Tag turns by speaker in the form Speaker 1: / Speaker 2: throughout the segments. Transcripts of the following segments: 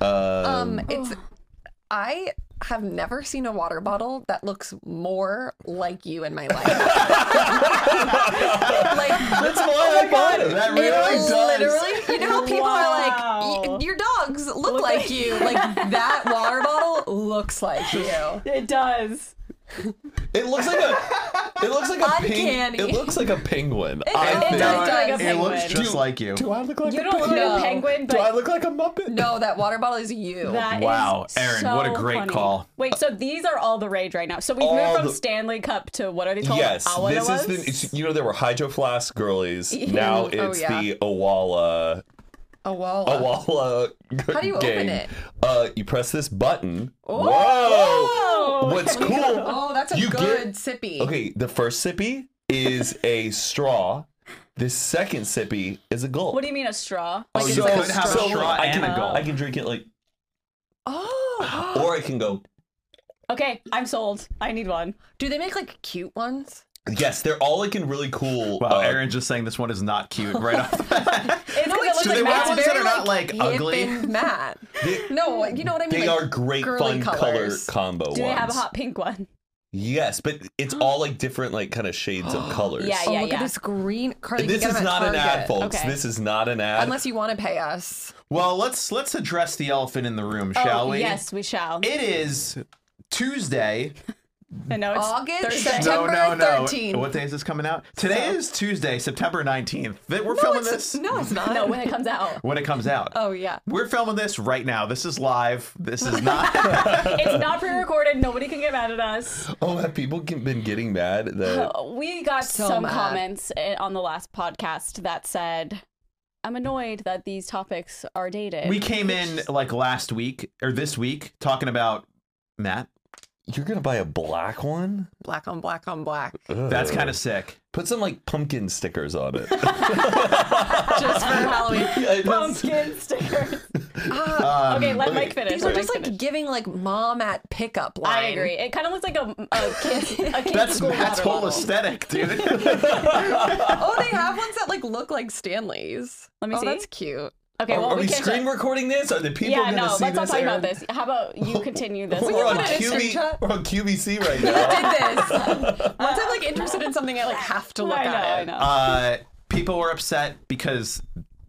Speaker 1: Um, it's I have never seen a water bottle that looks more like you in my life. like
Speaker 2: That's why I bought it. That really
Speaker 1: oh
Speaker 2: does.
Speaker 1: it literally, you know, how people are like,
Speaker 3: Wow.
Speaker 1: "Y- your dogs look, like you. Like that water bottle looks like you.
Speaker 3: It does.
Speaker 2: It looks like a. It looks like a peng-
Speaker 1: Uncanny.
Speaker 2: It looks like a penguin.
Speaker 1: It
Speaker 2: I
Speaker 1: does
Speaker 2: think.
Speaker 1: look like a
Speaker 2: it
Speaker 1: penguin.
Speaker 2: looks
Speaker 3: Do-
Speaker 2: just
Speaker 4: Just like you.
Speaker 2: Do I look like
Speaker 3: You
Speaker 2: a
Speaker 3: don't look
Speaker 2: penguin?
Speaker 3: like
Speaker 1: No.
Speaker 3: a penguin,
Speaker 2: Do I
Speaker 3: but
Speaker 2: look like a muppet?
Speaker 1: No, that water bottle is you.
Speaker 3: that is
Speaker 4: Wow, Aaron, what a
Speaker 3: so
Speaker 4: great
Speaker 3: funny.
Speaker 4: call.
Speaker 3: Wait, so these are all the rage right now. So we've
Speaker 2: All
Speaker 3: moved from
Speaker 2: the-
Speaker 3: Stanley Cup to what are these called?
Speaker 2: Yes, this
Speaker 3: Awanawas?
Speaker 2: has been. It's, you know, there were hydro flask girlies. Now
Speaker 1: Oh,
Speaker 2: it's
Speaker 1: yeah.
Speaker 2: the Awala
Speaker 1: a wall.
Speaker 2: Awala.
Speaker 1: How do you open
Speaker 2: game.
Speaker 1: it?
Speaker 2: Uh, you press this button. Whoa!
Speaker 3: Whoa!
Speaker 2: What's cool?
Speaker 1: Oh, that's a
Speaker 2: You get-
Speaker 1: good sippy.
Speaker 2: Okay, the first sippy is a straw. The second sippy is a gulp.
Speaker 3: What do you mean a straw?
Speaker 4: Oh,
Speaker 1: it's
Speaker 4: you
Speaker 1: like a
Speaker 4: could have a
Speaker 1: straw.
Speaker 4: straw
Speaker 2: I can,
Speaker 4: and a gulp.
Speaker 2: I can drink it like,
Speaker 1: Oh,
Speaker 2: or I can go.
Speaker 3: Okay, I'm sold. I need one.
Speaker 1: do they make like cute ones?
Speaker 2: Yes, they're all like in really cool.
Speaker 4: Wow,
Speaker 2: uh,
Speaker 4: Aaron oh, just saying this one is not cute right off the bat.
Speaker 3: It's because
Speaker 1: it's
Speaker 3: it looks
Speaker 4: Do
Speaker 3: like
Speaker 4: they want
Speaker 3: Matt's
Speaker 4: ones that are not like
Speaker 1: Hip
Speaker 4: ugly?
Speaker 1: and matte.
Speaker 2: They,
Speaker 1: No, you know what I mean.
Speaker 2: they
Speaker 1: like,
Speaker 2: are great fun
Speaker 1: girly colors.
Speaker 2: color combo
Speaker 3: Do they
Speaker 2: ones.
Speaker 3: have a hot pink one?
Speaker 2: Yes, but it's all like different like kind of shades of colors.
Speaker 3: Yeah,
Speaker 1: Oh,
Speaker 3: yeah,
Speaker 1: look
Speaker 3: yeah.
Speaker 1: at this green. Carly, you
Speaker 2: This
Speaker 1: can get
Speaker 2: is
Speaker 1: them at
Speaker 2: not an ad,
Speaker 1: Target.
Speaker 2: folks.
Speaker 3: Okay.
Speaker 2: This is not an ad.
Speaker 1: Unless you want to pay us.
Speaker 4: Well, let's let's address the elephant in the room, shall
Speaker 3: oh,
Speaker 4: we?
Speaker 3: Yes, we shall.
Speaker 4: It is Tuesday.
Speaker 3: I know it's
Speaker 1: August,
Speaker 3: Thursday.
Speaker 1: September.
Speaker 4: no, no, no.
Speaker 1: 13th.
Speaker 4: What day is this coming out? Today is Tuesday, September 19th. That We're
Speaker 1: No,
Speaker 4: filming
Speaker 1: it's,
Speaker 4: this
Speaker 1: no, it's not.
Speaker 3: No, when it comes out.
Speaker 4: when it comes out.
Speaker 1: Oh yeah.
Speaker 4: We're filming this right now. This is live. This is not.
Speaker 3: it's not pre-recorded. Nobody can get mad at us.
Speaker 2: oh, have people g- been getting mad that?
Speaker 3: Uh, We got
Speaker 1: So
Speaker 3: some
Speaker 1: mad.
Speaker 3: comments uh, on the last podcast that said, "I'm annoyed that these topics are dated."
Speaker 4: we came in like last week or this week talking about Matt.
Speaker 2: You're gonna buy a black one?
Speaker 1: Black on black on black.
Speaker 4: That's kind of sick.
Speaker 2: Put some like pumpkin stickers on it.
Speaker 1: Just for
Speaker 3: Oh,
Speaker 1: Halloween.
Speaker 3: pumpkin stickers. okay, let Mike finish.
Speaker 1: These
Speaker 3: let
Speaker 1: are just
Speaker 3: Mike
Speaker 1: like
Speaker 3: finish.
Speaker 1: giving like mom at pickup line.
Speaker 3: I agree. It kind of looks like a, a kid's, a kid's
Speaker 4: That's
Speaker 3: school
Speaker 4: Matt's
Speaker 3: water
Speaker 4: whole
Speaker 3: bottle.
Speaker 4: aesthetic, dude.
Speaker 1: Oh, they have ones that like look like Stanley's.
Speaker 3: Let me
Speaker 1: oh,
Speaker 3: see.
Speaker 1: That's cute.
Speaker 3: Okay, well,
Speaker 2: Are we
Speaker 3: can't
Speaker 2: screen recording this? Are the people
Speaker 3: Yeah,
Speaker 2: gonna
Speaker 3: no,
Speaker 2: see
Speaker 3: let's not
Speaker 2: this?
Speaker 3: talk
Speaker 2: Aaron?
Speaker 3: about this. How about you continue this?
Speaker 2: We're on,
Speaker 1: put it in
Speaker 2: QB,
Speaker 1: Snapchat.
Speaker 2: we're on QVC right
Speaker 1: I
Speaker 2: now.
Speaker 1: did this. Once I'm like interested in something, I like have to look
Speaker 3: I know,
Speaker 1: at
Speaker 3: I
Speaker 1: it.
Speaker 3: know.
Speaker 4: Uh, people were upset because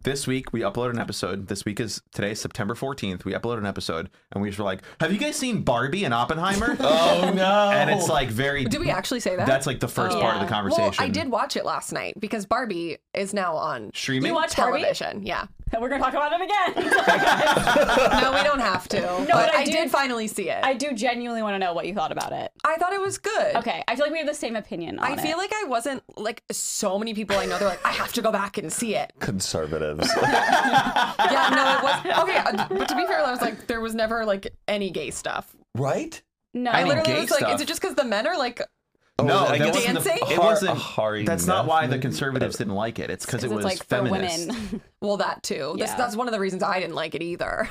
Speaker 4: this week we uploaded an episode. This week is today, is September 14th. We uploaded an episode and we just were like, Have you guys seen Barbie and Oppenheimer?
Speaker 2: oh no!
Speaker 4: and it's like very.
Speaker 1: Did we actually say that?
Speaker 4: That's like the first
Speaker 3: Oh.
Speaker 4: part of the
Speaker 3: Yeah.
Speaker 4: conversation.
Speaker 1: well, I did watch it last night because Barbie is now on
Speaker 4: Streaming?
Speaker 3: You watch Barbie?
Speaker 1: television. Yeah.
Speaker 3: We're gonna talk about it again.
Speaker 1: No, we don't have to. but,
Speaker 3: but I
Speaker 1: I,
Speaker 3: do-
Speaker 1: did finally see it.
Speaker 3: I
Speaker 1: I,
Speaker 3: do genuinely want to know what you thought about it.
Speaker 1: thought it was good.
Speaker 3: Okay, I feel like we have the same opinion on
Speaker 1: I feel like I wasn't like so many people I know. They're like, I have to go back and see it.
Speaker 2: conservatives.
Speaker 1: Yeah, no, it was okay. uh, But to be fair, I was like, there was never like any gay stuff.
Speaker 2: right?
Speaker 3: No,
Speaker 4: I mean-
Speaker 1: Literally,
Speaker 4: Gay
Speaker 1: was like,
Speaker 4: stuff.
Speaker 1: is it just because the men are like?
Speaker 4: No,
Speaker 2: Oh, I
Speaker 4: that
Speaker 2: guess-
Speaker 4: wasn't the-
Speaker 1: Dancing?
Speaker 4: it
Speaker 2: Har-
Speaker 4: wasn't.
Speaker 2: Hari
Speaker 4: that's not
Speaker 2: Nef-
Speaker 4: why the conservatives didn't like it. It's because it
Speaker 3: because
Speaker 4: was
Speaker 3: it's like
Speaker 4: feminist.
Speaker 3: for women.
Speaker 1: Well, that too. This,
Speaker 3: Yeah.
Speaker 1: that's one of the reasons I didn't like it either.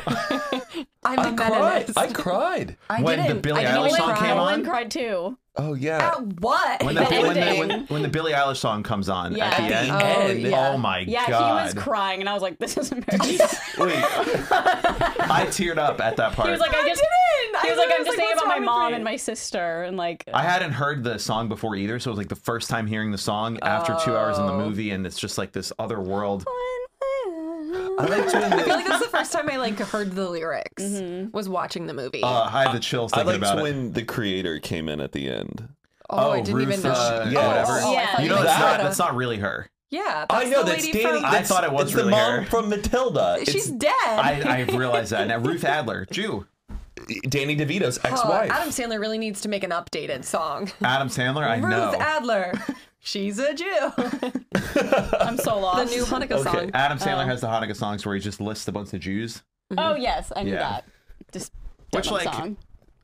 Speaker 1: I'm a
Speaker 2: I cried.
Speaker 1: meninist.
Speaker 2: I cried.
Speaker 1: I
Speaker 4: When the
Speaker 1: didn't.
Speaker 4: Billie
Speaker 1: I didn't
Speaker 4: Eilish
Speaker 1: even
Speaker 4: song
Speaker 1: cry.
Speaker 4: came on?
Speaker 3: One cried too.
Speaker 2: Oh yeah.
Speaker 1: At what?
Speaker 4: When the,
Speaker 3: The
Speaker 4: when, the,
Speaker 3: ending.
Speaker 4: when, when the Billie Eilish song comes on
Speaker 3: Yeah.
Speaker 4: at the end,
Speaker 1: Oh, yeah.
Speaker 4: oh my
Speaker 3: Yeah,
Speaker 4: god!
Speaker 3: he was crying, and I was like, "This is embarrassing."
Speaker 1: Oh,
Speaker 4: Wait,
Speaker 2: Oh,
Speaker 4: I teared up at that part.
Speaker 3: He was like, "I just."
Speaker 1: didn't.
Speaker 3: He
Speaker 1: I
Speaker 3: was like,
Speaker 1: literally
Speaker 3: "I'm
Speaker 1: was
Speaker 3: just
Speaker 1: like,
Speaker 3: thinking
Speaker 1: what's
Speaker 3: about my
Speaker 1: wrong with
Speaker 3: mom
Speaker 1: me?"
Speaker 3: and my sister, and like."
Speaker 4: I hadn't heard the song before either, so it was like the first time hearing the song after two hours in the movie, and it's just like this other world.
Speaker 1: Oh.
Speaker 2: I like to
Speaker 1: I feel
Speaker 2: admit.
Speaker 1: like that's the first time I like heard the lyrics
Speaker 3: Mm-hmm.
Speaker 1: was watching the movie.
Speaker 4: Uh, I had the chills
Speaker 2: I
Speaker 4: thinking
Speaker 2: liked
Speaker 4: about it.
Speaker 2: when the creator came in at the end.
Speaker 1: oh, I
Speaker 4: oh,
Speaker 1: didn't even
Speaker 4: Ruth,
Speaker 1: know.
Speaker 4: uh,
Speaker 1: oh,
Speaker 2: whatever.
Speaker 1: oh, I
Speaker 3: Yeah.
Speaker 1: thought
Speaker 2: You
Speaker 4: You
Speaker 2: know
Speaker 4: know,
Speaker 1: meant
Speaker 4: that's not,
Speaker 1: Sarah.
Speaker 4: that's not really her.
Speaker 1: Yeah,
Speaker 2: I
Speaker 1: that's
Speaker 2: know
Speaker 1: the
Speaker 2: that's
Speaker 1: lady
Speaker 2: Danny.
Speaker 1: from-
Speaker 4: I thought it was
Speaker 2: it's
Speaker 4: really
Speaker 2: the mom
Speaker 4: her.
Speaker 2: from Matilda.
Speaker 1: She's dead.
Speaker 4: I, I realized that now. Ruth Adler, Jew,
Speaker 2: it's Danny DeVito's
Speaker 1: Oh,
Speaker 2: ex-wife.
Speaker 1: Adam Sandler really needs to make an updated song.
Speaker 4: Adam Sandler. I
Speaker 1: Ruth
Speaker 4: know.
Speaker 1: Adler. She's a Jew.
Speaker 3: I'm so lost.
Speaker 1: the new Hanukkah song.
Speaker 4: Adam Sandler has the Hanukkah songs where he just lists a bunch of Jews.
Speaker 3: Oh yes, I knew
Speaker 4: Yeah.
Speaker 3: that. Just
Speaker 4: Which,
Speaker 3: dumb
Speaker 4: like,
Speaker 3: song.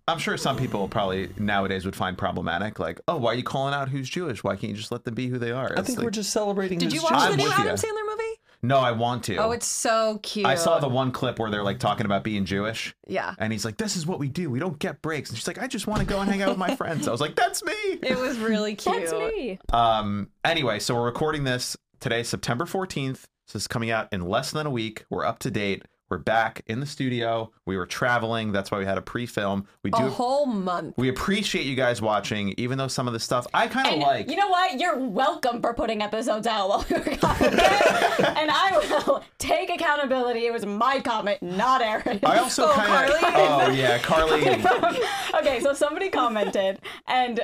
Speaker 4: I'm sure some people probably nowadays would find problematic. Like, oh, why are you calling out who's Jewish? Why can't you just let them be who they are?
Speaker 2: I think we're just celebrating.
Speaker 1: Did
Speaker 2: his
Speaker 1: you watch
Speaker 2: job.
Speaker 1: the
Speaker 4: I'm
Speaker 1: new
Speaker 4: with
Speaker 1: Adam
Speaker 4: ya.
Speaker 1: Sandler movie?
Speaker 4: no, I want to.
Speaker 1: Oh, it's so cute.
Speaker 4: I saw the one clip where they're like talking about being Jewish.
Speaker 1: Yeah.
Speaker 4: And he's like, "This is what we do. We don't get breaks." And she's like, "I just want to go and hang out with my friends." I was like, "That's me."
Speaker 1: It was really cute.
Speaker 3: That's me.
Speaker 4: Um. Anyway, so we're recording this today, September fourteenth. So this is coming out in less than a week. We're up to date. We're back in the studio. We were traveling. That's why we had a pre-film. We
Speaker 1: A
Speaker 4: do.
Speaker 1: whole month.
Speaker 4: we appreciate you guys watching, even though some of the stuff I kind of
Speaker 3: And
Speaker 4: like.
Speaker 3: you know what? You're welcome for putting episodes out while we were gone. okay? and I will take accountability. It was my comment, not Aaron.
Speaker 4: I also
Speaker 1: Oh,
Speaker 4: kind of.
Speaker 1: Carly.
Speaker 4: Oh yeah, Carly.
Speaker 3: okay, so somebody commented, and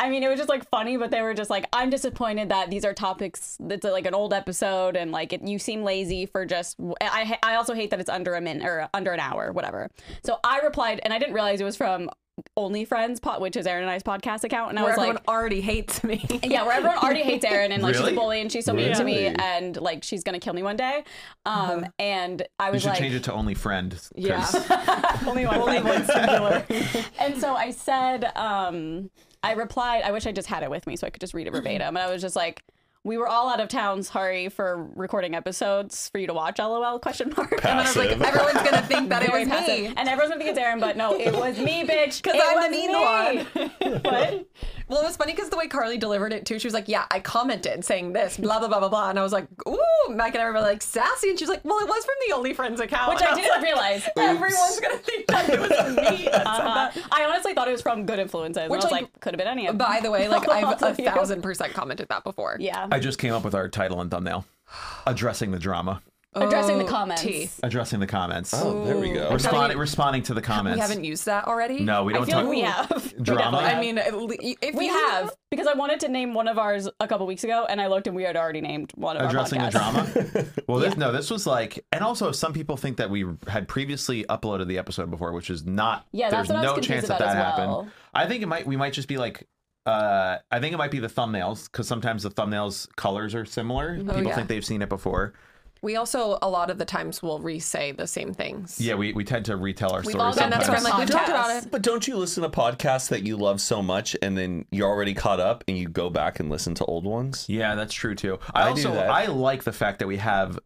Speaker 3: I mean, it was just like funny, but they were just like, "I'm disappointed that these are topics that's like an old episode, and like it, you seem lazy for just." I I also hate that it's under a minute or under an hour, whatever. So I replied, and I didn't realize it was from Only Friends, pod, which is Aaron and I's podcast account, and I
Speaker 1: Where
Speaker 3: was
Speaker 1: everyone
Speaker 3: like.
Speaker 1: already hates me.
Speaker 3: Yeah, where everyone already hates Aaron and like
Speaker 4: Really?
Speaker 3: she's a bully and she's so mean to me
Speaker 2: Really?
Speaker 3: and like she's gonna kill me one day. Um, and I
Speaker 4: Uh-huh. You
Speaker 3: was
Speaker 4: should
Speaker 3: like,
Speaker 4: change it to only friend. 'cause-
Speaker 3: only one singular. and so I said, um, I replied, I wish I just had it with me so I could just read it verbatim. And I was just like, we were all out of town, sorry, for recording episodes for you to watch, lol, question mark. And I was like,
Speaker 2: Passive.
Speaker 1: Everyone's gonna think that it
Speaker 3: very
Speaker 1: was me.
Speaker 3: passive. And everyone's gonna think it's Aaron, but no, it was me, bitch.
Speaker 1: 'Cause
Speaker 3: It
Speaker 1: I'm the
Speaker 3: was
Speaker 1: mean
Speaker 3: me. What?
Speaker 1: Well, it was funny because the way Carly delivered it too, she was like, "Yeah, I commented saying this, blah blah blah blah blah," and I was like, "Ooh, Mike and I were like sassy," and she's like, "Well, it was from the Only Friends account,"
Speaker 3: Which
Speaker 1: And
Speaker 3: I
Speaker 1: was
Speaker 3: didn't realize.
Speaker 1: like, Everyone's gonna think that it was me. that said
Speaker 3: Uh-huh.
Speaker 1: that.
Speaker 3: I honestly thought it was from Good Influences.
Speaker 1: Which,
Speaker 3: and I was
Speaker 1: like,
Speaker 3: like, could have been any of them.
Speaker 1: By the way, like I've
Speaker 3: All
Speaker 1: a
Speaker 3: of you.
Speaker 1: thousand percent commented that before.
Speaker 3: Yeah.
Speaker 4: I just came up with our title and thumbnail. Addressing the drama.
Speaker 3: Addressing
Speaker 1: Oh,
Speaker 3: the comments.
Speaker 1: tea.
Speaker 4: Addressing the comments.
Speaker 2: Oh, there we go.
Speaker 4: Responding responding to the
Speaker 1: We
Speaker 4: comments.
Speaker 1: haven't used that already.
Speaker 4: No, we
Speaker 3: I
Speaker 4: don't
Speaker 3: feel
Speaker 4: talk
Speaker 3: like we have. We
Speaker 4: drama.
Speaker 3: definitely
Speaker 1: I
Speaker 3: have.
Speaker 1: mean, at le- if
Speaker 3: We
Speaker 1: you-
Speaker 3: have because I wanted to name one of ours a couple weeks ago, and I looked and we had already named one of
Speaker 4: addressing
Speaker 3: our
Speaker 4: the
Speaker 3: podcasts.
Speaker 4: drama. Well, this, no, this was like, and also some people think that we had previously uploaded the episode before, which is not.
Speaker 3: Yeah, that's
Speaker 4: there's
Speaker 3: what I was
Speaker 4: no
Speaker 3: confused
Speaker 4: chance that
Speaker 3: about
Speaker 4: that
Speaker 3: as
Speaker 4: happened.
Speaker 3: well.
Speaker 4: I think it might. We might just be like. Uh, I think it might be the thumbnails because sometimes the thumbnails colors are similar.
Speaker 3: Oh,
Speaker 4: people
Speaker 1: yeah.
Speaker 4: think they've seen it before.
Speaker 1: we also a lot of the times will re-say the same things.
Speaker 4: Yeah, we, we tend to retell our
Speaker 3: We've all
Speaker 4: stories.
Speaker 3: done
Speaker 1: and
Speaker 3: that
Speaker 1: that's
Speaker 3: to
Speaker 1: where
Speaker 4: sometimes.
Speaker 1: I'm like, we talked about
Speaker 3: Podcasts.
Speaker 1: it.
Speaker 2: But don't you listen to podcasts that you love so much and then you're already caught up and you go back and listen to old ones?
Speaker 4: Yeah, that's true too. I,
Speaker 2: I do
Speaker 4: also
Speaker 2: that.
Speaker 4: I like the fact that we have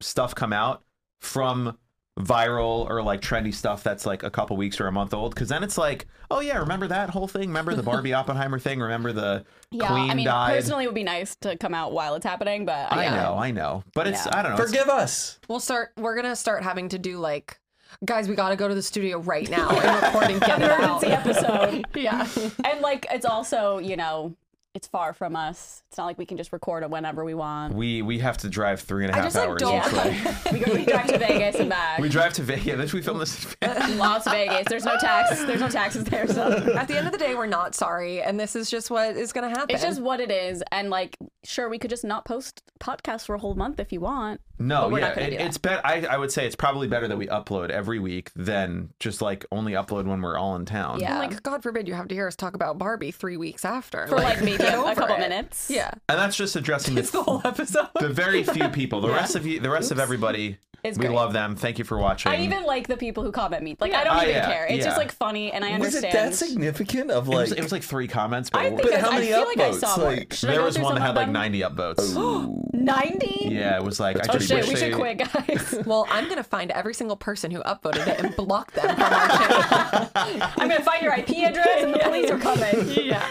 Speaker 4: stuff come out from viral or like trendy stuff that's like a couple weeks or a month old because then it's like, oh yeah, remember that whole thing? Remember the Barbie Oppenheimer thing? Remember the
Speaker 3: Yeah,
Speaker 4: Queen
Speaker 3: I mean,
Speaker 4: died?
Speaker 3: personally, it would be nice to come out while it's happening, but
Speaker 4: I
Speaker 3: yeah.
Speaker 4: know, I know, but it's
Speaker 3: No.
Speaker 4: I don't know. it's-
Speaker 2: Forgive us.
Speaker 1: We'll start. We're gonna start having to do like, guys, we gotta go to the studio right now and record and get it out.
Speaker 3: emergency episode.
Speaker 1: Yeah.
Speaker 3: And like, it's also you know, it's far from us. It's not like we can just record it whenever we want.
Speaker 4: we we have to drive three and a
Speaker 1: I
Speaker 4: half
Speaker 1: just, like,
Speaker 4: hours
Speaker 1: don't-
Speaker 4: each way.
Speaker 3: we go we drive to Vegas and back.
Speaker 4: We drive to Vegas. Yeah, this we filmed this. in Vegas.
Speaker 3: Las Vegas. There's no tax. There's no taxes there. So
Speaker 1: At the end of the day, we're not sorry, and this is just what is gonna happen.
Speaker 3: it's just what it is. And like, sure, we could just not post podcasts for a whole month if you want.
Speaker 4: No,
Speaker 3: But we're
Speaker 4: yeah,
Speaker 3: not gonna
Speaker 4: it-
Speaker 3: do that.
Speaker 4: it's better. I, I would say it's probably better that we upload every week than just like only upload when we're all in town.
Speaker 3: Yeah.
Speaker 1: And, like God forbid you have to hear us talk about Barbie three weeks after
Speaker 3: for like maybe
Speaker 1: get
Speaker 3: a, a
Speaker 1: over
Speaker 3: couple
Speaker 1: it.
Speaker 3: minutes.
Speaker 1: Yeah,
Speaker 4: and that's just addressing the,
Speaker 1: it's the whole episode.
Speaker 4: the very few people. The rest of you, the rest of everybody,
Speaker 3: It's
Speaker 4: we
Speaker 3: great.
Speaker 4: love them. Thank you for watching.
Speaker 3: I even like the people who comment me. Like I don't
Speaker 4: Oh,
Speaker 3: even
Speaker 4: yeah,
Speaker 3: care. It's
Speaker 4: yeah.
Speaker 3: just like funny, and I
Speaker 2: Ah, Was it
Speaker 3: understand.
Speaker 2: that significant of
Speaker 4: it
Speaker 2: like
Speaker 4: was, it was like three comments, but,
Speaker 3: I think
Speaker 2: But
Speaker 3: I,
Speaker 2: how
Speaker 3: I
Speaker 2: many
Speaker 3: feel like I
Speaker 2: upvotes?
Speaker 3: saw
Speaker 2: Like,
Speaker 3: like, Should I
Speaker 4: there
Speaker 3: go
Speaker 4: was
Speaker 3: through
Speaker 4: one that
Speaker 3: some
Speaker 4: had
Speaker 3: of
Speaker 4: like
Speaker 3: them?
Speaker 4: ninety upvotes.
Speaker 3: ninety.
Speaker 4: yeah, it was like I
Speaker 3: Oh
Speaker 4: just
Speaker 3: shit,
Speaker 4: wish
Speaker 3: we
Speaker 4: they,
Speaker 3: should quit, guys.
Speaker 1: Well, I'm gonna find every single person who upvoted it and block them from our channel.
Speaker 3: I'm gonna find your IP address, and the police are coming.
Speaker 1: yeah.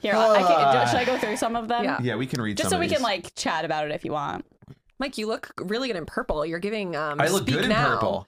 Speaker 3: Here, I, I
Speaker 2: Ah.
Speaker 3: can, should I go through some of them?
Speaker 1: Yeah.
Speaker 4: Yeah, we can read
Speaker 3: Just so
Speaker 4: some of
Speaker 3: we
Speaker 4: these.
Speaker 3: can like chat about it if you want.
Speaker 1: Mike, you look really good in purple. You're giving. Um,
Speaker 4: I look
Speaker 1: speak
Speaker 4: good in
Speaker 1: now.
Speaker 4: purple.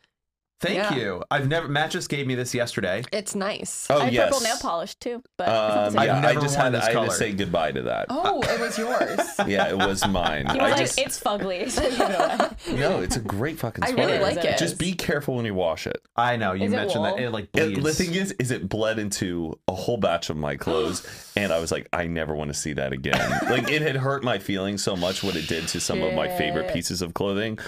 Speaker 4: Thank
Speaker 1: Yeah.
Speaker 4: you. I've never. Matt just gave me this yesterday.
Speaker 1: It's nice.
Speaker 2: Oh
Speaker 3: I have
Speaker 2: yes.
Speaker 3: purple nail polish too, but it's
Speaker 2: Um,
Speaker 3: not the
Speaker 4: I've
Speaker 2: yeah,
Speaker 3: same.
Speaker 2: I
Speaker 4: never
Speaker 2: just
Speaker 4: worn
Speaker 2: had
Speaker 4: this
Speaker 2: I had to
Speaker 4: color.
Speaker 2: say goodbye to that.
Speaker 1: Oh, it was yours.
Speaker 2: Yeah, it was mine.
Speaker 3: He was
Speaker 2: I
Speaker 3: like,
Speaker 2: just
Speaker 3: "It's fugly." So give it away.
Speaker 2: no, it's a great fucking.
Speaker 1: I really
Speaker 2: sweater.
Speaker 1: like
Speaker 3: it.
Speaker 2: Just be careful when you wash it.
Speaker 4: I know you
Speaker 3: Is it
Speaker 4: mentioned that
Speaker 3: wool?
Speaker 4: it like bleeds.
Speaker 2: It, the thing is, is it bled into a whole batch of my clothes, and I was like, I never want to see that again. like it had hurt my feelings so much what it did to some of my favorite pieces of clothing.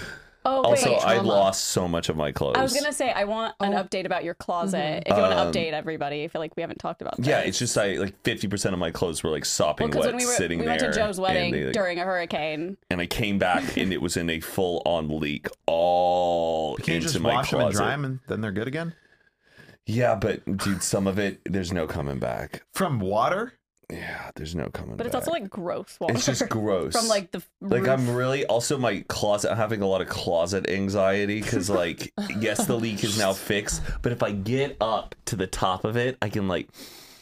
Speaker 3: Oh wait,
Speaker 2: Also, I
Speaker 1: trauma.
Speaker 2: lost so much of my clothes.
Speaker 3: I was gonna say I want an
Speaker 1: Oh.
Speaker 3: update about your closet.
Speaker 1: Mm-hmm.
Speaker 3: If you want to update everybody, I feel like we haven't talked about. That.
Speaker 2: Um, yeah, it's just I like fifty percent of my clothes were like sopping
Speaker 3: because
Speaker 2: wet,
Speaker 3: when we were
Speaker 2: sitting
Speaker 3: we
Speaker 2: there.
Speaker 3: went to Joe's wedding
Speaker 2: and, they, like-
Speaker 3: during a hurricane.
Speaker 2: and I came back and it was in a full on leak all
Speaker 4: Can you
Speaker 2: into
Speaker 4: just
Speaker 2: my
Speaker 4: wash them and
Speaker 2: closet.
Speaker 4: dry them and then they're good again?
Speaker 2: Yeah, but dude, some of it there's no coming back.
Speaker 4: From water?
Speaker 2: Yeah, there's no coming.
Speaker 3: But it's also like gross water.
Speaker 2: it's just gross.
Speaker 3: from like the
Speaker 2: like
Speaker 3: roof.
Speaker 2: I'm really also my closet. I'm having a lot of closet anxiety because like yes, the leak is now fixed, but if I get up to the top of it, I can like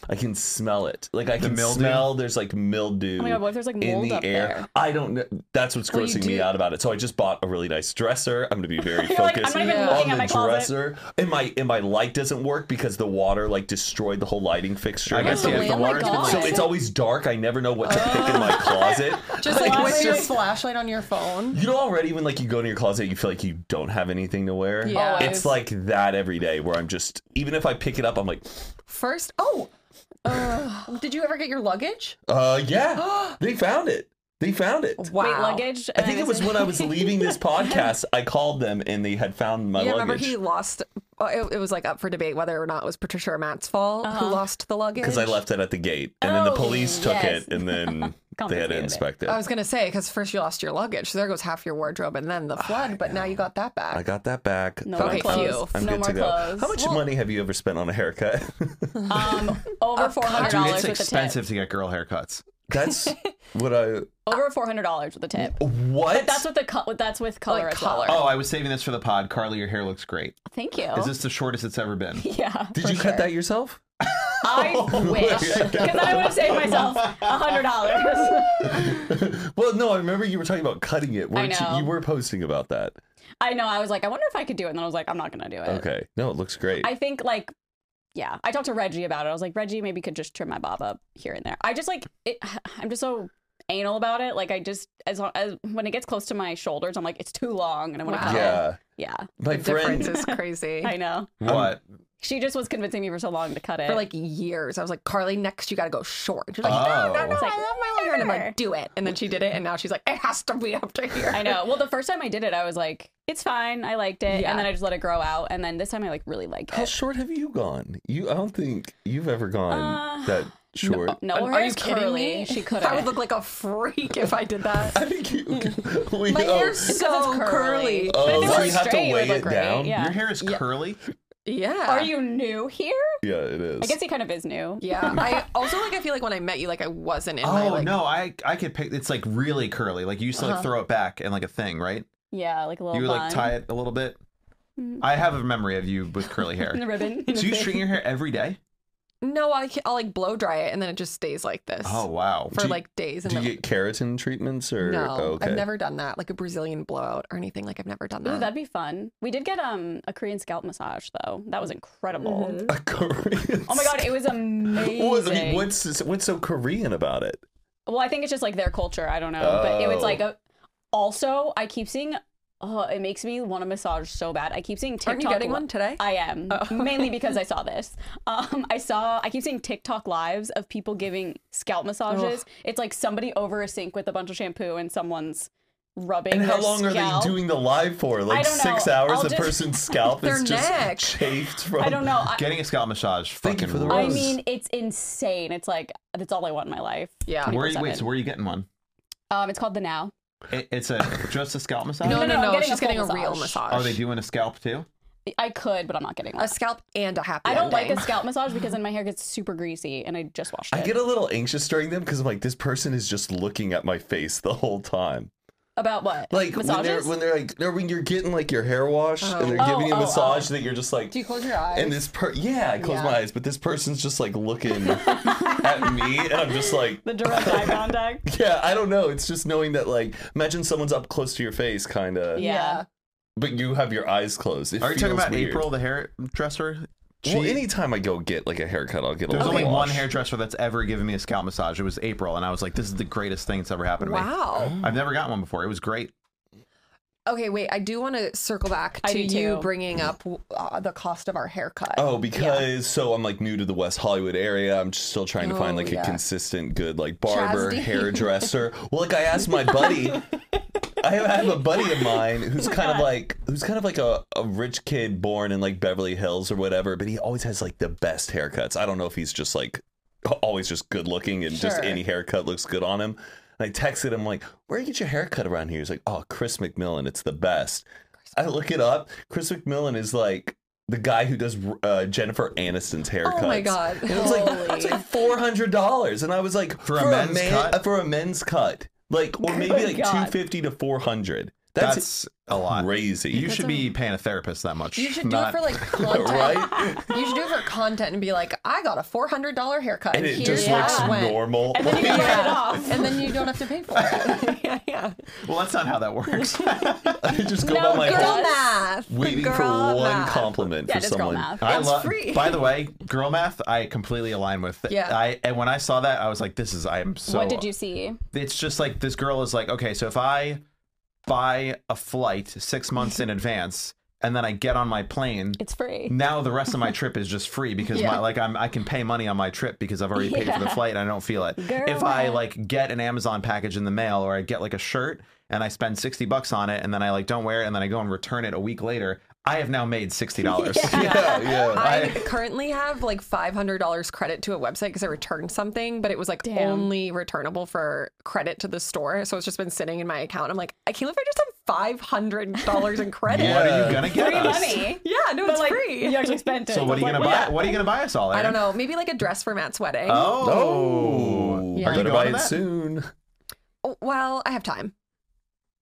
Speaker 2: I can smell it. Like I
Speaker 4: The
Speaker 2: can
Speaker 4: mildew?
Speaker 2: smell there's like mildew.
Speaker 3: Oh my God, what if there's, like, mold up there?
Speaker 2: I don't know. That's what's
Speaker 3: Well, you
Speaker 2: grossing me
Speaker 3: do-
Speaker 2: out about it. So I just bought a really nice dresser. I'm gonna be very
Speaker 3: You're like, I'm
Speaker 2: focused
Speaker 3: not
Speaker 1: even
Speaker 2: on
Speaker 3: looking
Speaker 2: the
Speaker 3: at my closet.
Speaker 2: dresser. And my and my light doesn't work because the water like destroyed the whole lighting fixture.
Speaker 4: I guess
Speaker 1: Oh,
Speaker 4: yeah, if
Speaker 1: really?
Speaker 4: the
Speaker 1: Oh my
Speaker 4: water's been
Speaker 1: God.
Speaker 2: So
Speaker 4: like
Speaker 2: it's always dark. I never know what to pick in
Speaker 3: Oh.
Speaker 2: my closet.
Speaker 1: Just like
Speaker 3: Why
Speaker 1: with
Speaker 3: would
Speaker 1: your
Speaker 3: you-
Speaker 1: flashlight on your phone.
Speaker 2: You know already when like you go into your closet, you feel like you don't have anything to wear.
Speaker 1: Yeah.
Speaker 2: It's like that every day where I'm just even if I pick it up, I'm like,
Speaker 1: First, oh, uh, did you ever get your luggage?
Speaker 2: uh yeah. they found it. They found it.
Speaker 1: Wow.
Speaker 3: Wait, luggage.
Speaker 2: I think it was when I was leaving this podcast. I called them and they had found my
Speaker 1: Yeah, remember
Speaker 2: luggage
Speaker 1: he lost. Uh, it, it was like up for debate whether or not it was Patricia or Matt's fault who lost the luggage.
Speaker 2: because I left it at the gate and then the
Speaker 3: Oh,
Speaker 2: police took
Speaker 3: yes.
Speaker 2: it and then they had
Speaker 3: Confiscated
Speaker 2: to
Speaker 3: it.
Speaker 2: inspect it.
Speaker 1: I was gonna say because first you lost your luggage, so there goes half your wardrobe, and then the flood. But now you got that back.
Speaker 2: I got that back.
Speaker 3: No
Speaker 2: but
Speaker 3: more
Speaker 2: I'm-
Speaker 3: clothes.
Speaker 2: I'm
Speaker 3: No
Speaker 2: good
Speaker 3: more
Speaker 2: to go.
Speaker 3: clothes.
Speaker 2: How much money have you ever spent on a haircut?
Speaker 3: um, over four hundred
Speaker 4: dude,
Speaker 3: dollars
Speaker 4: it's
Speaker 3: with a tip.
Speaker 4: expensive to get girl haircuts.
Speaker 2: That's what I.
Speaker 3: Over four hundred dollars with a tip.
Speaker 2: What?
Speaker 3: But that's with the co- that's with color
Speaker 1: Like
Speaker 3: as well.
Speaker 1: color.
Speaker 4: Oh, I was saving this for the pod. Carly, your hair looks great.
Speaker 3: Thank you.
Speaker 4: Is this the shortest it's ever been?
Speaker 3: yeah.
Speaker 2: Did
Speaker 3: for
Speaker 2: you
Speaker 3: sure.
Speaker 2: cut that Oh yourself?
Speaker 3: I wish because I would have saved myself hundred dollars.
Speaker 2: Well, no, I remember you were talking about cutting it. Weren't you?
Speaker 3: know.
Speaker 2: You were posting about that.
Speaker 3: I know. I was like, I wonder if I could do it, and then I was like, I'm not gonna do it.
Speaker 2: Okay. No, it looks great.
Speaker 3: Uh, I think like yeah, I talked to Reggie about it. I was like, Reggie, maybe you could just trim my bob up here and there. I just like it, I'm just so anal about it. Like I just as, long, as when it gets close to my shoulders, I'm like it's too long and I want to
Speaker 1: Wow.
Speaker 3: cut it.
Speaker 2: yeah.
Speaker 3: Yeah,
Speaker 2: My
Speaker 1: the difference
Speaker 2: friend.
Speaker 1: is crazy.
Speaker 3: I know.
Speaker 4: What?
Speaker 3: She just was convincing me for so long to cut it.
Speaker 1: For like years, I was like, Carly, next you got to go short. She's like, no, no,
Speaker 4: Oh.
Speaker 1: no,
Speaker 4: It's
Speaker 1: I
Speaker 3: like,
Speaker 1: love my hair, and I'm
Speaker 3: never.
Speaker 1: like, do it. And then she did it, and now she's like, it has to be up to here.
Speaker 3: I know. Well, the first time I did it, I was like, it's fine. I liked it,
Speaker 1: Yeah.
Speaker 3: and then I just let it grow out. And then this time, I like really like
Speaker 1: Oh,
Speaker 2: How
Speaker 3: it.
Speaker 2: short have you gone? You, I don't think you've ever gone
Speaker 3: Uh,
Speaker 2: that short.
Speaker 3: No, her
Speaker 1: Are
Speaker 3: hair
Speaker 1: you
Speaker 3: is
Speaker 1: kidding
Speaker 3: curly.
Speaker 1: me?
Speaker 3: She
Speaker 1: I would
Speaker 3: couldn't.
Speaker 1: look like a freak if I did that.
Speaker 2: I think you. We,
Speaker 1: My
Speaker 2: oh,
Speaker 1: hair's so
Speaker 3: it's
Speaker 1: curly.
Speaker 3: curly.
Speaker 2: oh,
Speaker 3: If it
Speaker 2: so
Speaker 3: were
Speaker 2: you have to
Speaker 3: straight, it would
Speaker 2: weigh
Speaker 3: look
Speaker 2: it
Speaker 3: great,
Speaker 2: down.
Speaker 3: yeah.
Speaker 4: Your hair is curly.
Speaker 1: Yeah.
Speaker 3: Are you new here?
Speaker 2: Yeah, it is.
Speaker 3: I guess he kind of is new.
Speaker 1: Yeah. I also like. I feel like when I met you, like I wasn't in
Speaker 4: Oh
Speaker 1: my like.
Speaker 4: no, I I could pick. It's like really curly. Like you used to like throw it back and like a thing, right?
Speaker 3: Yeah, like a little.
Speaker 4: You would like
Speaker 3: bun.
Speaker 4: tie it a little bit. I have a memory of you with curly hair.
Speaker 3: And the ribbon.
Speaker 4: Do you string your hair every day?
Speaker 1: No, I ca- I'll like blow dry it, and then it just stays like this
Speaker 4: Oh wow.
Speaker 1: for
Speaker 2: Do you-
Speaker 1: like days. And
Speaker 2: Do you
Speaker 1: then,
Speaker 2: get keratin treatments or?
Speaker 1: no,
Speaker 2: oh, okay.
Speaker 1: I've never done that, like a Brazilian blowout or anything. Like I've never done
Speaker 3: Ooh,
Speaker 1: that.
Speaker 3: that'd be fun. We did get um a Korean scalp massage though. That was incredible.
Speaker 1: Mm-hmm.
Speaker 2: A Korean.
Speaker 3: Oh my god, it was amazing.
Speaker 2: What- I mean, what's what's so Korean about it?
Speaker 3: Well, I think it's just like their culture. I don't know, but it
Speaker 2: Oh.
Speaker 3: was like a. Also, I keep seeing. Oh, it makes me want to massage so bad. I keep seeing TikTok.
Speaker 1: Aren't you getting
Speaker 3: li-
Speaker 1: one Oh. today?
Speaker 3: I am mainly because I saw this. Um, I saw I keep seeing TikTok lives of people giving scalp massages. It's like somebody over a sink with a bunch of shampoo and someone's rubbing.
Speaker 2: And how
Speaker 3: their
Speaker 2: long are
Speaker 3: scalp.
Speaker 2: they doing the live for? Like
Speaker 3: don't know.
Speaker 2: six hours?
Speaker 3: I'll
Speaker 2: the
Speaker 3: just-
Speaker 2: person's scalp
Speaker 1: Their
Speaker 2: is just
Speaker 1: neck.
Speaker 2: chafed from.
Speaker 3: I don't know. I,
Speaker 4: Getting a scalp massage.
Speaker 2: Thank you
Speaker 4: fucking
Speaker 2: for the
Speaker 3: I
Speaker 2: rose.
Speaker 3: mean, it's insane. It's like that's all I want in my life.
Speaker 1: Yeah.
Speaker 4: Where are you, wait,
Speaker 3: 24/7.
Speaker 4: so where are you getting one?
Speaker 3: Um, it's called the Now.
Speaker 4: It, it's a just a scalp massage.
Speaker 1: No, no,
Speaker 3: No,
Speaker 1: no.
Speaker 3: no, I'm getting
Speaker 1: she's
Speaker 3: a full
Speaker 1: getting a real
Speaker 3: massage.
Speaker 1: massage.
Speaker 2: Oh,
Speaker 4: Are they doing a scalp too?
Speaker 3: I could, but I'm not getting one.
Speaker 1: a scalp and a happy?
Speaker 3: I don't like
Speaker 1: ending.
Speaker 3: a scalp massage because then my hair gets super greasy, and I just washed it.
Speaker 2: I get a little anxious during them because I'm like, this person is just looking at my face the whole time.
Speaker 3: About what?
Speaker 2: Like when they're
Speaker 3: massages.
Speaker 2: when they're like, no, when you're getting like your hair washed and they're giving
Speaker 3: Oh,
Speaker 2: you a
Speaker 3: oh,
Speaker 2: massage that you're just like.
Speaker 1: Do you close your eyes?
Speaker 2: and this per yeah, I close
Speaker 1: Yeah.
Speaker 2: my eyes, but this person's just like looking at me, and I'm just like,
Speaker 3: the direct eye contact.
Speaker 2: yeah, I don't know. It's just knowing that, like, imagine someone's up close to your face, kind of,
Speaker 3: Yeah.
Speaker 1: yeah.
Speaker 2: but you have your eyes closed. It
Speaker 4: Are you talking
Speaker 2: feels
Speaker 4: about
Speaker 2: weird.
Speaker 4: April, the hairdresser?
Speaker 2: Well,
Speaker 4: She-
Speaker 2: anytime I go get like a haircut, I'll get a
Speaker 4: There's
Speaker 2: little
Speaker 4: only
Speaker 2: wash.
Speaker 4: one hairdresser that's ever given me a scalp massage. It was April, and I was like, "This is the greatest thing that's ever happened to me."
Speaker 1: Wow.
Speaker 4: I've never gotten one before. It was great.
Speaker 1: Okay, wait. I do want to circle back
Speaker 3: I
Speaker 1: to
Speaker 3: do
Speaker 1: you
Speaker 3: too.
Speaker 1: bringing up uh, the cost of our haircut.
Speaker 2: Oh, because so I'm like new to the West Hollywood area. I'm just still trying to find
Speaker 1: Oh,
Speaker 2: like
Speaker 1: yeah.
Speaker 2: a consistent, good like barber,
Speaker 1: Chasdi.
Speaker 2: hairdresser. well, like I asked my buddy. I have a buddy of mine who's kind of like who's kind of like a, a rich kid born in like Beverly Hills or whatever, but he always has like the best haircuts. I don't know if he's just like always just good looking and just
Speaker 1: Sure.
Speaker 2: any haircut looks good on him. And I texted him like, "Where do you get your haircut around here?" He's like, "Oh, Chris McMillan, it's the best." I look it up. Chris McMillan is like the guy who does uh, Jennifer Aniston's haircuts.
Speaker 1: Oh my god.
Speaker 2: And it's like it's like four hundred dollars, and I was like
Speaker 4: For a men's cut?
Speaker 2: uh, for a men's cut, like or maybe
Speaker 3: Good
Speaker 2: like
Speaker 3: Oh God.
Speaker 2: two fifty to four hundred. That's,
Speaker 4: That's a lot.
Speaker 2: crazy.
Speaker 4: You should be paying a therapist that much.
Speaker 1: You should do
Speaker 4: not-
Speaker 1: it for like content.
Speaker 2: right?
Speaker 1: You should do it for content and be like, I got a four hundred dollar haircut.
Speaker 2: And it just
Speaker 1: Here's how
Speaker 2: looks
Speaker 1: it went.
Speaker 2: normal.
Speaker 3: And then you can write it off.
Speaker 1: and then you don't have to pay for it. yeah, yeah.
Speaker 4: Well, that's not how that works.
Speaker 2: I just go
Speaker 3: No,
Speaker 2: by my
Speaker 3: girl
Speaker 2: whole-
Speaker 1: Girl math.
Speaker 2: waiting for
Speaker 1: Girl
Speaker 2: one
Speaker 1: math.
Speaker 2: compliment
Speaker 3: Yeah,
Speaker 2: for
Speaker 3: just girl
Speaker 2: someone.
Speaker 3: math.
Speaker 4: I
Speaker 1: That's
Speaker 4: love.
Speaker 1: free.
Speaker 4: By the way, girl math, I completely align with.
Speaker 1: Yeah.
Speaker 4: I and when I saw that, I was like, "This is I am so."
Speaker 3: what did you see?
Speaker 4: It's just like this girl is like, okay, so if I buy a flight six months in advance and then I get on my plane,
Speaker 3: It's free.
Speaker 4: now the rest of my trip is just free because
Speaker 1: Yeah.
Speaker 4: my like I'm I can pay money on my trip because I've already paid for the
Speaker 3: Yeah.
Speaker 4: flight and I don't feel it.
Speaker 3: Girl
Speaker 4: if I
Speaker 3: math.
Speaker 4: like get an Amazon package in the mail or I get like a shirt and I spend 60 bucks on it and then I like don't wear it and then I go and return it a week later, I have now made $60.
Speaker 2: Yeah, yeah.
Speaker 1: I currently have like five hundred dollars credit to a website because I returned something, but it was like
Speaker 3: Damn.
Speaker 1: only returnable for credit to the store. So it's just been sitting in my account. I'm like, I can't believe I just have five hundred dollars in credit.
Speaker 4: What
Speaker 1: Yeah,
Speaker 4: are you going to get
Speaker 3: Free
Speaker 4: us?
Speaker 3: money.
Speaker 1: no,
Speaker 3: But
Speaker 1: it's
Speaker 3: like
Speaker 1: free.
Speaker 3: you actually spent it.
Speaker 4: So what are you
Speaker 3: It's
Speaker 4: going to
Speaker 3: like,
Speaker 4: buy? What are you going to buy us all?
Speaker 1: I
Speaker 4: Aaron?
Speaker 1: don't know. Maybe like a dress for Matt's wedding.
Speaker 4: Oh.
Speaker 2: Oh,
Speaker 1: Yeah.
Speaker 4: Are you
Speaker 2: better
Speaker 4: going
Speaker 2: buy
Speaker 4: to
Speaker 2: it
Speaker 4: that?
Speaker 2: soon.
Speaker 1: Oh, well, I have time.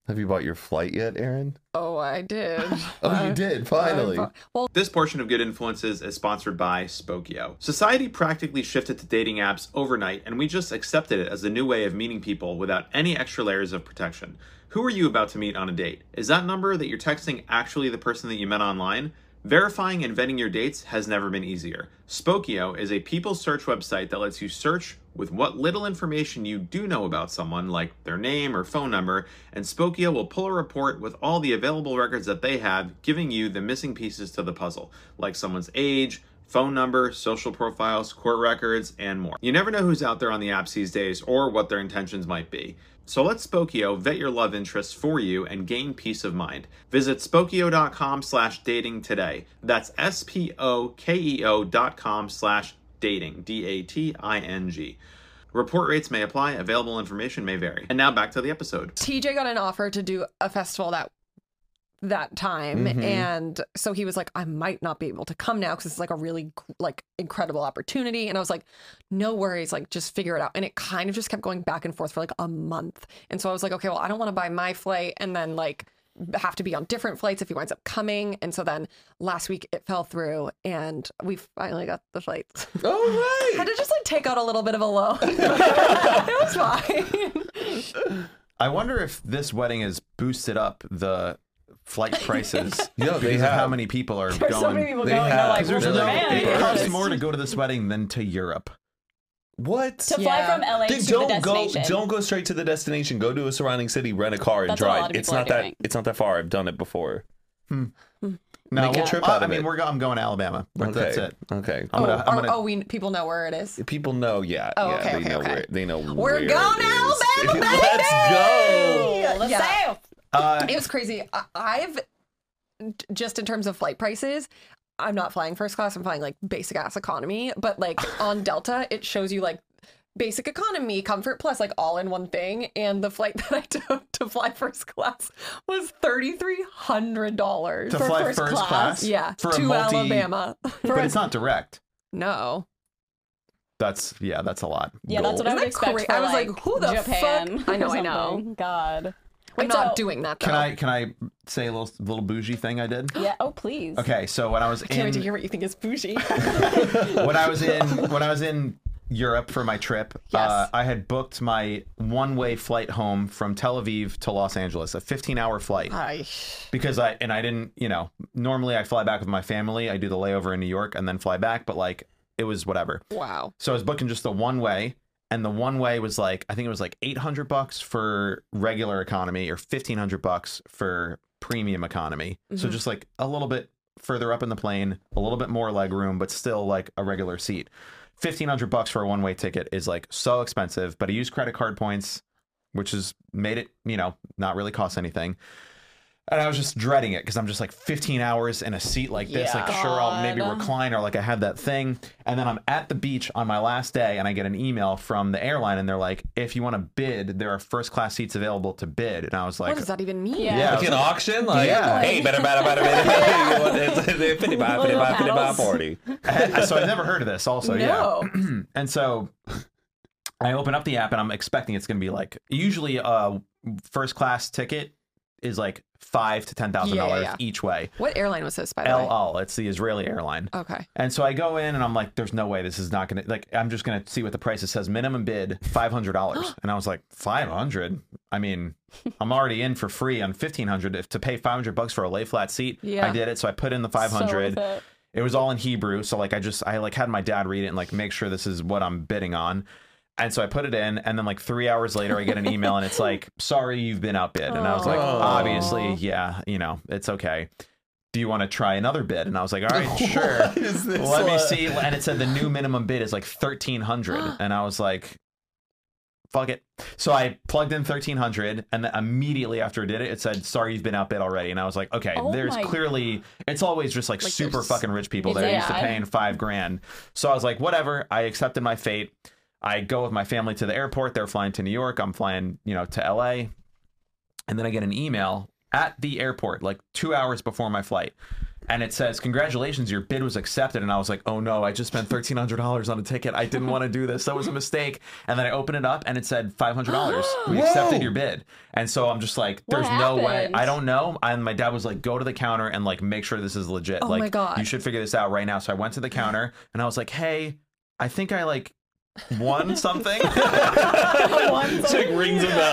Speaker 2: Have you bought your flight yet, Aaron?
Speaker 1: Oh, I did.
Speaker 2: Oh, you did finally.
Speaker 1: well,
Speaker 5: This portion of Good Influences is sponsored by Spokio. Society practically shifted to dating apps overnight, and we just accepted it as a new way of meeting people without any extra layers of protection. Who are you about to meet on a date? Is that number that you're texting actually the person that you met online? Verifying and vetting your dates has never been easier. Spokio is a people search website that lets you search with what little information you do know about someone, like their name or phone number, and Spokio will pull a report with all the available records that they have, giving you the missing pieces to the puzzle, like someone's age, phone number, social profiles, court records, and more. You never know who's out there on the apps these days or what their intentions might be. So let Spokio vet your love interests for you and gain peace of mind. Visit Spokio.com slash dating today. That's S-P-O-K-E-O E dot com slash dating, D-A-T-I-N-G. Report rates may apply. Available information may vary. And now back to the episode.
Speaker 1: TJ got an offer to do a festival that that time
Speaker 4: Mm-hmm.
Speaker 1: and so he was like I might not be able to come now cuz it's like a really like incredible opportunity and I was like no worries like just figure it out and it kind of just kept going back and forth for like a month and so I was like okay well I don't want to buy my flight and then like have to be on different flights if he winds up coming and so then last week it fell through and we finally got the flights
Speaker 2: All right.
Speaker 1: had to just like take out a little bit of a loan it was fine
Speaker 4: I wonder if this wedding has boosted up the flight prices.
Speaker 2: Yeah, they
Speaker 4: because of how
Speaker 2: have.
Speaker 4: many people are
Speaker 3: There's
Speaker 4: going.
Speaker 3: so many people
Speaker 2: they
Speaker 3: going. They're
Speaker 2: have-
Speaker 3: like,
Speaker 4: 'Cause there's
Speaker 2: They're
Speaker 4: no-
Speaker 2: like,
Speaker 3: man,
Speaker 4: it
Speaker 2: "Burst."
Speaker 4: costs more to go to this wedding than to Europe.
Speaker 2: What?
Speaker 3: to fly
Speaker 1: Yeah.
Speaker 3: from LA
Speaker 2: Dude,
Speaker 3: to the
Speaker 2: don't go.
Speaker 3: destination.
Speaker 2: Don't go straight to the destination. Go to a surrounding city, rent a car, and
Speaker 3: That's what a
Speaker 2: drive.
Speaker 3: lot of
Speaker 2: it's
Speaker 3: people
Speaker 2: not
Speaker 3: are
Speaker 2: that.
Speaker 3: doing.
Speaker 2: It's not that far. I've done it before.
Speaker 4: No,
Speaker 2: Make a
Speaker 4: well,
Speaker 2: trip
Speaker 4: I-
Speaker 2: out of
Speaker 4: I mean,
Speaker 2: it.
Speaker 4: we're go- I'm going to Alabama. But
Speaker 2: Okay.
Speaker 4: That's it.
Speaker 2: Okay.
Speaker 4: I'm gonna.
Speaker 1: oh,
Speaker 4: I'm
Speaker 1: or-
Speaker 4: gonna
Speaker 1: oh, we people know where it is
Speaker 2: People know. Yeah.
Speaker 1: Oh,
Speaker 2: yeah.
Speaker 1: okay,
Speaker 2: they
Speaker 1: okay,
Speaker 2: know
Speaker 1: okay.
Speaker 2: where. They know.
Speaker 1: We're
Speaker 2: where
Speaker 1: going
Speaker 2: it is.
Speaker 1: Alabama, baby!
Speaker 2: Let's go.
Speaker 3: Oh, the
Speaker 1: Yeah.
Speaker 3: sale.
Speaker 4: uh,
Speaker 1: It was crazy. I- I've just in terms of flight prices, I'm not flying first class. I'm flying like basic ass economy. But like on Delta, it shows you like basic economy, comfort plus, like all in one thing. And the flight that I took to fly first class was thirty three hundred dollars.
Speaker 4: to
Speaker 3: for
Speaker 4: fly
Speaker 3: first
Speaker 4: first,
Speaker 3: class,
Speaker 4: class,
Speaker 1: Yeah,
Speaker 4: for a
Speaker 1: to
Speaker 4: multi,
Speaker 1: Alabama.
Speaker 4: but it's not direct.
Speaker 1: No,
Speaker 4: That's yeah, that's a lot.
Speaker 3: Yeah, that's what
Speaker 1: Isn't
Speaker 3: I would
Speaker 1: that
Speaker 3: expect.
Speaker 1: cra-
Speaker 3: for,
Speaker 1: I was like, who the
Speaker 3: Japan
Speaker 1: fuck? I know,
Speaker 3: or
Speaker 1: I know.
Speaker 3: something. God.
Speaker 1: I'm
Speaker 3: Wait,
Speaker 1: not
Speaker 3: so-
Speaker 1: doing that. Though.
Speaker 4: Can I can I say a little little bougie thing I did?
Speaker 3: Yeah. Oh, please.
Speaker 4: Okay, so when I was
Speaker 1: Can't wait to
Speaker 4: in
Speaker 1: hear what you think is bougie.
Speaker 4: when I was in when I was in Europe for my trip, uh,
Speaker 1: Yes.
Speaker 4: I had booked my one-way flight home from Tel Aviv to Los Angeles, a 15-hour flight,
Speaker 1: I-
Speaker 4: because I and I didn't, you know, normally I fly back with my family, I do the layover in New York and then fly back, but like it was whatever.
Speaker 1: wow.
Speaker 4: So I was booking just the one way, and the one way was like I think it was like 800 bucks for regular economy or 1500 bucks for premium economy. So just like a little bit further up in the plane, a little bit more leg room, but still like a regular seat. 1500 bucks for a one way ticket is like so expensive, but I used credit card points, which has made it, you know, not really cost anything. And I was just dreading it because I'm just like 15 hours in a seat like this.
Speaker 1: Yeah.
Speaker 4: Like, sure, I'll maybe recline or like I have that thing. And then I'm at the beach on my last day and I get an email from the airline and they're like, if you want to bid, there are first class seats available to bid. And I was like,
Speaker 1: What does that even mean?
Speaker 3: Yeah.
Speaker 2: Like an auction, like
Speaker 4: Yeah.
Speaker 2: hey, better, better, better, better. Fifty five, fifty
Speaker 3: Little
Speaker 2: five, fifty five,
Speaker 3: paddles.
Speaker 2: forty.
Speaker 4: so I've never heard of this also. Yeah.
Speaker 1: No.
Speaker 4: And so I open up the app and I'm expecting it's going to be like usually a first class ticket is like five to ten thousand
Speaker 1: Yeah, yeah, yeah.
Speaker 4: dollars each way.
Speaker 1: What airline was this, by the
Speaker 4: El
Speaker 1: way?
Speaker 4: Al, it's the Israeli airline.
Speaker 1: Okay.
Speaker 4: And so I go in and I'm like, there's no way this is not gonna like I'm just gonna see what the price is. It says minimum bid five hundred dollars. and I was like, five hundred? I mean, I'm already in for free on fifteen hundred. If to pay five hundred bucks for a lay flat seat,
Speaker 1: Yeah.
Speaker 4: I did it. So I put in the five hundred.
Speaker 3: So worth it.
Speaker 4: it was all in Hebrew, so like I just I like had my dad read it and like make sure this is what I'm bidding on. And so I put it in, and then like three hours later, I get an email and it's like, sorry, you've been outbid. And I was like,
Speaker 2: Aw.
Speaker 4: obviously, yeah, you know, it's okay. Do you want to try another bid? And I was like, all right, sure.
Speaker 2: What is this?
Speaker 4: Let me
Speaker 2: What?
Speaker 4: see. And it said the new minimum bid is like thirteen hundred, and I was like, "Fuck it." So I plugged in thirteen hundred, and then immediately after I did it, it said, "Sorry, you've been outbid already." And I was like, "Okay,
Speaker 3: Oh
Speaker 4: there's
Speaker 3: my-
Speaker 4: clearly it's always just like,
Speaker 1: Like,
Speaker 4: super
Speaker 1: there's-
Speaker 4: fucking rich people that are
Speaker 3: Yeah,
Speaker 4: used to
Speaker 3: I-
Speaker 4: paying five grand." So I was like, "Whatever." I accepted my fate. I go with my family to the airport. They're flying to New York. I'm flying, you know, to LA. And then I get an email at the airport, like two hours before my flight. And it says, Congratulations, your bid was accepted. And I was like, Oh no, I just spent $1,300 on a ticket. I didn't want to do this. That was a mistake. And then I opened it up and it said, $500. we accepted your bid. And so I'm just like,
Speaker 3: What
Speaker 4: There's no way.
Speaker 3: happened?
Speaker 4: I don't know. And my dad was like, Go to the counter and like make sure this is legit.
Speaker 1: Oh,
Speaker 4: like,
Speaker 1: my God.
Speaker 4: you should figure this out right now. So I went to the counter and I was like, Hey, I think I like won something.
Speaker 3: One
Speaker 2: It's like rings a bell.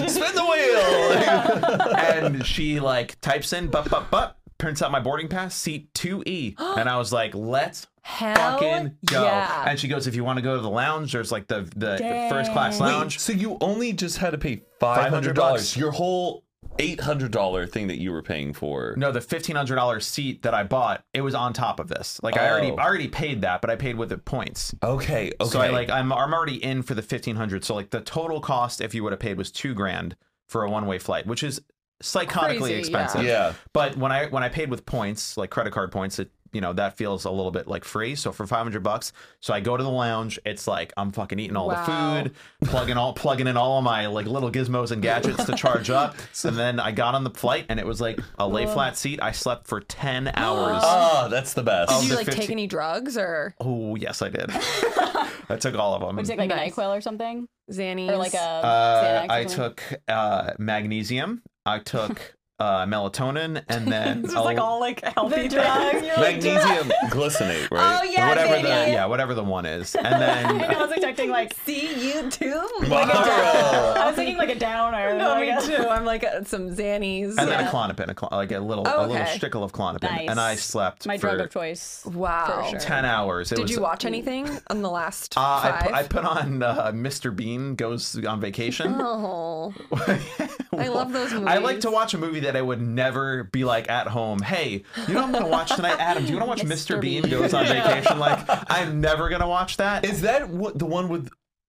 Speaker 2: Spin the wheel.
Speaker 4: and she like types in but but but prints out my boarding pass seat 2e and i was like let's
Speaker 1: Hell
Speaker 4: fucking go
Speaker 1: yeah.
Speaker 4: and she goes if you want to go to the lounge there's like the the first class
Speaker 3: Dang.
Speaker 2: Wait,
Speaker 4: lounge
Speaker 2: so you only just had to pay five
Speaker 4: $500.
Speaker 2: hundred dollars. Your whole eight hundred dollar thing that you were paying for.
Speaker 4: no the $1500 seat that i bought it was on top of this like i already
Speaker 2: Oh.
Speaker 4: I already paid that but i paid with the points
Speaker 2: Okay. Okay.
Speaker 4: so i like i'm, I'm already in for the 1500 so like the total cost if you would have paid was two grand for a one-way flight which is psychotically
Speaker 1: Crazy, yeah.
Speaker 4: expensive
Speaker 2: yeah.
Speaker 4: But when I when I paid with points, like credit card points, it you know that feels a little bit like free. So for five hundred bucks, so I go to the lounge. It's like I'm fucking eating all
Speaker 1: Wow.
Speaker 4: the food, plugging all plugging in all of my like little gizmos and gadgets to charge up. And then I got on the flight, and it was like a lay flat seat. I slept for ten hours.
Speaker 2: Ah, that's the best.
Speaker 1: Did
Speaker 4: of
Speaker 1: you
Speaker 4: the
Speaker 1: like
Speaker 4: 15
Speaker 1: take any drugs or
Speaker 4: oh yes, I did. I took all of them.
Speaker 3: Would you take like
Speaker 1: Nice.
Speaker 3: a NyQuil or something?
Speaker 1: Xannies?
Speaker 3: Or like a
Speaker 4: Uh,
Speaker 3: Xanax or
Speaker 4: I
Speaker 3: something?
Speaker 4: took uh, magnesium. I took uh, melatonin, and then
Speaker 6: This is like
Speaker 4: a-
Speaker 6: all like healthy
Speaker 3: the drugs.
Speaker 6: things.
Speaker 3: You're like,
Speaker 2: Magnesium glycinate, right?
Speaker 1: Oh yeah,
Speaker 4: whatever
Speaker 1: baby.
Speaker 4: the yeah whatever the one is, and then.
Speaker 3: I was expecting like
Speaker 1: See you too.
Speaker 4: Oh.
Speaker 2: Tomorrow.
Speaker 3: I was thinking like a downer.
Speaker 1: no,
Speaker 3: like
Speaker 1: me
Speaker 3: a-
Speaker 1: too. I'm like uh, some Xannies.
Speaker 4: and then a clonopin, a clon- like a little,
Speaker 1: Oh,
Speaker 4: a little
Speaker 1: okay.
Speaker 4: stickle of clonopin,
Speaker 3: Nice.
Speaker 4: and I slept
Speaker 3: My
Speaker 4: for
Speaker 3: drug of choice.
Speaker 1: wow.
Speaker 3: For sure.
Speaker 4: ten hours. It
Speaker 1: Did
Speaker 4: was,
Speaker 1: you watch anything on the last
Speaker 4: Uh, I,
Speaker 1: five?
Speaker 4: put, I put on uh, Mr. Bean goes on vacation.
Speaker 1: oh, I love those movies.
Speaker 4: I like to watch a movie that I would never be like at home. Hey, you know what I'm gonna watch tonight, Adam. Do you want to watch Mr.
Speaker 3: Mr.
Speaker 4: Bean
Speaker 3: Bean.
Speaker 4: goes on vacation? Like I'm never gonna watch that.
Speaker 2: Is that what the one with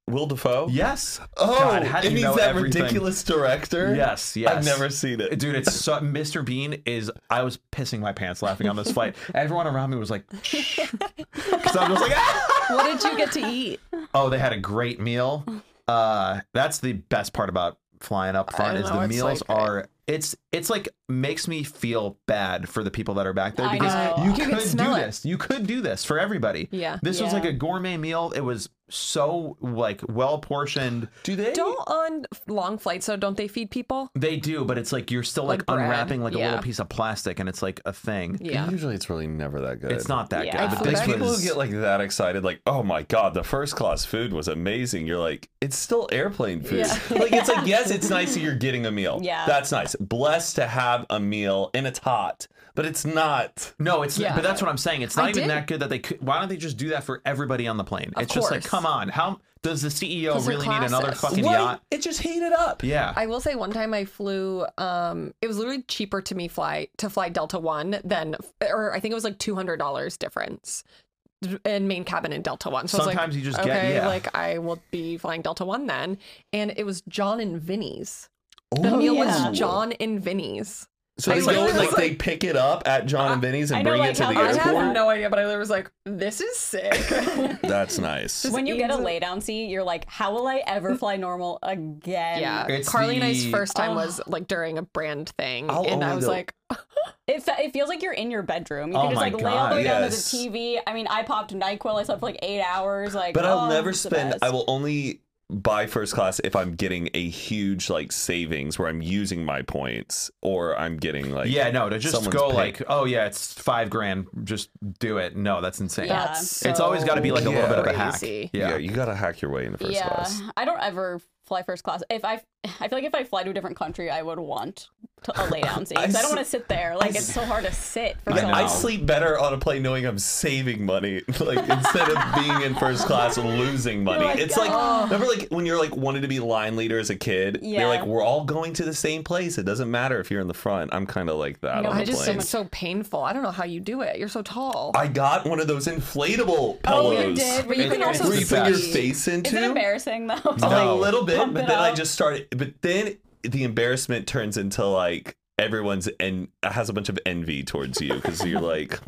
Speaker 2: Will Defoe?
Speaker 4: yes.
Speaker 2: Oh,
Speaker 4: God, how do
Speaker 2: and
Speaker 4: you
Speaker 2: he's
Speaker 4: know
Speaker 2: that
Speaker 4: everything?
Speaker 2: ridiculous director.
Speaker 4: Yes, yes.
Speaker 2: I've never seen it.
Speaker 4: Dude, it's so, Mr. Bean is. I was pissing my pants laughing on this flight. Everyone around me was like, because I was like, "Ah!"
Speaker 1: What did you get to eat?
Speaker 4: oh, they had a great meal. Uh, that's the best part about flying up front
Speaker 1: don't
Speaker 4: is
Speaker 1: know,
Speaker 4: the
Speaker 1: it's
Speaker 4: meals
Speaker 1: like-
Speaker 4: are. It's it's like makes me feel bad for the people that are back there
Speaker 3: I
Speaker 4: because
Speaker 3: know.
Speaker 4: you
Speaker 1: You can
Speaker 4: could do
Speaker 1: smell it.
Speaker 4: this. You could do this for everybody.
Speaker 1: Yeah.
Speaker 4: This was
Speaker 3: Yeah.
Speaker 4: like a gourmet meal. It was so like well portioned.
Speaker 2: Do they?
Speaker 1: Don't on long flights, so don't they feed people?
Speaker 4: They do, but it's like you're still like,
Speaker 1: Like bread,
Speaker 4: unwrapping like a
Speaker 1: yeah.
Speaker 4: little piece of plastic, and it's like a thing.
Speaker 1: Yeah.
Speaker 2: Usually, it's really never that good.
Speaker 4: It's not that
Speaker 3: Yeah.
Speaker 4: good.
Speaker 1: I
Speaker 4: But
Speaker 1: feel
Speaker 4: this
Speaker 2: Like
Speaker 1: That
Speaker 2: people
Speaker 4: was,
Speaker 2: who get like that excited, like, oh my god, the first class food was amazing. You're like, it's still airplane food.
Speaker 1: Yeah.
Speaker 2: Like it's like, yes, it's nice that you're getting a meal.
Speaker 3: Yeah.
Speaker 2: That's nice. Blessed to have a meal and it's hot, but it's not.
Speaker 4: no, it's
Speaker 1: Yeah.
Speaker 4: but that's what I'm saying. It's
Speaker 1: I
Speaker 4: not even
Speaker 1: did.
Speaker 4: that good that they could. Why don't they just do that for everybody on the plane?
Speaker 1: Of
Speaker 4: it's just like,
Speaker 1: course.
Speaker 4: come on, how does the CEO
Speaker 1: Those are
Speaker 4: really need another
Speaker 1: classes.
Speaker 4: fucking
Speaker 2: Right?
Speaker 4: yacht?
Speaker 2: It just heated up.
Speaker 4: Yeah,
Speaker 1: I will say one time I flew um it was literally cheaper to me fly to fly Delta 1 than or I think it was like $200 difference in main cabin and Delta 1. So I was
Speaker 4: Sometimes
Speaker 1: like,
Speaker 4: you just
Speaker 1: okay,
Speaker 4: get- yeah.
Speaker 1: like I will be flying Delta 1 then and it was John and Vinny's. The meal
Speaker 3: yeah.
Speaker 1: was John and Vinny's.
Speaker 2: So
Speaker 1: I
Speaker 2: they go
Speaker 1: literally
Speaker 2: and like
Speaker 1: was
Speaker 2: they pick it up at John and Vinny's and
Speaker 3: I know,
Speaker 2: bring
Speaker 3: like,
Speaker 2: it to
Speaker 3: how
Speaker 2: the
Speaker 3: much-
Speaker 1: I
Speaker 3: Airport?
Speaker 1: have
Speaker 2: airport.
Speaker 1: no idea, but I was like, this is sick.
Speaker 2: That's nice.
Speaker 3: When you get a
Speaker 1: easy.
Speaker 3: lay down seat, you're like, how will I ever fly normal again?
Speaker 1: yeah.
Speaker 4: It's
Speaker 1: Carly and I's
Speaker 4: the- Ah.
Speaker 1: first time was like during a brand thing.
Speaker 2: I'll
Speaker 1: and I
Speaker 2: only
Speaker 1: was
Speaker 2: go-
Speaker 1: like,
Speaker 3: It, fe- it feels like you're in your bedroom. You
Speaker 4: Oh
Speaker 3: can just
Speaker 4: my
Speaker 3: like lay all the way
Speaker 2: God,
Speaker 3: down
Speaker 2: yes.
Speaker 3: to the TV. I mean, I popped NyQuil. I slept for like eight hours. Like,
Speaker 2: But I'll
Speaker 3: oh,
Speaker 2: never
Speaker 3: it's the
Speaker 2: spend.
Speaker 3: best.
Speaker 2: I will only buy first class if I'm getting a huge like savings where I'm using my points or I'm getting like
Speaker 4: yeah, no, to just
Speaker 2: someone's
Speaker 4: go
Speaker 2: pay-
Speaker 4: like, oh yeah, it's five grand, just do it. No, that's insane.
Speaker 3: Yeah.
Speaker 1: That's
Speaker 4: It's always got to be like a little bit of a hack.
Speaker 1: crazy.
Speaker 2: yeah.
Speaker 4: Yeah,
Speaker 2: you gotta hack your way into first
Speaker 3: yeah,
Speaker 2: class.
Speaker 3: I don't ever fly first class. If I, I feel like if I fly to a different country, I would want to a lay down seat. 'cause I, don't
Speaker 2: s-
Speaker 3: want to sit there. Like it's
Speaker 2: s-
Speaker 3: so hard to sit for
Speaker 2: Yeah,
Speaker 3: so
Speaker 4: know.
Speaker 2: I
Speaker 3: long.
Speaker 2: sleep better on a plane knowing I'm saving money, like instead of being in first class and losing money.
Speaker 3: like,
Speaker 2: it's like remember, like when you're like wanted to be line leader as a kid.
Speaker 3: Yeah.
Speaker 2: They're like, we're all going to the same place. It doesn't matter if you're in the front. I'm kind of like that
Speaker 3: No,
Speaker 2: on the
Speaker 1: I just
Speaker 2: plane.
Speaker 1: it's so painful. I don't know how you do it. You're so tall.
Speaker 2: I got one of those inflatable
Speaker 3: Oh,
Speaker 2: pillows.
Speaker 3: you did? Were you
Speaker 2: And-
Speaker 3: putting
Speaker 1: also
Speaker 2: where you put your
Speaker 1: see-
Speaker 2: face into?
Speaker 3: Is it embarrassing though?
Speaker 2: A
Speaker 4: No.
Speaker 2: little bit,
Speaker 3: Pump
Speaker 2: but
Speaker 3: it
Speaker 2: then I
Speaker 3: up.
Speaker 2: just started. But then the embarrassment turns into like everyone's and has a bunch of envy towards you because you're like,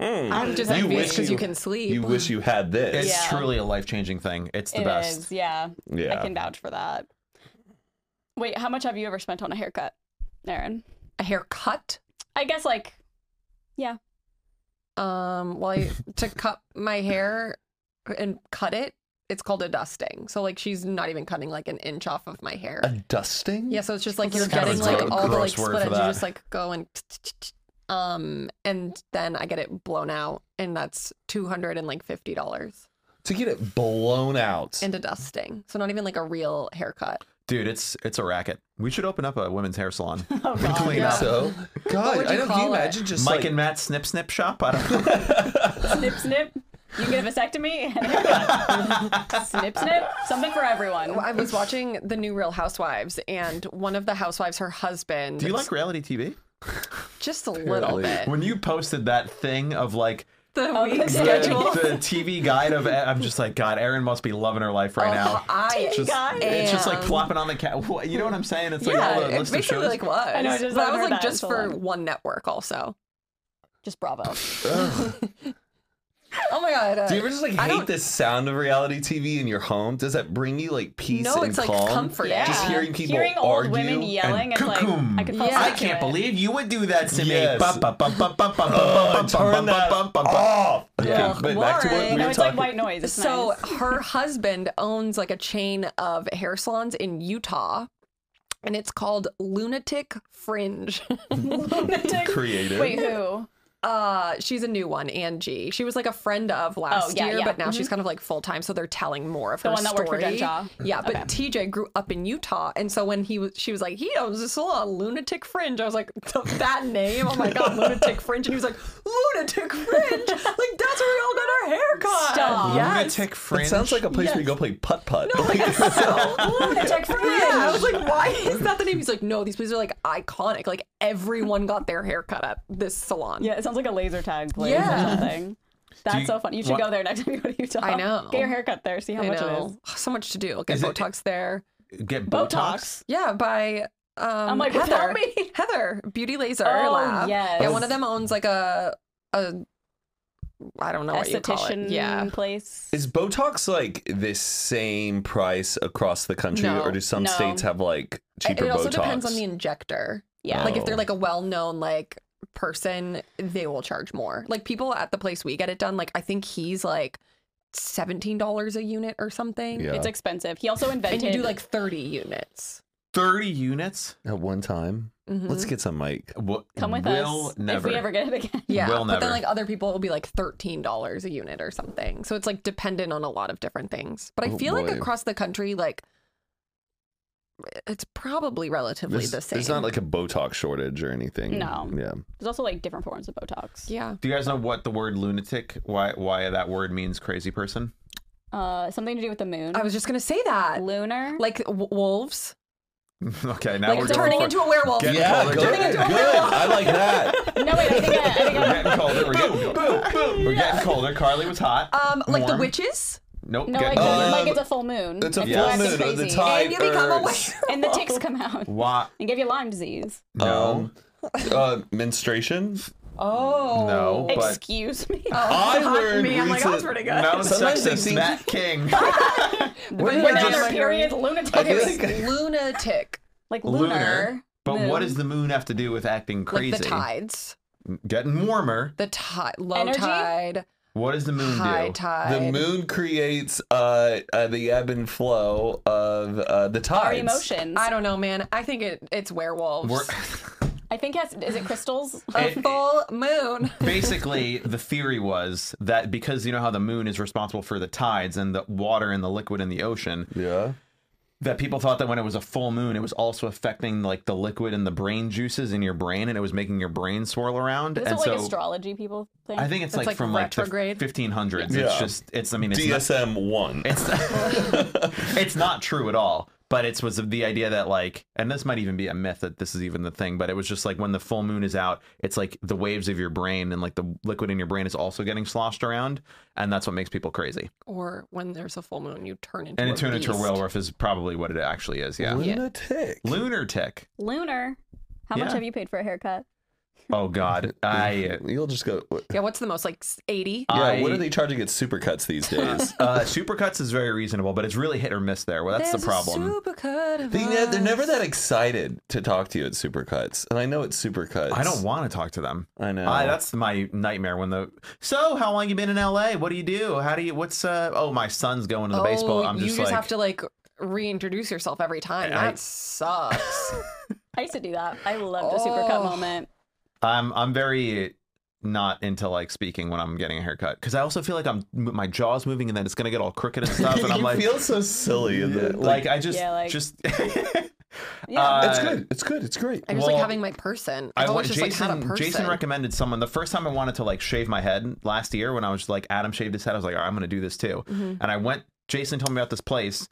Speaker 1: I'm just
Speaker 2: You
Speaker 1: envious
Speaker 2: wish
Speaker 1: because you,
Speaker 2: you-
Speaker 1: can sleep.
Speaker 2: you wish you had this.
Speaker 4: It's
Speaker 3: Yeah.
Speaker 4: truly a life changing thing. It's the
Speaker 3: It
Speaker 4: best.
Speaker 3: is, yeah.
Speaker 2: Yeah.
Speaker 3: I can vouch for that. Wait, how much have you ever spent on a haircut, Aaron?
Speaker 1: a haircut.
Speaker 3: I guess like
Speaker 1: Um, well, I, to cut my hair and cut it, it's called a dusting. So like she's not even cutting like an inch off of my hair.
Speaker 2: A dusting?
Speaker 1: Yeah, so it's just like
Speaker 4: That's
Speaker 1: you're
Speaker 4: kind of
Speaker 1: getting like
Speaker 4: a gro-
Speaker 1: all the like
Speaker 4: gross word
Speaker 1: split
Speaker 4: for
Speaker 1: ends. You
Speaker 4: that.
Speaker 1: just like go and um, and then I get it blown out, and that's two hundred and like fifty dollars
Speaker 2: To get it blown out.
Speaker 1: into dusting. So not even like a real haircut.
Speaker 4: Dude, it's it's a racket. We should open up a women's hair salon.
Speaker 3: oh god.
Speaker 2: Clean
Speaker 1: Yeah.
Speaker 2: up. So, God,
Speaker 1: would
Speaker 2: I
Speaker 1: you
Speaker 2: know. Can
Speaker 1: call
Speaker 2: you
Speaker 1: it?
Speaker 2: imagine just
Speaker 4: Mike
Speaker 2: like,
Speaker 4: and Matt snip snip shop. I don't know.
Speaker 3: snip snip. You can get a vasectomy and a haircut. snip snip. Something for everyone.
Speaker 1: I was watching the new Real Housewives, and one of the housewives, her husband,
Speaker 4: Do you like reality TV?
Speaker 1: just a little bit.
Speaker 4: When you posted that thing of like
Speaker 1: The
Speaker 3: Oh,
Speaker 1: week
Speaker 3: the-
Speaker 4: the,
Speaker 1: schedule.
Speaker 4: the TV guide of, I'm just like, God, Erin must be loving her life right now.
Speaker 1: I
Speaker 4: Just-
Speaker 3: Oh, guide?
Speaker 4: It's just like
Speaker 1: am.
Speaker 4: plopping on the cat. You know what I'm saying? It's like all
Speaker 1: yeah,
Speaker 4: the
Speaker 1: it
Speaker 4: list of
Speaker 1: basically
Speaker 4: shows.
Speaker 1: like was.
Speaker 3: I know, I just
Speaker 1: but I
Speaker 3: haven't
Speaker 1: was
Speaker 3: heard
Speaker 1: like
Speaker 3: that in
Speaker 1: just
Speaker 3: so
Speaker 1: for
Speaker 3: long.
Speaker 1: one network also.
Speaker 3: Just bravo.
Speaker 1: Oh my god!
Speaker 2: Do you ever just like
Speaker 1: I
Speaker 2: hate
Speaker 1: don't-
Speaker 2: the sound of reality TV in your home? Does that bring you like peace
Speaker 1: No,
Speaker 2: and
Speaker 1: it's, like,
Speaker 2: calm?
Speaker 1: comforting.
Speaker 3: Yeah.
Speaker 2: Just hearing people
Speaker 3: hearing old
Speaker 2: argue
Speaker 3: women
Speaker 2: and
Speaker 3: yelling is like
Speaker 4: cuckoo.
Speaker 3: I could fall
Speaker 1: Yeah.
Speaker 4: I
Speaker 3: asleep to
Speaker 4: can't
Speaker 3: it.
Speaker 4: believe you would do that to
Speaker 2: Yes.
Speaker 4: me. Bum, bum, bum, bum, bum, bum,
Speaker 2: Oh,
Speaker 4: bum, bum,
Speaker 2: turn
Speaker 4: bum,
Speaker 2: that
Speaker 4: bum, bum, bum.
Speaker 2: off.
Speaker 1: Yeah.
Speaker 2: Okay, but back to what we
Speaker 1: Boring.
Speaker 2: were
Speaker 1: No,
Speaker 3: No, it's
Speaker 2: talking.
Speaker 3: like white noise. It's
Speaker 1: So
Speaker 3: nice.
Speaker 1: her husband owns like a chain of hair salons in Utah, and it's called Lunatic Fringe.
Speaker 3: Lunatic.
Speaker 2: creative.
Speaker 3: Wait, who?
Speaker 1: uh, she's a new one, Angie. She was like a friend of last
Speaker 3: Oh, yeah,
Speaker 1: year,
Speaker 3: yeah.
Speaker 1: but now she's kind of like full time. So they're telling more of
Speaker 3: The
Speaker 1: her
Speaker 3: one that worked for
Speaker 1: story.
Speaker 3: Denshaw?
Speaker 1: Yeah, but
Speaker 3: Okay.
Speaker 1: TJ grew up in Utah, and so when he was, she was like, he owns a salon, Lunatic Fringe. I was like, "Th- that name? Oh my god, Lunatic Fringe! And he was like, Lunatic Fringe, like that's where we all got our haircut.
Speaker 3: Stop.
Speaker 1: Yes.
Speaker 4: Lunatic
Speaker 2: It
Speaker 4: fringe.
Speaker 2: sounds like a place where you go play putt putt.
Speaker 3: Lunatic fringe.
Speaker 1: Yeah, I was like, why is that the name? He's like, no, these places are like iconic. Like everyone got their haircut at this salon.
Speaker 3: Yeah, it sounds like a laser tag place
Speaker 1: Yeah.
Speaker 3: or something. That's
Speaker 4: you-
Speaker 3: so funny. You should
Speaker 4: what-
Speaker 3: go there next time you go to Utah.
Speaker 1: I know.
Speaker 3: Get your haircut there. See how
Speaker 1: I
Speaker 3: much it
Speaker 1: know.
Speaker 3: is.
Speaker 1: So much to do. I'll Get
Speaker 4: Is it-
Speaker 1: Botox there.
Speaker 4: Get
Speaker 3: Botox.
Speaker 4: Botox.
Speaker 1: Yeah, by um,
Speaker 3: I'm like,
Speaker 1: Heather.
Speaker 3: without me.
Speaker 1: Heather Beauty Laser
Speaker 3: Oh,
Speaker 1: Lab.
Speaker 3: yes.
Speaker 1: Yeah, one of them owns like a a I don't know what you call
Speaker 3: Esthetician
Speaker 1: it. Yeah.
Speaker 3: place.
Speaker 2: Is Botox like the same price across the country,
Speaker 1: No,
Speaker 2: or do some
Speaker 3: no.
Speaker 2: states have like
Speaker 1: It
Speaker 2: cheaper
Speaker 1: it also
Speaker 2: Botox?
Speaker 1: depends on the injector.
Speaker 3: yeah.
Speaker 1: Like if they're
Speaker 2: Oh.
Speaker 1: like a well-known like person, they will charge more. Like people at the place we get it done, like I think he's like seventeen dollars a unit or something.
Speaker 2: Yeah.
Speaker 3: It's expensive. He also
Speaker 1: And
Speaker 3: invented.
Speaker 1: you do like thirty units.
Speaker 4: 30 units?
Speaker 2: At one time,
Speaker 1: Mhm.
Speaker 2: let's get some mic.
Speaker 4: Wha-
Speaker 3: come with
Speaker 4: will
Speaker 3: us
Speaker 4: Never.
Speaker 3: if we ever get it again.
Speaker 1: Yeah,
Speaker 4: Will
Speaker 1: but then
Speaker 4: never.
Speaker 1: like other people, it will be like thirteen dollars a unit or something. So it's like dependent on a lot of different things. But I
Speaker 2: Oh,
Speaker 1: feel like
Speaker 2: boy.
Speaker 1: across the country, like it's probably relatively
Speaker 2: There's,
Speaker 1: the same.
Speaker 2: there's not like a Botox shortage or anything.
Speaker 3: No.
Speaker 2: Yeah.
Speaker 3: There's also like different forms of Botox.
Speaker 1: yeah,
Speaker 4: Do you guys know what the word lunatic, why why that word means crazy person?
Speaker 3: Uh, something to do with the moon.
Speaker 1: I was just gonna say that.
Speaker 3: Lunar.
Speaker 1: Like w- wolves,
Speaker 4: okay, now
Speaker 1: like
Speaker 4: we're going
Speaker 1: turning
Speaker 4: for-
Speaker 1: into a werewolf.
Speaker 4: Get
Speaker 2: Yeah,
Speaker 4: Color
Speaker 2: good. Good.
Speaker 4: difference.
Speaker 2: I like that.
Speaker 3: no, wait. I think I, I think
Speaker 4: We're
Speaker 3: I,
Speaker 4: getting colder. We're getting, We're getting colder. Carly was hot.
Speaker 1: Um, like the
Speaker 4: Warm.
Speaker 1: witches,
Speaker 4: Nope. Uh,
Speaker 3: no,
Speaker 4: getting
Speaker 3: like,
Speaker 4: colder.
Speaker 2: Um,
Speaker 3: like it's a full moon.
Speaker 2: It's a
Speaker 3: And
Speaker 4: Yeah.
Speaker 3: people
Speaker 2: full
Speaker 4: That's
Speaker 2: moon
Speaker 3: acting
Speaker 2: or the
Speaker 3: crazy.
Speaker 2: tide.
Speaker 1: and you become a
Speaker 2: birds.
Speaker 1: werewolf.
Speaker 3: And the ticks come out
Speaker 4: Why?
Speaker 3: and give you Lyme disease.
Speaker 4: No.
Speaker 2: Um, uh, menstruation.
Speaker 1: Oh
Speaker 4: No, but
Speaker 3: Excuse me.
Speaker 2: I
Speaker 1: Not
Speaker 2: learned
Speaker 1: me. I'm like,
Speaker 2: recent-
Speaker 1: that's pretty good.
Speaker 4: no
Speaker 2: Sometimes they
Speaker 4: sexist
Speaker 2: seem-
Speaker 4: Matt King.
Speaker 2: Where did
Speaker 3: Women
Speaker 2: I
Speaker 3: on their
Speaker 2: just-
Speaker 3: periods, lunatic.
Speaker 2: I feel
Speaker 3: Like,
Speaker 2: like-
Speaker 1: lunatic,
Speaker 3: lunar.
Speaker 4: But what
Speaker 3: moon.
Speaker 4: does the moon have to do with acting crazy?
Speaker 1: like the tides,
Speaker 4: Getting warmer.
Speaker 1: the tide, low
Speaker 3: Energy?
Speaker 1: tide.
Speaker 4: What does the moon
Speaker 1: High
Speaker 4: do?
Speaker 1: tide.
Speaker 2: The moon creates uh, uh, the ebb and flow of uh, the tides.
Speaker 7: Our emotions.
Speaker 1: I don't know, man. I think it it's werewolves.
Speaker 4: We're-
Speaker 7: I think it has is it crystals?
Speaker 1: a full moon.
Speaker 4: basically, the theory was that because you know how the moon is responsible for the tides and the water and the liquid in the ocean,
Speaker 2: Yeah.
Speaker 4: that people thought that when it was a full moon, it was also affecting like the liquid and the brain juices in your brain, and it was making your brain swirl around.
Speaker 7: This is
Speaker 4: and
Speaker 7: what, like
Speaker 4: so
Speaker 7: astrology people think.
Speaker 4: I think it's,
Speaker 1: It's
Speaker 4: like,
Speaker 1: like
Speaker 4: from
Speaker 1: retrograde.
Speaker 4: like the 1500s. It's
Speaker 2: Yeah.
Speaker 4: just it's. I mean, it's not-
Speaker 2: DSM one.
Speaker 4: It's it's not true at all. But it's was the idea that like, and this might even be a myth that this is even the thing. But it was just like when the full moon is out, it's like the waves of your brain and like the liquid in your brain is also getting sloshed around, and that's what makes people crazy.
Speaker 1: or when there's a full moon, you turn into
Speaker 4: And
Speaker 1: a
Speaker 4: it turned into a
Speaker 1: beast.
Speaker 4: werewolf is probably what it actually is. Yeah,
Speaker 2: Lunatic.
Speaker 4: lunatic.
Speaker 7: Lunar. How
Speaker 4: Yeah.
Speaker 7: much have you paid for a haircut?
Speaker 4: Oh God, I
Speaker 2: You'll just go.
Speaker 1: Yeah, what's the most like s- 80?
Speaker 2: Yeah,
Speaker 4: I-
Speaker 2: what are they charging at supercuts these days?
Speaker 4: uh, supercuts is very reasonable, but it's really hit or miss there. Well, that's
Speaker 1: There's
Speaker 4: the
Speaker 1: a
Speaker 4: problem.
Speaker 1: supercut of
Speaker 2: they ne- they're never
Speaker 1: us.
Speaker 2: that excited to talk to you at supercuts, and I know it's supercuts.
Speaker 4: I don't want to talk to them.
Speaker 2: I know.
Speaker 4: I, that's my nightmare when the so how long you been in LA? What do you do? How do you what's uh oh my son's going to the baseball. I'm
Speaker 1: Oh, you
Speaker 4: just
Speaker 1: just
Speaker 4: like
Speaker 1: have to like reintroduce yourself every time.
Speaker 4: I-
Speaker 1: That sucks.
Speaker 7: I used to do that. I loved the supercut
Speaker 1: Oh.
Speaker 7: moment.
Speaker 4: I'm I'm very not into like speaking when I'm getting a haircut because I also feel like I'm my jaw's moving and then it's gonna get all crooked and stuff and I'm
Speaker 2: you
Speaker 4: like
Speaker 2: feel so silly. In the,
Speaker 4: like I just
Speaker 7: Yeah, like-
Speaker 4: just
Speaker 7: Yeah.
Speaker 4: Uh,
Speaker 2: it's good. It's good. It's great.
Speaker 1: I just
Speaker 4: Well,
Speaker 1: like having my person.
Speaker 4: I
Speaker 1: I've
Speaker 4: want
Speaker 1: always just
Speaker 4: Jason.
Speaker 1: like had a person.
Speaker 4: Jason recommended someone the first time I wanted to like shave my head last year when I was like Adam shaved his head. I was like, All right, I'm gonna do this too.
Speaker 1: Mm-hmm.
Speaker 4: And I went. Jason told me about this place,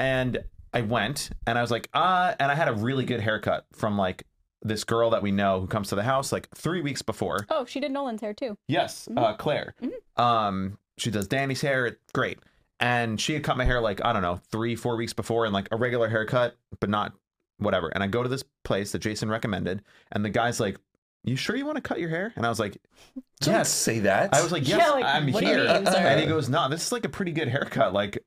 Speaker 4: and I went, and I was like, uh, and I had a really good haircut from like this girl that we know who comes to the house like three weeks before.
Speaker 7: oh, she did Nolan's hair too.
Speaker 4: Yes, uh, Claire. Um, she does Danny's hair. It's great. And she had cut my hair like, I don't know, three, four weeks before and like a regular haircut, but not whatever. And I go to this place that Jason recommended, and the guy's like, You sure you want to cut your hair? And I was like,
Speaker 2: Don't
Speaker 4: Yes.
Speaker 2: say that.
Speaker 4: I was like,
Speaker 7: Yeah,
Speaker 4: Yes,
Speaker 7: like,
Speaker 4: I'm
Speaker 7: what do you
Speaker 4: here.
Speaker 7: mean, sir?
Speaker 4: and he goes, No, this is like a pretty good haircut. Like,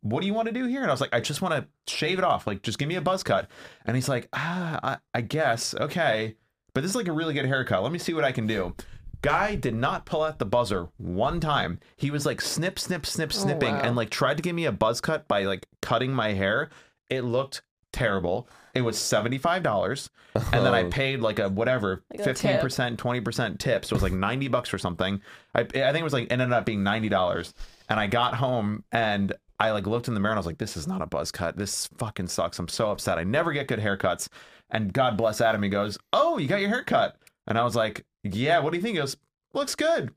Speaker 4: what do you want to do here? And I was like, I just want to shave it off. Like, just give me a buzz cut. And he's like, Ah, I, I guess. Okay. But this is like a really good haircut. Let me see what I can do. Guy did not pull out the buzzer one time. He was like snip, snip,
Speaker 7: Oh,
Speaker 4: snip, snipping,
Speaker 1: wow.
Speaker 4: and like tried to give me a buzz cut by like cutting my hair. It looked terrible. It was seventy five dollars, and then I paid like a whatever
Speaker 7: Like a tip.
Speaker 4: fifteen percent, twenty percent tip. So it was like ninety bucks or something. I I think it was like ended up being ninety dollars. And I got home and I like looked in the mirror and I was like, this is not a buzz cut. This fucking sucks. I'm so upset. I never get good haircuts. And God bless Adam. He goes, oh, you got your haircut. And I was like, yeah. What do you think? He goes, looks good.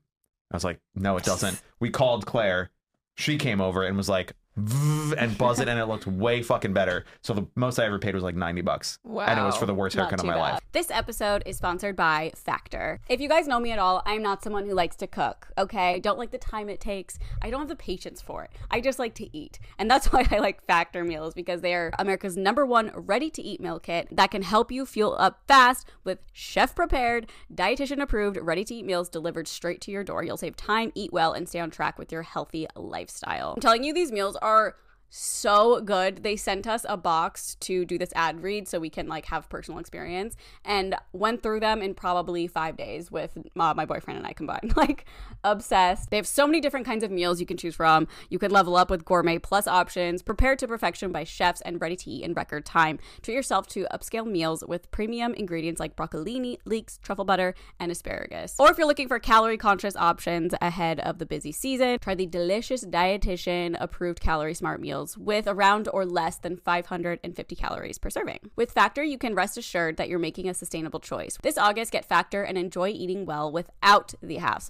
Speaker 4: I was like, no, it doesn't. We called Claire. She came over and was like, "Vroom," and buzzed it, and it looked way fucking better. So the most I ever paid was like 90 bucks. And it was
Speaker 1: Wow.
Speaker 4: for the worst haircut of my life.
Speaker 3: This episode is sponsored by Factor. If you guys know me at all, I'm not someone who likes to cook, okay? I don't like the time it takes. I don't have the patience for it. I just like to eat. And that's why I like Factor meals because they are America's number one ready to eat meal kit that can help you fuel up fast with chef prepared, dietitian approved, ready to eat meals delivered straight to your door. You'll save time, eat well, and stay on track with your healthy lifestyle. I'm telling you, these meals are so good. They sent us a box to do this ad read so we can like have personal experience and went through them in probably five days with uh, my boyfriend and I combined. Like, obsessed. They have so many different kinds of meals you can choose from. You can level up with gourmet plus options, prepared to perfection by chefs, and ready to eat in record time. Treat yourself to upscale meals with premium ingredients like broccolini, leeks, truffle butter, and asparagus. Or if you're looking for calorie conscious options ahead of the busy season, try the delicious dietitian approved calorie smart meals with around or less than 550 calories per serving. With Factor, you can rest assured that you're making a sustainable choice. This August, get Factor and enjoy eating well without the hassle.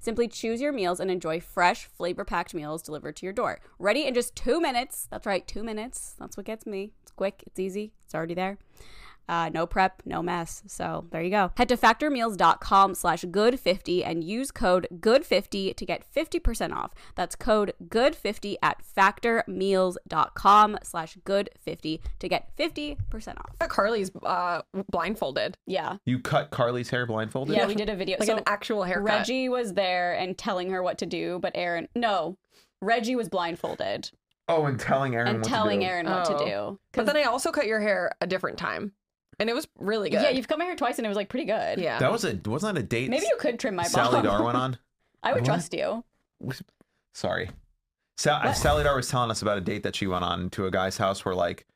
Speaker 3: Simply choose your meals and enjoy fresh, flavor packed meals delivered to your door. Ready in just two minutes. That's right, two minutes. That's what gets me. It's quick, it's easy, it's already there. Uh, no prep, no mess. So there you go. Head to factormeals.com slash good50 and use code good50 to get 50% off. That's code good50 at factormeals.com slash good50 to get 50% off.
Speaker 1: Carly's uh, blindfolded,
Speaker 7: Yeah.
Speaker 4: You cut Carly's hair blindfolded?
Speaker 7: Yeah, we did a video.
Speaker 1: like
Speaker 7: so
Speaker 1: an actual haircut.
Speaker 7: Reggie was there and telling her what to do, but Aaron no. Reggie was blindfolded
Speaker 4: Oh, and telling Aaron
Speaker 7: and
Speaker 4: what to
Speaker 7: telling
Speaker 4: do.
Speaker 7: Aaron what to
Speaker 1: Oh.
Speaker 7: do.
Speaker 1: but
Speaker 7: 'Cause-
Speaker 1: then I also cut your hair a different time, and it was really good.
Speaker 7: yeah, you've come here twice and it was like pretty good.
Speaker 1: yeah.
Speaker 4: That was a wasn't that a date
Speaker 7: Maybe you could trim my
Speaker 4: Sally
Speaker 7: bob.
Speaker 4: Dar went on?
Speaker 7: I would
Speaker 4: What?
Speaker 7: trust you.
Speaker 4: Sorry. Sal- Sally Dar was telling us about a date that she went on to a guy's house where like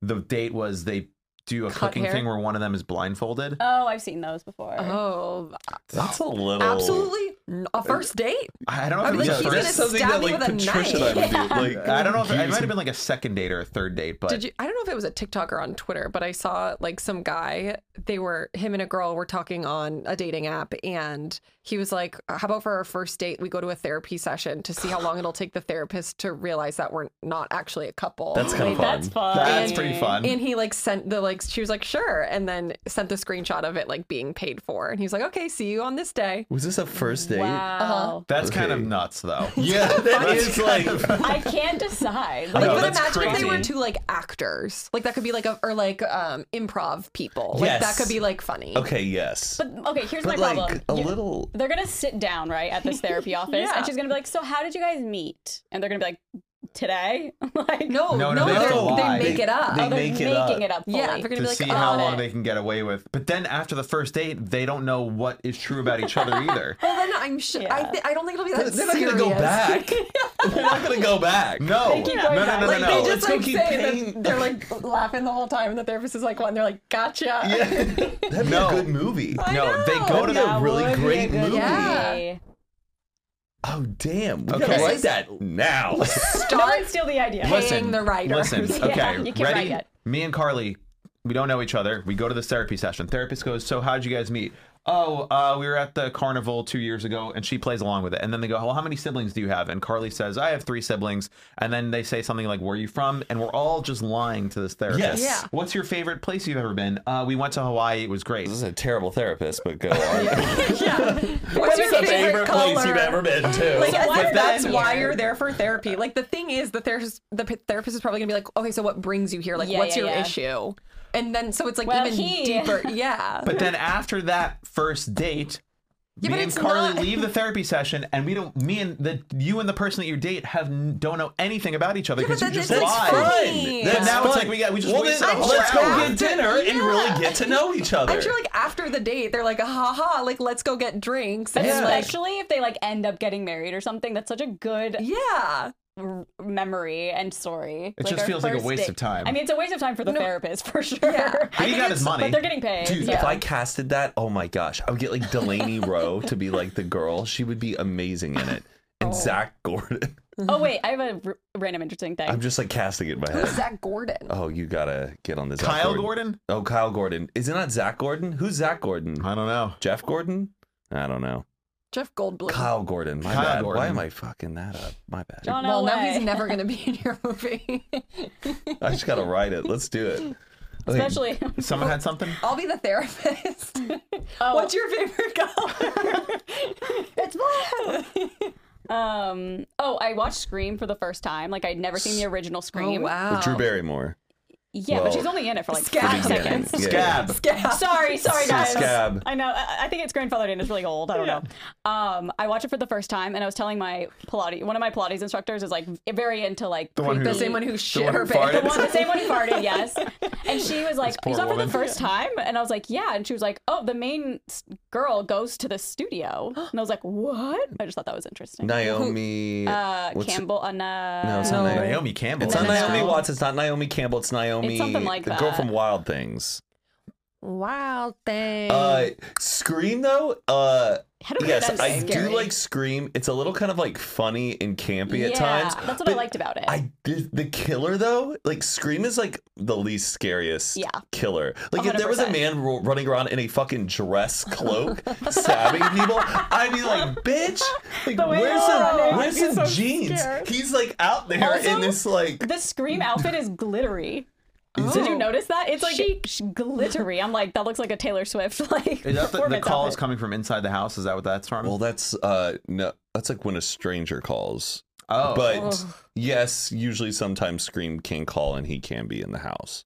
Speaker 4: the date was they do a
Speaker 1: Cut
Speaker 4: cooking
Speaker 1: hair?
Speaker 4: thing where one of them is blindfolded.
Speaker 6: Oh, I've seen those before.
Speaker 1: Oh,
Speaker 2: That's a
Speaker 4: Oh.
Speaker 2: little.
Speaker 1: absolutely n- a first date.
Speaker 4: I don't know
Speaker 1: I
Speaker 4: if
Speaker 1: mean,
Speaker 4: it was
Speaker 1: like,
Speaker 4: a
Speaker 1: he's gonna
Speaker 2: that's
Speaker 4: first.
Speaker 2: something
Speaker 1: stab
Speaker 2: that
Speaker 1: me
Speaker 2: like
Speaker 1: with a
Speaker 2: Patricia and I would do. Like,
Speaker 4: I don't know if it, it
Speaker 2: geez.
Speaker 4: might have been like a second date or a third date, but
Speaker 1: Did you? I don't know if it was a TikTok or on Twitter, but I saw like some guy. They were him and a girl were talking on a dating app, and he was like, "How about for our first date, we go to a therapy session to see how long it'll take the therapist to realize that we're not actually a couple."
Speaker 2: That's kind
Speaker 3: Wait,
Speaker 2: of fun.
Speaker 3: that's fun.
Speaker 4: that's pretty fun.
Speaker 1: And he like sent the like she was like sure, and then sent the screenshot of it like being paid for, and he's like, "Okay, see you on this day."
Speaker 2: Was this a first date?
Speaker 1: Uh-huh.
Speaker 3: Wow.
Speaker 4: That's kind of
Speaker 2: Okay.
Speaker 4: nuts though.
Speaker 2: Yeah, that
Speaker 4: That's
Speaker 2: is like.
Speaker 4: kind of-
Speaker 3: I can't decide.
Speaker 4: I
Speaker 1: Like,
Speaker 4: know,
Speaker 1: but
Speaker 4: that's
Speaker 1: imagine if they were
Speaker 4: crazy.
Speaker 1: two like actors, like that could be like a or like um improv people, like
Speaker 2: Yes.
Speaker 1: that could be like funny.
Speaker 2: Okay, yes.
Speaker 3: But okay, here's
Speaker 2: But,
Speaker 3: my
Speaker 2: like
Speaker 3: problem.
Speaker 2: a
Speaker 3: You-
Speaker 2: little.
Speaker 3: They're gonna sit down right at this therapy office,
Speaker 1: Yeah.
Speaker 3: and she's gonna be like, "So how did you guys meet?" And they're gonna be like, "Today." like,
Speaker 1: No,
Speaker 4: No,
Speaker 1: no,
Speaker 4: no, they
Speaker 1: they're-
Speaker 4: don't
Speaker 1: they
Speaker 4: lie.
Speaker 1: make it up.
Speaker 2: They
Speaker 3: oh, they're
Speaker 2: make it
Speaker 3: making
Speaker 2: up.
Speaker 3: it up. fully.
Speaker 1: yeah, they're gonna
Speaker 4: to
Speaker 1: be like,
Speaker 4: see
Speaker 1: oh,
Speaker 4: how
Speaker 3: on
Speaker 4: long
Speaker 3: it.
Speaker 4: they can get away with. But then after the first date, they don't know what is true about each other either.
Speaker 1: well, then I'm sure. I,
Speaker 3: Yeah.
Speaker 1: th- I don't think it'll be
Speaker 2: They're
Speaker 1: that
Speaker 2: they're
Speaker 1: serious.
Speaker 2: not gonna go back. They're not gonna go back.
Speaker 4: No,
Speaker 3: They
Speaker 4: no,
Speaker 3: keep
Speaker 4: no,
Speaker 3: going
Speaker 4: no,
Speaker 3: back.
Speaker 4: no,
Speaker 1: Like
Speaker 4: no.
Speaker 1: they just
Speaker 2: go
Speaker 1: like
Speaker 2: keep
Speaker 1: say
Speaker 2: paying-
Speaker 1: that they're like laughing the whole time, and the therapist is like, "One," they're like, "Gotcha."
Speaker 2: Yeah, that'd be
Speaker 4: No.
Speaker 2: a good movie.
Speaker 4: no, they
Speaker 1: know.
Speaker 4: go to
Speaker 2: That'd
Speaker 4: the
Speaker 2: be a really
Speaker 3: would be a
Speaker 2: great
Speaker 3: good
Speaker 2: movie.
Speaker 1: Yeah.
Speaker 2: Oh damn! We
Speaker 4: Okay.
Speaker 2: gotta write that now.
Speaker 3: No
Speaker 1: Start
Speaker 3: one steal the idea.
Speaker 1: Listen, paying the writer.
Speaker 4: Listen,
Speaker 3: Yeah,
Speaker 4: okay,
Speaker 3: you can't write
Speaker 4: ready?
Speaker 3: yet.
Speaker 4: Me and Carly, we don't know each other. We go to this therapy session. Therapist goes, "So how'd you guys meet?" Oh, uh, we were at the carnival two years ago, and she plays along with it. And then they go, "Well, how many siblings do you have?" And Carly says, "I have three siblings." And then they say something like, "Where are you from?" And we're all just lying to this therapist.
Speaker 2: Yes. Yeah.
Speaker 4: What's your favorite place you've ever been? Uh, we went to Hawaii. It was great.
Speaker 2: This is a terrible therapist, but go on.
Speaker 1: What's your favorite, color?
Speaker 2: been to?
Speaker 1: Like, as
Speaker 3: why
Speaker 1: if
Speaker 3: is
Speaker 1: that's
Speaker 3: that
Speaker 1: why
Speaker 3: here?
Speaker 1: you're there for therapy. Like, the thing is, the therapist, the p- therapist is probably gonna be like, okay, so what brings you here? Like,
Speaker 3: Yeah,
Speaker 1: what's
Speaker 3: yeah,
Speaker 1: your
Speaker 3: yeah.
Speaker 1: issue? And then, so it's like
Speaker 3: Well,
Speaker 1: even
Speaker 3: he-
Speaker 1: deeper. Yeah.
Speaker 4: But then after that first date,
Speaker 1: but
Speaker 4: me and
Speaker 1: it's
Speaker 4: Carly
Speaker 1: not-
Speaker 4: leave the therapy session, and we don't. Me and the you and the person that you date have n- don't know anything about each other
Speaker 1: Yeah,
Speaker 4: because
Speaker 1: but
Speaker 4: you
Speaker 1: then
Speaker 4: just
Speaker 1: it's
Speaker 4: lied.
Speaker 1: fun.
Speaker 4: But
Speaker 1: That's
Speaker 4: now it's like we got we just
Speaker 2: Well,
Speaker 4: wasted
Speaker 2: then
Speaker 4: a whole
Speaker 2: let's go
Speaker 4: hour.
Speaker 2: get dinner and
Speaker 1: Yeah.
Speaker 2: really get to know each other.
Speaker 1: I'm sure, like after the date, they're like, "Ha ha!" Like, let's go get drinks. And
Speaker 2: Yeah.
Speaker 1: like,
Speaker 3: Especially if they like end up getting married or something. That's such a good
Speaker 1: yeah,
Speaker 3: r- memory and story.
Speaker 4: It just
Speaker 3: our
Speaker 4: feels like a
Speaker 3: first
Speaker 4: waste of time.
Speaker 3: I mean, it's a waste of time for the therapist for sure.
Speaker 1: Yeah. But
Speaker 3: I
Speaker 4: he
Speaker 3: think
Speaker 4: got
Speaker 3: it's-
Speaker 4: his money.
Speaker 3: But they're getting paid.
Speaker 2: Dude,
Speaker 3: yeah.
Speaker 2: if I casted that, oh my gosh, I would get like Delaney Rowe to be like the girl. She would be amazing in it.
Speaker 1: Oh.
Speaker 2: And Zach Gordon.
Speaker 3: oh wait, I have a r- random interesting thing.
Speaker 2: I'm just like casting it in my
Speaker 1: who's
Speaker 2: head.
Speaker 1: Zach Gordon?
Speaker 2: Oh, you gotta get on this. Zach
Speaker 4: Kyle Gordon?
Speaker 2: Oh, Kyle Gordon. Is it not Zach Gordon? Who's Zach Gordon?
Speaker 4: I don't know.
Speaker 2: Jeff Gordon? I don't know.
Speaker 1: Jeff Goldblum.
Speaker 2: Kyle Gordon. My
Speaker 4: Kyle
Speaker 2: bad.
Speaker 4: Gordon.
Speaker 2: Why am I fucking that up? My bad.
Speaker 3: Don't know
Speaker 1: well, now
Speaker 3: why.
Speaker 1: he's never gonna be in your movie.
Speaker 2: I just gotta write it. Let's do it. Okay,
Speaker 3: especially.
Speaker 4: Someone had something.
Speaker 1: Oh. I'll be the therapist.
Speaker 3: Oh,
Speaker 1: What's your favorite color?
Speaker 3: it's Um. Oh, I watched Scream for the first time. Like I'd never seen the
Speaker 1: Oh,
Speaker 3: original Scream.
Speaker 2: With Drew Barrymore.
Speaker 3: Yeah,
Speaker 2: Well,
Speaker 3: but she's only in it for like
Speaker 1: Scab.
Speaker 3: five seconds.
Speaker 2: Yeah.
Speaker 4: Scab.
Speaker 3: Sorry, sorry, guys.
Speaker 2: Scab.
Speaker 3: I know. I, I think it's grandfathered in. It's really old. I don't know. Um, I watched it for the first time, and I was telling my Pilates, one of my Pilates instructors is like very into like
Speaker 4: The one who-
Speaker 1: The
Speaker 3: creepy-
Speaker 1: same one who shit
Speaker 4: one
Speaker 1: her
Speaker 4: who
Speaker 1: pants.
Speaker 4: farted?
Speaker 3: the one- the same one who farted, yes. And she was like,
Speaker 4: poor
Speaker 3: "You saw it for
Speaker 4: woman.
Speaker 3: the first time?" And I was like, "Yeah." And she was like, "Oh, the main s- girl goes to the studio," and I was like, "What?" I just thought that was interesting.
Speaker 2: Naomi.
Speaker 3: uh,
Speaker 2: what's-
Speaker 3: Campbell on uh,
Speaker 2: No,
Speaker 4: Oh.
Speaker 2: it's not
Speaker 1: No.
Speaker 2: Naomi.
Speaker 4: Naomi Campbell.
Speaker 2: It's not
Speaker 3: No, no,
Speaker 2: Naomi
Speaker 3: no.
Speaker 2: Watts. It's not Naomi Campbell. It's Naomi.
Speaker 3: It's something like
Speaker 2: the girl
Speaker 3: that.
Speaker 2: from Wild Things.
Speaker 1: Wild thing.
Speaker 2: Uh, Scream though. Uh,
Speaker 3: How do we
Speaker 2: yes,
Speaker 3: get that
Speaker 2: I do
Speaker 3: scary?
Speaker 2: like Scream. It's a little kind of like funny and campy
Speaker 3: yeah,
Speaker 2: at times.
Speaker 3: That's what I
Speaker 2: but
Speaker 3: liked about it.
Speaker 2: I did the killer though. Like Scream is like the least scariest
Speaker 3: Yeah.
Speaker 2: killer. Like if there was a
Speaker 3: 100%.
Speaker 2: man ro- running around in a fucking dress cloak stabbing people, I'd be like, bitch, like,
Speaker 3: way
Speaker 2: where's
Speaker 3: he's
Speaker 2: the
Speaker 3: running,
Speaker 2: where's
Speaker 3: he's
Speaker 2: the
Speaker 3: so
Speaker 2: jeans?
Speaker 3: scared.
Speaker 2: He's like out there in
Speaker 3: Also,
Speaker 2: this like
Speaker 3: the scream outfit is glittery. Did you notice that? It's like sh- glittery. I'm like, that looks like a Taylor Swift like.
Speaker 4: Is that the, the
Speaker 3: performance
Speaker 4: call
Speaker 3: outfit.
Speaker 4: is coming from inside the house? Is that what that's from?
Speaker 2: Well, that's uh no, that's like when a stranger calls.
Speaker 4: oh,
Speaker 2: But yes, usually sometimes Scream can call and he can be in the house.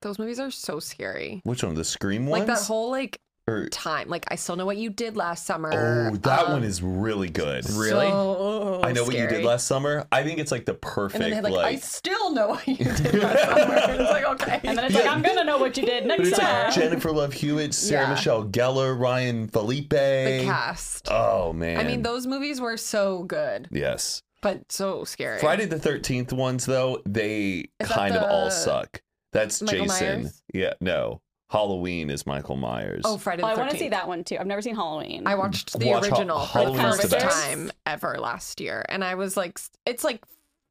Speaker 1: Those movies are so scary.
Speaker 2: Which one? The Scream
Speaker 1: Like
Speaker 2: ones?
Speaker 1: that whole like
Speaker 2: Or,
Speaker 1: time. Like I still know what you did last summer.
Speaker 2: oh, that
Speaker 1: Um,
Speaker 2: one is really good.
Speaker 4: Really?
Speaker 1: so oh,
Speaker 2: I know what you
Speaker 1: scary.
Speaker 2: did last summer. I think it's like the perfect
Speaker 1: And then they had
Speaker 2: like,
Speaker 1: like, I still know what you did last summer. It's like okay.
Speaker 3: And then it's like, I'm gonna know what you did
Speaker 2: But
Speaker 3: next
Speaker 2: it's
Speaker 3: time.
Speaker 2: like Jennifer Love Hewitt, Sarah
Speaker 1: Yeah.
Speaker 2: Michelle Gellar, Ryan Felipe.
Speaker 1: the cast.
Speaker 2: Oh man.
Speaker 1: I mean, those movies were so good,
Speaker 2: Yes.
Speaker 1: but so scary.
Speaker 2: Friday the thirteenth ones though, they
Speaker 1: Is that
Speaker 2: kind of all
Speaker 1: the
Speaker 2: suck. That's
Speaker 1: Michael
Speaker 2: Jason.
Speaker 1: Myers?
Speaker 2: Yeah, no. Halloween is Michael Myers.
Speaker 1: Oh, Friday the
Speaker 3: Well, I
Speaker 1: 13th.
Speaker 3: want to see that one too. I've never seen Halloween.
Speaker 1: I watched the
Speaker 2: Watch Hall-
Speaker 1: original for the
Speaker 2: Halloween's
Speaker 1: first
Speaker 3: the best.
Speaker 1: time ever last year, and I was like, it's like,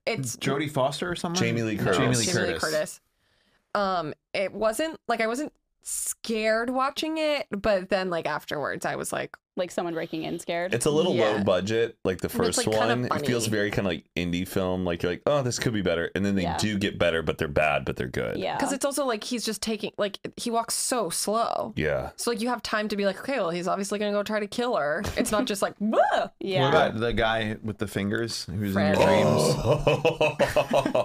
Speaker 1: it's
Speaker 4: Jodie Foster or someone?
Speaker 2: Jamie Lee Curtis.
Speaker 4: Jamie Lee
Speaker 1: Jamie Lee
Speaker 4: Curtis.
Speaker 1: Curtis. Um, it wasn't like I wasn't scared watching it, but then like afterwards, I was like,
Speaker 3: like someone breaking in scared.
Speaker 2: It's a little
Speaker 1: Yeah.
Speaker 2: low budget, like the
Speaker 1: But it's,
Speaker 2: first
Speaker 1: like, kinda
Speaker 2: one. It feels
Speaker 1: funny.
Speaker 2: very kind of like indie film. Like you're like, oh, this could be better, and then they
Speaker 3: Yeah.
Speaker 2: do get better, but they're bad, but they're good.
Speaker 3: yeah.
Speaker 1: because it's also like he's just taking like he walks so slow.
Speaker 2: Yeah.
Speaker 1: So like you have time to be like, okay, well he's obviously gonna go try to kill her. It's not just like, Whoa!
Speaker 3: yeah.
Speaker 4: What about the guy with the fingers who's
Speaker 1: Fred.
Speaker 4: in your dreams?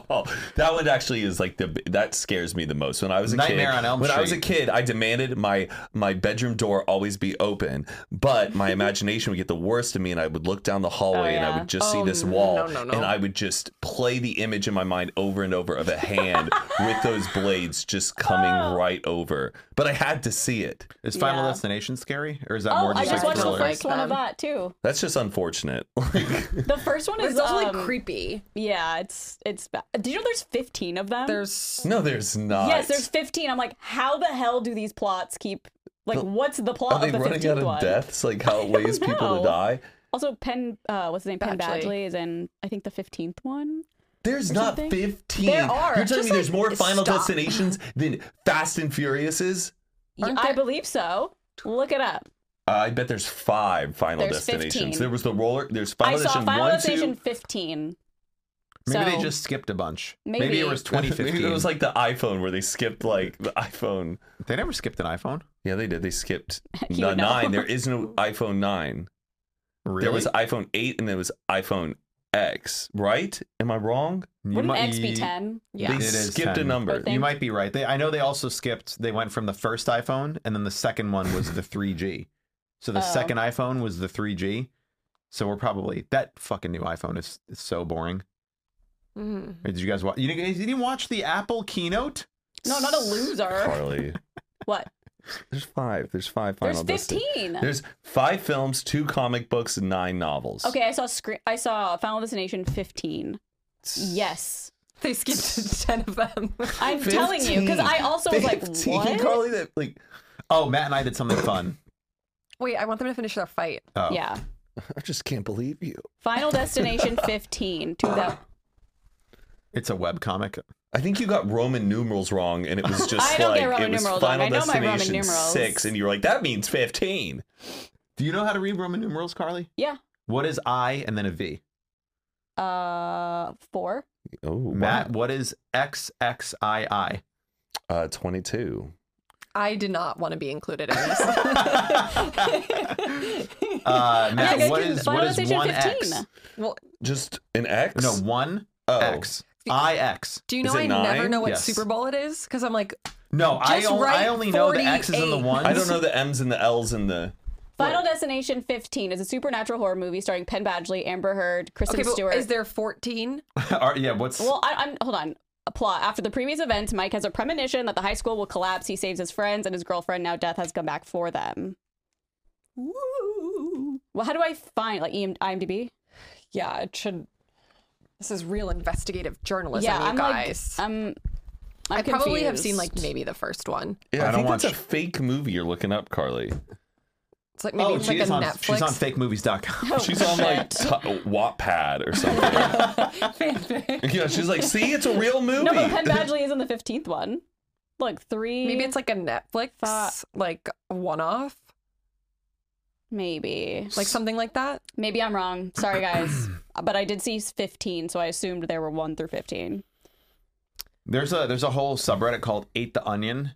Speaker 2: Oh. that one actually is like the that scares me the most. When I was a
Speaker 4: Nightmare
Speaker 2: kid,
Speaker 4: on Elm
Speaker 2: when I was a
Speaker 4: Street.
Speaker 2: kid, I demanded my my bedroom door always be open, but my imagination would get the worst of me, and I would look down the hallway and I
Speaker 3: yeah.
Speaker 2: would just see
Speaker 1: Oh,
Speaker 2: this
Speaker 1: no,
Speaker 2: wall,
Speaker 1: no, no.
Speaker 2: and I would just play the image in my mind over and over of a hand with those blades just
Speaker 3: Oh.
Speaker 2: coming right over. But I had to see it.
Speaker 4: Is Final
Speaker 3: Yeah.
Speaker 4: Destination scary, or is that
Speaker 3: Oh,
Speaker 4: more
Speaker 3: I
Speaker 4: just
Speaker 3: just
Speaker 4: like
Speaker 3: watched the
Speaker 4: thriller?
Speaker 3: first one of
Speaker 1: Them.
Speaker 3: that too.
Speaker 2: That's just unfortunate.
Speaker 3: The first one
Speaker 1: But
Speaker 3: is
Speaker 1: it's also
Speaker 3: um,
Speaker 1: like creepy.
Speaker 3: Yeah, it's it's. Ba- Did you know there's 15 of them?
Speaker 1: There's
Speaker 2: no, there's not.
Speaker 3: yes, there's 15. I'm like, how the hell do these plots keep? Like, what's the plot
Speaker 2: Are they
Speaker 3: of the
Speaker 2: running
Speaker 3: 15th
Speaker 2: out of
Speaker 3: one?
Speaker 2: deaths? Like how it weighs people to
Speaker 3: know.
Speaker 2: die?
Speaker 3: Also, Penn, uh, what's his name? Penn
Speaker 1: Badgley.
Speaker 3: Badgley is in, I think, the 15th one.
Speaker 2: There's not
Speaker 3: something?
Speaker 2: 15.
Speaker 3: There are.
Speaker 2: You're telling
Speaker 3: Just,
Speaker 2: me there's
Speaker 3: like,
Speaker 2: more Final
Speaker 1: stop.
Speaker 2: Destinations than Fast and Furiouses?
Speaker 3: Yeah,
Speaker 1: Aren't
Speaker 3: I
Speaker 1: there-
Speaker 3: believe so. Look it up.
Speaker 2: Uh, I bet there's five Final
Speaker 3: There's
Speaker 2: Destinations.
Speaker 3: 15.
Speaker 2: There was the roller. There's
Speaker 3: I
Speaker 2: Final
Speaker 3: saw
Speaker 2: Destination
Speaker 3: Final
Speaker 2: 1,
Speaker 3: Destination
Speaker 2: 2.
Speaker 3: 15.
Speaker 4: Maybe they
Speaker 3: So-
Speaker 4: just skipped a bunch.
Speaker 3: Maybe.
Speaker 4: it was 2015.
Speaker 2: Maybe it was like the iPhone where they skipped like the iPhone.
Speaker 4: they never skipped an iPhone.
Speaker 2: Yeah, they did. They skipped
Speaker 3: You
Speaker 2: the
Speaker 3: know.
Speaker 2: 9. There is no iPhone 9.
Speaker 4: Really?
Speaker 2: There was iPhone 8 and there was iPhone X, right? Am I wrong?
Speaker 4: You
Speaker 3: Wouldn't
Speaker 4: might-
Speaker 3: X be 10?
Speaker 2: They
Speaker 1: yeah.
Speaker 4: It is
Speaker 2: skipped a
Speaker 4: 10.
Speaker 2: number.
Speaker 3: Or they-
Speaker 4: You might be right. They, I know they also skipped. They went from the first iPhone, and then the second one was the 3G. So the
Speaker 3: Oh.
Speaker 4: second iPhone was the 3G. So we're probably that fucking new iPhone is, is so boring.
Speaker 3: Mm-hmm.
Speaker 1: Mhm.
Speaker 4: Did you guys watch? You didn't, you didn't watch the Apple keynote?
Speaker 3: No, not a loser.
Speaker 2: Carly.
Speaker 3: What?
Speaker 2: There's five. There's five
Speaker 3: There's
Speaker 2: Final Destination.
Speaker 3: 15.
Speaker 2: There's five films, two comic books, and nine novels.
Speaker 3: Okay, I saw scre- I saw Final Destination 15. Yes.
Speaker 1: They skipped ten of them.
Speaker 3: I'm telling you cuz I also was like,
Speaker 2: 15,
Speaker 3: what?
Speaker 2: Carly, that like
Speaker 4: Oh, Matt and I did something fun.
Speaker 1: Wait, I want them to finish their fight.
Speaker 4: Oh.
Speaker 3: Yeah.
Speaker 2: I just can't believe you.
Speaker 3: Final Destination 15 to the
Speaker 4: It's a web comic.
Speaker 2: I think you got Roman numerals wrong, and it was just
Speaker 3: I don't
Speaker 2: like
Speaker 3: get Roman
Speaker 2: it was
Speaker 3: numerals
Speaker 2: Final
Speaker 3: wrong. I know my Roman
Speaker 2: Destination
Speaker 3: numerals.
Speaker 2: six, and you were like, that means fifteen.
Speaker 4: Do you know how to read Roman numerals, Carly?
Speaker 3: Yeah.
Speaker 4: What is I and then a V?
Speaker 3: Uh 4.
Speaker 2: Oh,
Speaker 4: Matt, what is XXII?
Speaker 2: uh, twenty-two.
Speaker 1: I did not want to be included in this.
Speaker 4: Uh,
Speaker 3: I
Speaker 4: Matt,
Speaker 3: think
Speaker 4: what
Speaker 3: I can-
Speaker 4: is
Speaker 3: Final
Speaker 4: what is
Speaker 3: Destination
Speaker 4: one
Speaker 3: 15.
Speaker 4: X?
Speaker 1: well,
Speaker 2: Just an X.
Speaker 4: No, one
Speaker 2: Oh.
Speaker 4: X. I X.
Speaker 1: do you
Speaker 2: Is
Speaker 1: know
Speaker 2: it
Speaker 1: I never
Speaker 2: nine?
Speaker 1: know what
Speaker 4: Yes.
Speaker 1: Super Bowl it is? Because I'm like,
Speaker 4: No, I,
Speaker 1: Just
Speaker 4: on- I
Speaker 1: write
Speaker 4: only know the X's and the
Speaker 1: 48.
Speaker 4: ones.
Speaker 2: I don't know the M's and the L's and the.
Speaker 3: Final Destination 15 is a supernatural horror movie starring Penn Badgley, Amber Heard, Kristen
Speaker 1: okay, but
Speaker 3: Stewart.
Speaker 1: is there fourteen?
Speaker 4: Are- yeah, what's
Speaker 3: Well, I, I'm hold on. A plot. After the previous events, Mike has a premonition that the high school will collapse. He saves his friends and his girlfriend. Now death has come back for them. Well, how do I find like EM- IMDb?
Speaker 1: Yeah, it should. This is real investigative journalism,
Speaker 3: yeah,
Speaker 1: you
Speaker 3: I'm
Speaker 1: guys.
Speaker 3: like, I'm. I'm
Speaker 1: I probably have seen
Speaker 3: confused.
Speaker 1: like maybe the first one.
Speaker 2: Yeah,
Speaker 4: I
Speaker 2: I,
Speaker 4: don't
Speaker 2: think
Speaker 4: watch-
Speaker 2: that's a fake movie you're looking up, Carly.
Speaker 1: It's like maybe
Speaker 4: oh,
Speaker 1: like
Speaker 4: she
Speaker 1: a
Speaker 4: is on
Speaker 1: Netflix
Speaker 4: she's on fakemovies.com.
Speaker 3: Oh,
Speaker 2: She's on like
Speaker 3: shit.
Speaker 2: t- Wattpad or something.
Speaker 1: fanfic.
Speaker 2: yeah, she's like, see, it's a real movie.
Speaker 3: No, but Penn Badgley is in the fifteenth one. Look, three.
Speaker 1: Maybe it's like a Netflix
Speaker 3: Fa-
Speaker 1: like one-off,
Speaker 3: maybe.
Speaker 1: like something like that.
Speaker 3: Maybe I'm wrong. Sorry, guys. but I did see fifteen, so I assumed there were one through fifteen.
Speaker 4: There's a there's a whole subreddit called Ate the Onion.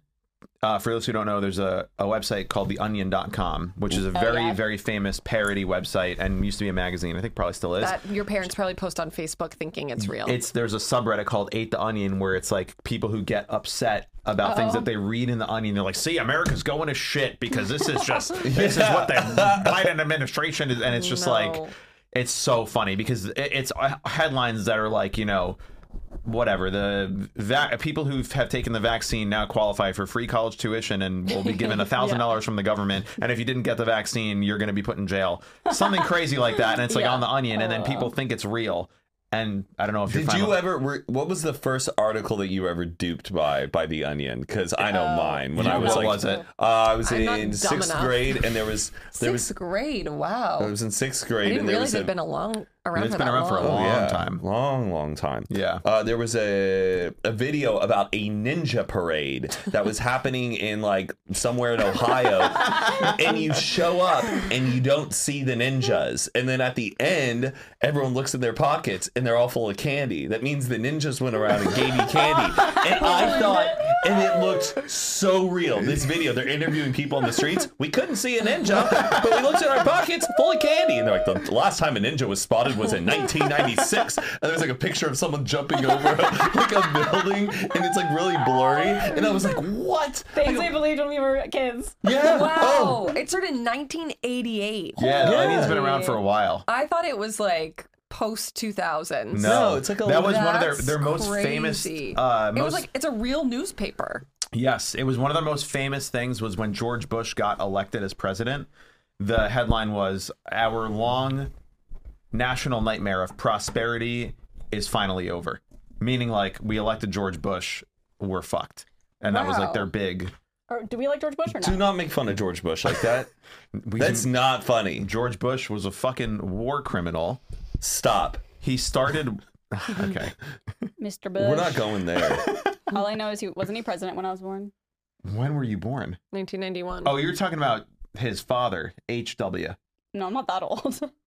Speaker 4: Uh, for those who don't know, there's a, a website called theonion.com, which
Speaker 1: Oh,
Speaker 4: is a very,
Speaker 3: yeah.
Speaker 4: very famous parody website and used to be a magazine. I think probably still is.
Speaker 1: That your parents probably post on Facebook thinking it's real.
Speaker 4: It's there's a subreddit called Ate the Onion where it's like people who get upset about things that they read in the onion. They're like, see, America's going to shit because this is just this is what the Biden administration is and it's just like
Speaker 1: No.
Speaker 4: it's so funny because it- it's uh, headlines that are like, you know, whatever the vac- people who have taken the vaccine now qualify for free college tuition and will be given a thousand dollars from the government and if you didn't get the vaccine you're going to be put in jail something crazy like that and it's like
Speaker 1: Yeah. Uh.
Speaker 4: on the onion and then people think it's real and i don't know if you're
Speaker 2: Did
Speaker 4: fine
Speaker 2: you
Speaker 4: with-
Speaker 2: ever? Were, what was the first article that you were ever duped by by the Onion? Because I
Speaker 1: Oh,
Speaker 2: know mine. When
Speaker 4: Yeah,
Speaker 2: I was
Speaker 4: what
Speaker 2: like,
Speaker 4: was it?
Speaker 2: Uh, I was
Speaker 1: I'm not
Speaker 2: in
Speaker 1: dumb
Speaker 2: sixth
Speaker 1: enough.
Speaker 2: grade, and there was there was
Speaker 1: Sixth grade. Wow.
Speaker 2: I was in sixth
Speaker 1: I
Speaker 2: grade,
Speaker 1: didn't
Speaker 2: and there was
Speaker 1: realize it'd
Speaker 2: a Oh,
Speaker 1: been a long around.
Speaker 4: It's
Speaker 1: for
Speaker 4: been
Speaker 1: that
Speaker 4: around for a
Speaker 1: long.
Speaker 4: long time.
Speaker 2: Long, long time.
Speaker 4: Yeah.
Speaker 2: Uh, there was a a video about a ninja parade that was happening in like somewhere in Ohio, and you show up and you don't see the ninjas, and then at the end, everyone looks in their pockets and they're all full of candy. That means the ninjas went around and gave you candy, and I thought, and it looked so real. This video, they're interviewing people on the streets. We couldn't see a ninja, but we looked in our pockets full of candy, and they're like, the last time a ninja was spotted was in 1996, and there's like a picture of someone jumping over like a building, and it's like really blurry, and I was like, what?
Speaker 3: Things we believed when we were kids.
Speaker 2: Yeah. Oh,
Speaker 1: Wow. It started in 1988.
Speaker 4: yeah the onion's been around for a while
Speaker 1: I thought it was like post 2000s.
Speaker 2: No, it's like a
Speaker 4: that was one of their
Speaker 1: That's
Speaker 4: their most famous.
Speaker 1: crazy.
Speaker 4: Uh,
Speaker 1: it
Speaker 4: most,
Speaker 1: was like it's a real newspaper.
Speaker 4: yes, it was one of their most famous things. Was when George Bush got elected as president. The headline was "Our long national nightmare of prosperity is finally over," meaning like we elected George Bush, we're fucked, and that was like
Speaker 1: Wow.
Speaker 4: their big.
Speaker 3: Or do we like George Bush or
Speaker 2: Do
Speaker 3: not?
Speaker 2: not make fun of George Bush like that.
Speaker 4: We
Speaker 2: That's
Speaker 4: didn't-
Speaker 2: not funny.
Speaker 4: George Bush was a fucking war criminal.
Speaker 2: Stop.
Speaker 4: He started. okay,
Speaker 3: Mr. Bush.
Speaker 2: We're not going there.
Speaker 3: All I know is he wasn't he president when I was born.
Speaker 4: when were you born?
Speaker 1: 1991.
Speaker 4: Oh, you're talking about his father, H.W.
Speaker 3: No, I'm not that old.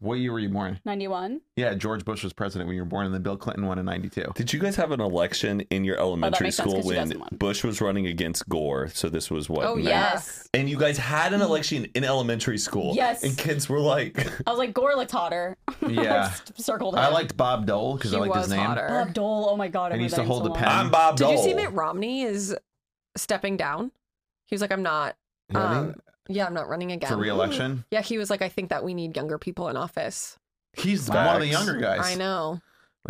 Speaker 4: What year were you born?
Speaker 3: Ninety one.
Speaker 4: Yeah, George Bush was president when you were born, and then Bill Clinton won in '92.
Speaker 2: Did you guys have an election in your elementary
Speaker 3: Oh, makes sense,
Speaker 2: school
Speaker 3: 'cause she
Speaker 2: when
Speaker 3: doesn't want-
Speaker 2: Bush was running against Gore? So this was what?
Speaker 1: Oh,
Speaker 2: May?
Speaker 1: yeah.
Speaker 2: And you guys had
Speaker 1: Mm-hmm.
Speaker 2: an election in elementary school.
Speaker 3: Yes.
Speaker 2: And kids were like,
Speaker 3: I was like Gore looks hotter.
Speaker 4: Yeah.
Speaker 3: circled.
Speaker 4: I
Speaker 3: him.
Speaker 4: liked Bob Dole because
Speaker 1: he
Speaker 4: I liked
Speaker 1: was
Speaker 4: his name.
Speaker 1: hotter.
Speaker 3: Bob Dole. Oh my god. I
Speaker 4: And he
Speaker 3: remember
Speaker 4: used to
Speaker 3: that
Speaker 4: hold
Speaker 3: so
Speaker 4: the
Speaker 3: long.
Speaker 4: pen.
Speaker 2: I'm Bob
Speaker 1: Did
Speaker 2: Dole.
Speaker 1: you see Mitt Romney is stepping down? He was like, I'm not.
Speaker 4: Running?
Speaker 1: Um, yeah, I'm not running again
Speaker 4: for reelection.
Speaker 1: Yeah, he was like, I think that we need younger people in office.
Speaker 4: He's
Speaker 2: Facts.
Speaker 4: one of the younger guys.
Speaker 1: I know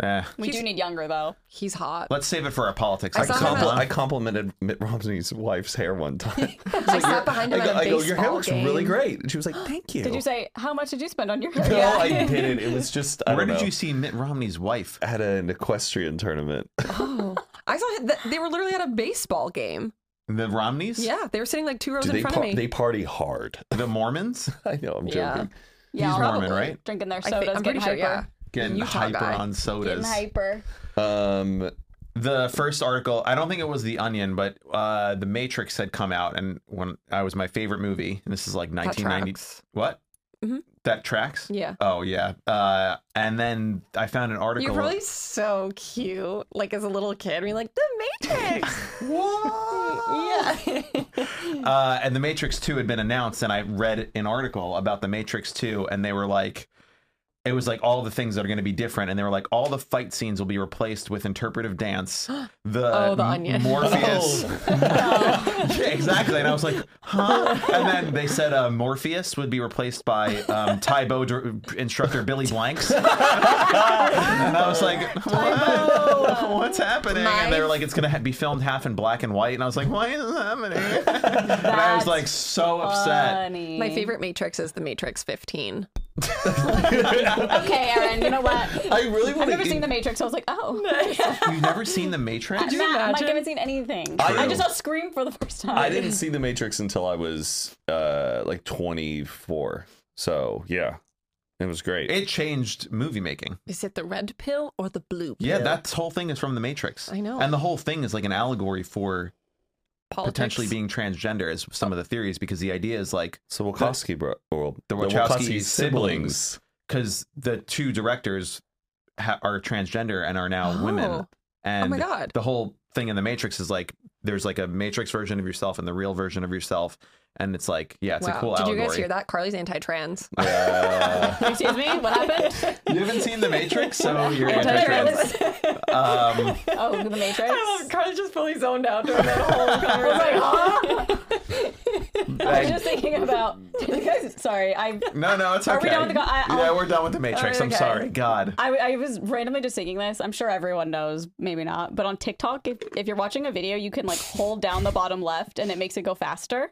Speaker 4: Eh,
Speaker 3: We do
Speaker 1: He's-
Speaker 3: need younger though.
Speaker 1: he's hot.
Speaker 4: let's save it for our politics.
Speaker 1: I
Speaker 2: I,
Speaker 1: saw him
Speaker 2: compli-
Speaker 1: at-
Speaker 2: I complimented Mitt Romney's wife's hair one time.
Speaker 1: I sat behind
Speaker 2: I
Speaker 1: him
Speaker 2: go,
Speaker 1: at a
Speaker 2: I go,
Speaker 1: baseball
Speaker 2: your hair looks
Speaker 1: game.
Speaker 2: really great. And she was like, thank you.
Speaker 3: Did you say how much did you spend on your hair?
Speaker 2: No, I didn't. It was just, I
Speaker 4: Where
Speaker 2: don't
Speaker 4: did
Speaker 2: know.
Speaker 4: you see Mitt Romney's wife?
Speaker 2: At an equestrian tournament.
Speaker 1: Oh, I saw him, th- they were literally at a baseball game.
Speaker 4: The Romneys?
Speaker 1: Yeah, they were sitting like two rows
Speaker 2: Do
Speaker 1: in
Speaker 2: they,
Speaker 1: front
Speaker 2: par-
Speaker 1: of me.
Speaker 2: they party hard.
Speaker 4: The Mormons?
Speaker 2: I know, I'm joking.
Speaker 1: Yeah.
Speaker 3: Yeah,
Speaker 4: He's
Speaker 3: probably.
Speaker 4: Mormon, right?
Speaker 3: Drinking their
Speaker 1: I
Speaker 3: sodas,
Speaker 1: am pretty
Speaker 3: getting
Speaker 1: sure.
Speaker 3: hyper.
Speaker 1: Yeah,
Speaker 4: Getting
Speaker 1: Utah
Speaker 4: hyper
Speaker 1: guy.
Speaker 4: on
Speaker 3: Getting
Speaker 4: sodas.
Speaker 3: hyper.
Speaker 2: Um,
Speaker 4: the first article i don't think it was the onion but uh the matrix had come out and when i was my favorite movie and this is like
Speaker 1: that
Speaker 4: 1990
Speaker 1: tracks.
Speaker 4: what
Speaker 1: Mhm.
Speaker 4: that tracks
Speaker 1: Yeah.
Speaker 4: oh yeah uh and then i found an article
Speaker 1: You're probably so cute, like as a little kid. We're like the Matrix. yeah.
Speaker 4: uh and the matrix 2 had been announced and i read an article about the matrix 2 and they were like it was like all the things that are going to be different and they were like all the fight scenes will be replaced with interpretive dance the,
Speaker 1: Oh, the
Speaker 4: M-
Speaker 1: Onion.
Speaker 4: morpheus yeah, exactly and i was like huh and then they said uh, morpheus would be replaced by um, taibo dr- instructor billy blanks and i was like "Whoa, what's happening and they were like it's going to ha- be filmed half in black and white and i was like why is this happening and i was
Speaker 3: That's
Speaker 4: like so upset
Speaker 3: Funny.
Speaker 1: My favorite Matrix is the Matrix 15.
Speaker 3: Okay, Aaron. You know what?
Speaker 2: I really
Speaker 3: I've
Speaker 2: want
Speaker 3: never
Speaker 2: to.
Speaker 3: seen The Matrix. So I was like, oh.
Speaker 4: you've never seen the
Speaker 3: Matt,
Speaker 4: matrix
Speaker 3: I'm like, I
Speaker 1: imagine?
Speaker 3: haven't seen anything.
Speaker 2: I-
Speaker 3: I just saw Scream for the first time.
Speaker 2: I didn't see The Matrix until I was uh, like 24. So yeah, it was great.
Speaker 4: it changed movie making
Speaker 1: Is it the red pill or the blue pill?
Speaker 4: Yeah, that whole thing is from The Matrix.
Speaker 1: I know.
Speaker 4: And the whole thing is like an allegory for
Speaker 1: Politics.
Speaker 4: potentially being transgender, as some of the theories, because the idea is like,
Speaker 2: so Wachowski, bro, or
Speaker 4: The Wachowski siblings. because the two directors ha- are transgender and are now women.
Speaker 1: Oh.
Speaker 4: And
Speaker 1: my God.
Speaker 4: the whole thing in The Matrix is like, there's like a Matrix version of yourself and the real version of yourself. And it's like, yeah, it's
Speaker 1: wow.
Speaker 4: a cool
Speaker 1: Did
Speaker 4: allegory.
Speaker 1: you guys hear that? Carly's anti-trans.
Speaker 3: Excuse me, what happened?
Speaker 4: You haven't seen The Matrix, so you're
Speaker 3: Anti-trans.
Speaker 4: anti-trans. Um,
Speaker 3: Oh, the Matrix.
Speaker 1: Carly just fully zoned out during that whole
Speaker 3: I was like,
Speaker 1: conversation.
Speaker 3: huh? I was
Speaker 4: I-
Speaker 3: just thinking about. You guys, sorry, I
Speaker 4: no, no, it's okay.
Speaker 3: Are we done with the- I-
Speaker 4: yeah,
Speaker 3: I'll-
Speaker 4: we're done with The Matrix.
Speaker 1: Alright,
Speaker 4: I'm
Speaker 1: okay.
Speaker 4: sorry. God.
Speaker 3: I, I was randomly just singing this. I'm sure everyone knows, maybe not. But on TikTok, if, if you're watching a video, you can like hold down the bottom left and it makes it go faster.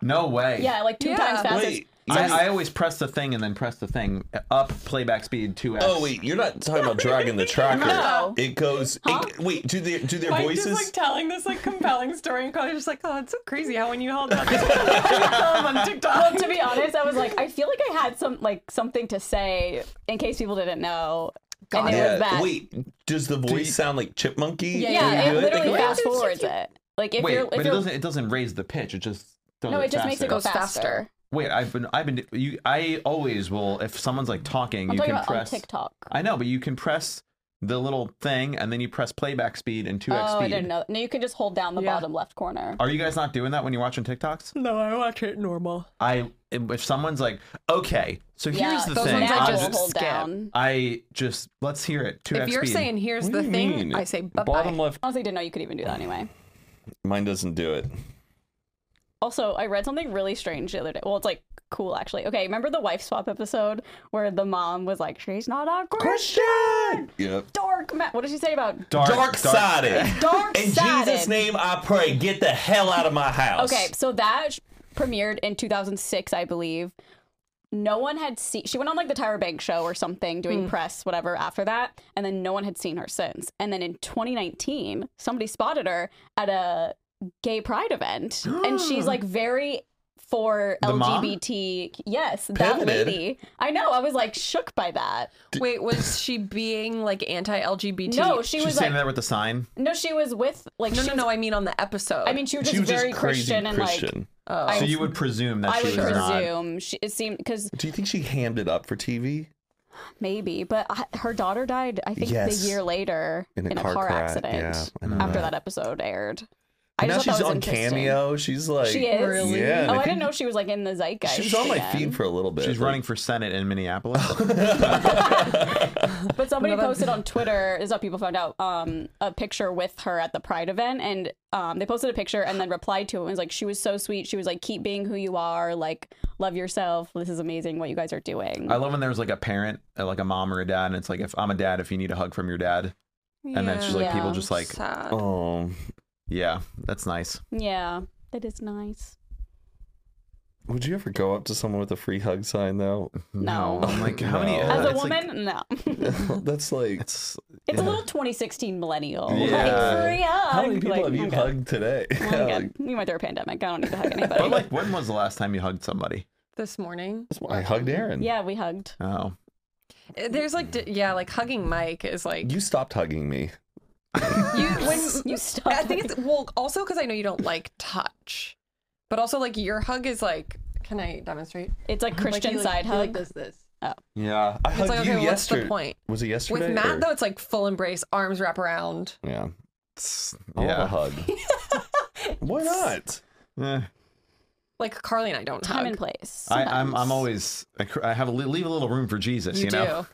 Speaker 4: No way.
Speaker 3: Yeah, like two
Speaker 1: Yeah.
Speaker 3: times faster.
Speaker 2: Wait, you're-
Speaker 4: I, I always press the thing and then press the thing up playback speed 2x.
Speaker 2: oh wait, you're not talking about dragging the tracker.
Speaker 3: No.
Speaker 2: It goes. It, wait, do their do their
Speaker 1: Mike
Speaker 2: voices?
Speaker 1: just like telling this like compelling story, and Carly's just like, "Oh, it's so crazy how when you held up on TikTok."
Speaker 3: Well, to be honest, I was like, I feel like I had some like something to say in case people didn't know.
Speaker 1: Got
Speaker 3: and it
Speaker 1: it.
Speaker 3: was that.
Speaker 2: Wait, does the voice sound like chipmunky?
Speaker 1: Yeah,
Speaker 3: yeah,
Speaker 2: When you
Speaker 3: it
Speaker 2: do They
Speaker 3: literally
Speaker 2: go,
Speaker 3: fast forwards it. Like if
Speaker 4: wait,
Speaker 3: you're, if
Speaker 4: but it
Speaker 3: you're
Speaker 4: doesn't it doesn't raise the pitch. It just does
Speaker 3: no, it just makes it go
Speaker 4: faster.
Speaker 1: Goes faster.
Speaker 3: faster.
Speaker 4: Wait, I've been I've been you I always will if someone's like talking,
Speaker 3: I'm
Speaker 4: you
Speaker 3: talking
Speaker 4: can
Speaker 3: about
Speaker 4: press
Speaker 3: on TikTok.
Speaker 4: I know, but you can press the little thing and then you press playback speed and 2x
Speaker 3: Oh,
Speaker 4: speed.
Speaker 3: I didn't know. No, you can just hold down the
Speaker 1: Yeah.
Speaker 3: bottom left corner.
Speaker 4: Are you guys not doing that when you're watching TikToks?
Speaker 1: No, I watch it normal.
Speaker 4: I if someonene's like, "Okay, so here's the
Speaker 3: those
Speaker 4: thing."
Speaker 3: ones
Speaker 1: I
Speaker 3: I
Speaker 4: I'm-
Speaker 1: just
Speaker 3: will hold
Speaker 1: skip.
Speaker 3: down.
Speaker 4: I just let's hear it. 2x
Speaker 1: If you're
Speaker 4: speed.
Speaker 1: saying here's
Speaker 2: What
Speaker 1: the
Speaker 2: do you
Speaker 1: thing,
Speaker 2: mean?
Speaker 1: I say bye
Speaker 2: Bottom left.
Speaker 3: Honestly, didn't know you could even do that anyway.
Speaker 2: Mine doesn't do it.
Speaker 3: Also, I read something really strange the other day. Well, it's like cool actually. Okay, remember the wife swap episode where the mom was like, "She's not a Christian."
Speaker 2: Yep.
Speaker 3: Dark ma- What did she say about
Speaker 4: dark,
Speaker 2: Dark sided.
Speaker 3: dark
Speaker 2: In
Speaker 3: sided?
Speaker 2: Jesus' name, I pray, get the hell out of my house.
Speaker 3: Okay, so that sh- premiered in 2006, I believe. No one had seen. She went on like the Tyra Banks show or something, doing press, whatever. After that, and then no one had seen her since. And then in 2019, somebody spotted her at a gay pride event, and she's like very for
Speaker 4: The mom?
Speaker 3: LGBT. Yes, that
Speaker 2: Pivoted.
Speaker 3: lady. I know. I was like shook by that.
Speaker 1: Wait, was she being like anti-LGBT?
Speaker 3: No, she
Speaker 4: She's
Speaker 3: was like
Speaker 4: standing there with the sign.
Speaker 3: no, she was with like
Speaker 1: no,
Speaker 3: she
Speaker 1: no,
Speaker 3: was-
Speaker 1: no. I mean on the episode.
Speaker 3: I mean, she was just
Speaker 2: She was
Speaker 3: very
Speaker 2: just crazy
Speaker 3: Christian and like.
Speaker 2: Christian.
Speaker 1: oh.
Speaker 4: So you would presume that
Speaker 3: I
Speaker 4: she
Speaker 3: would
Speaker 4: was not.
Speaker 3: presume she, it seemed because
Speaker 2: Do you think she hammed it up for TV?
Speaker 3: Maybe, but I- her daughter died. I think
Speaker 2: Yes.
Speaker 3: the year later in a car,
Speaker 2: crash.
Speaker 3: accident
Speaker 2: Yeah, I know
Speaker 3: after that. episode aired. I
Speaker 2: And now
Speaker 3: just thought
Speaker 2: she's
Speaker 3: that was
Speaker 2: on
Speaker 3: interesting.
Speaker 2: Cameo. She's like,
Speaker 3: She is.
Speaker 1: Really?
Speaker 2: Yeah. and
Speaker 3: Oh, I,
Speaker 2: think
Speaker 3: didn't know she was like in the zeitgeist.
Speaker 2: She was on my
Speaker 3: again.
Speaker 2: feed for a little bit.
Speaker 4: She's
Speaker 2: like-
Speaker 4: running for senate in Minneapolis.
Speaker 3: But somebody
Speaker 1: Another-
Speaker 3: posted on Twitter. This is how people found out. Um, a picture with her at the Pride event, and um, they posted a picture and then replied to it. And it was like, she was so sweet. She was like, keep being who you are. Like, love yourself. This is amazing what you guys are doing.
Speaker 4: I love when there's like a parent, uh, like a mom or a dad, and it's like, if I'm a dad, if you need a hug from your dad, and then she's like,
Speaker 3: Yeah.
Speaker 4: people just like,
Speaker 1: Sad.
Speaker 2: Oh,
Speaker 4: yeah, that's nice.
Speaker 3: yeah, that is nice.
Speaker 2: would you ever go up to someone with a free hug sign though?
Speaker 3: No.
Speaker 4: I'm like, how many?
Speaker 2: Oh, No.
Speaker 4: uh,
Speaker 3: As a
Speaker 4: it's like-
Speaker 3: woman, no.
Speaker 2: That's like.
Speaker 4: it's
Speaker 3: It's a
Speaker 4: Yeah.
Speaker 3: little 2016 millennial.
Speaker 4: Yeah.
Speaker 3: Like, free hug.
Speaker 2: How many people
Speaker 3: Like,
Speaker 2: have you
Speaker 3: I'm good.
Speaker 2: hugged today?
Speaker 3: I'm
Speaker 2: Like,
Speaker 3: good. You went through a pandemic. I don't need to hug
Speaker 4: but
Speaker 3: anybody.
Speaker 4: like, when was the last time you hugged somebody?
Speaker 1: this morning.
Speaker 2: that's why I hugged Aaron.
Speaker 3: yeah, we hugged.
Speaker 4: Oh,
Speaker 1: Uh, There's like,
Speaker 4: Mm.
Speaker 1: d- yeah, like hugging Mike is like
Speaker 2: You stopped hugging me.
Speaker 1: you when
Speaker 3: You stopped.
Speaker 1: I think it's well also because I know you don't like touch, but also like your hug is like. Can I demonstrate?
Speaker 3: It's like Christian
Speaker 1: he, like,
Speaker 3: side
Speaker 1: he,
Speaker 3: hug.
Speaker 1: Like this, this.
Speaker 2: Yeah, I
Speaker 1: It's
Speaker 2: hugged
Speaker 1: like
Speaker 2: you
Speaker 1: okay, what's
Speaker 2: yesterday.
Speaker 1: the point?
Speaker 2: Was it yesterday?
Speaker 1: With Matt
Speaker 2: or-
Speaker 1: though, it's like full embrace, arms wrap around.
Speaker 2: Yeah,
Speaker 4: it's-
Speaker 2: I love a
Speaker 4: yeah.
Speaker 2: hug. Why not?
Speaker 4: Eh.
Speaker 1: Like Carly and I don't
Speaker 3: Time
Speaker 1: hug.
Speaker 3: and place.
Speaker 4: I, I'm I'm
Speaker 3: Sometimes.
Speaker 4: always I, cr- I have a li- leave a little room for Jesus, you,
Speaker 1: you
Speaker 4: know.
Speaker 1: do.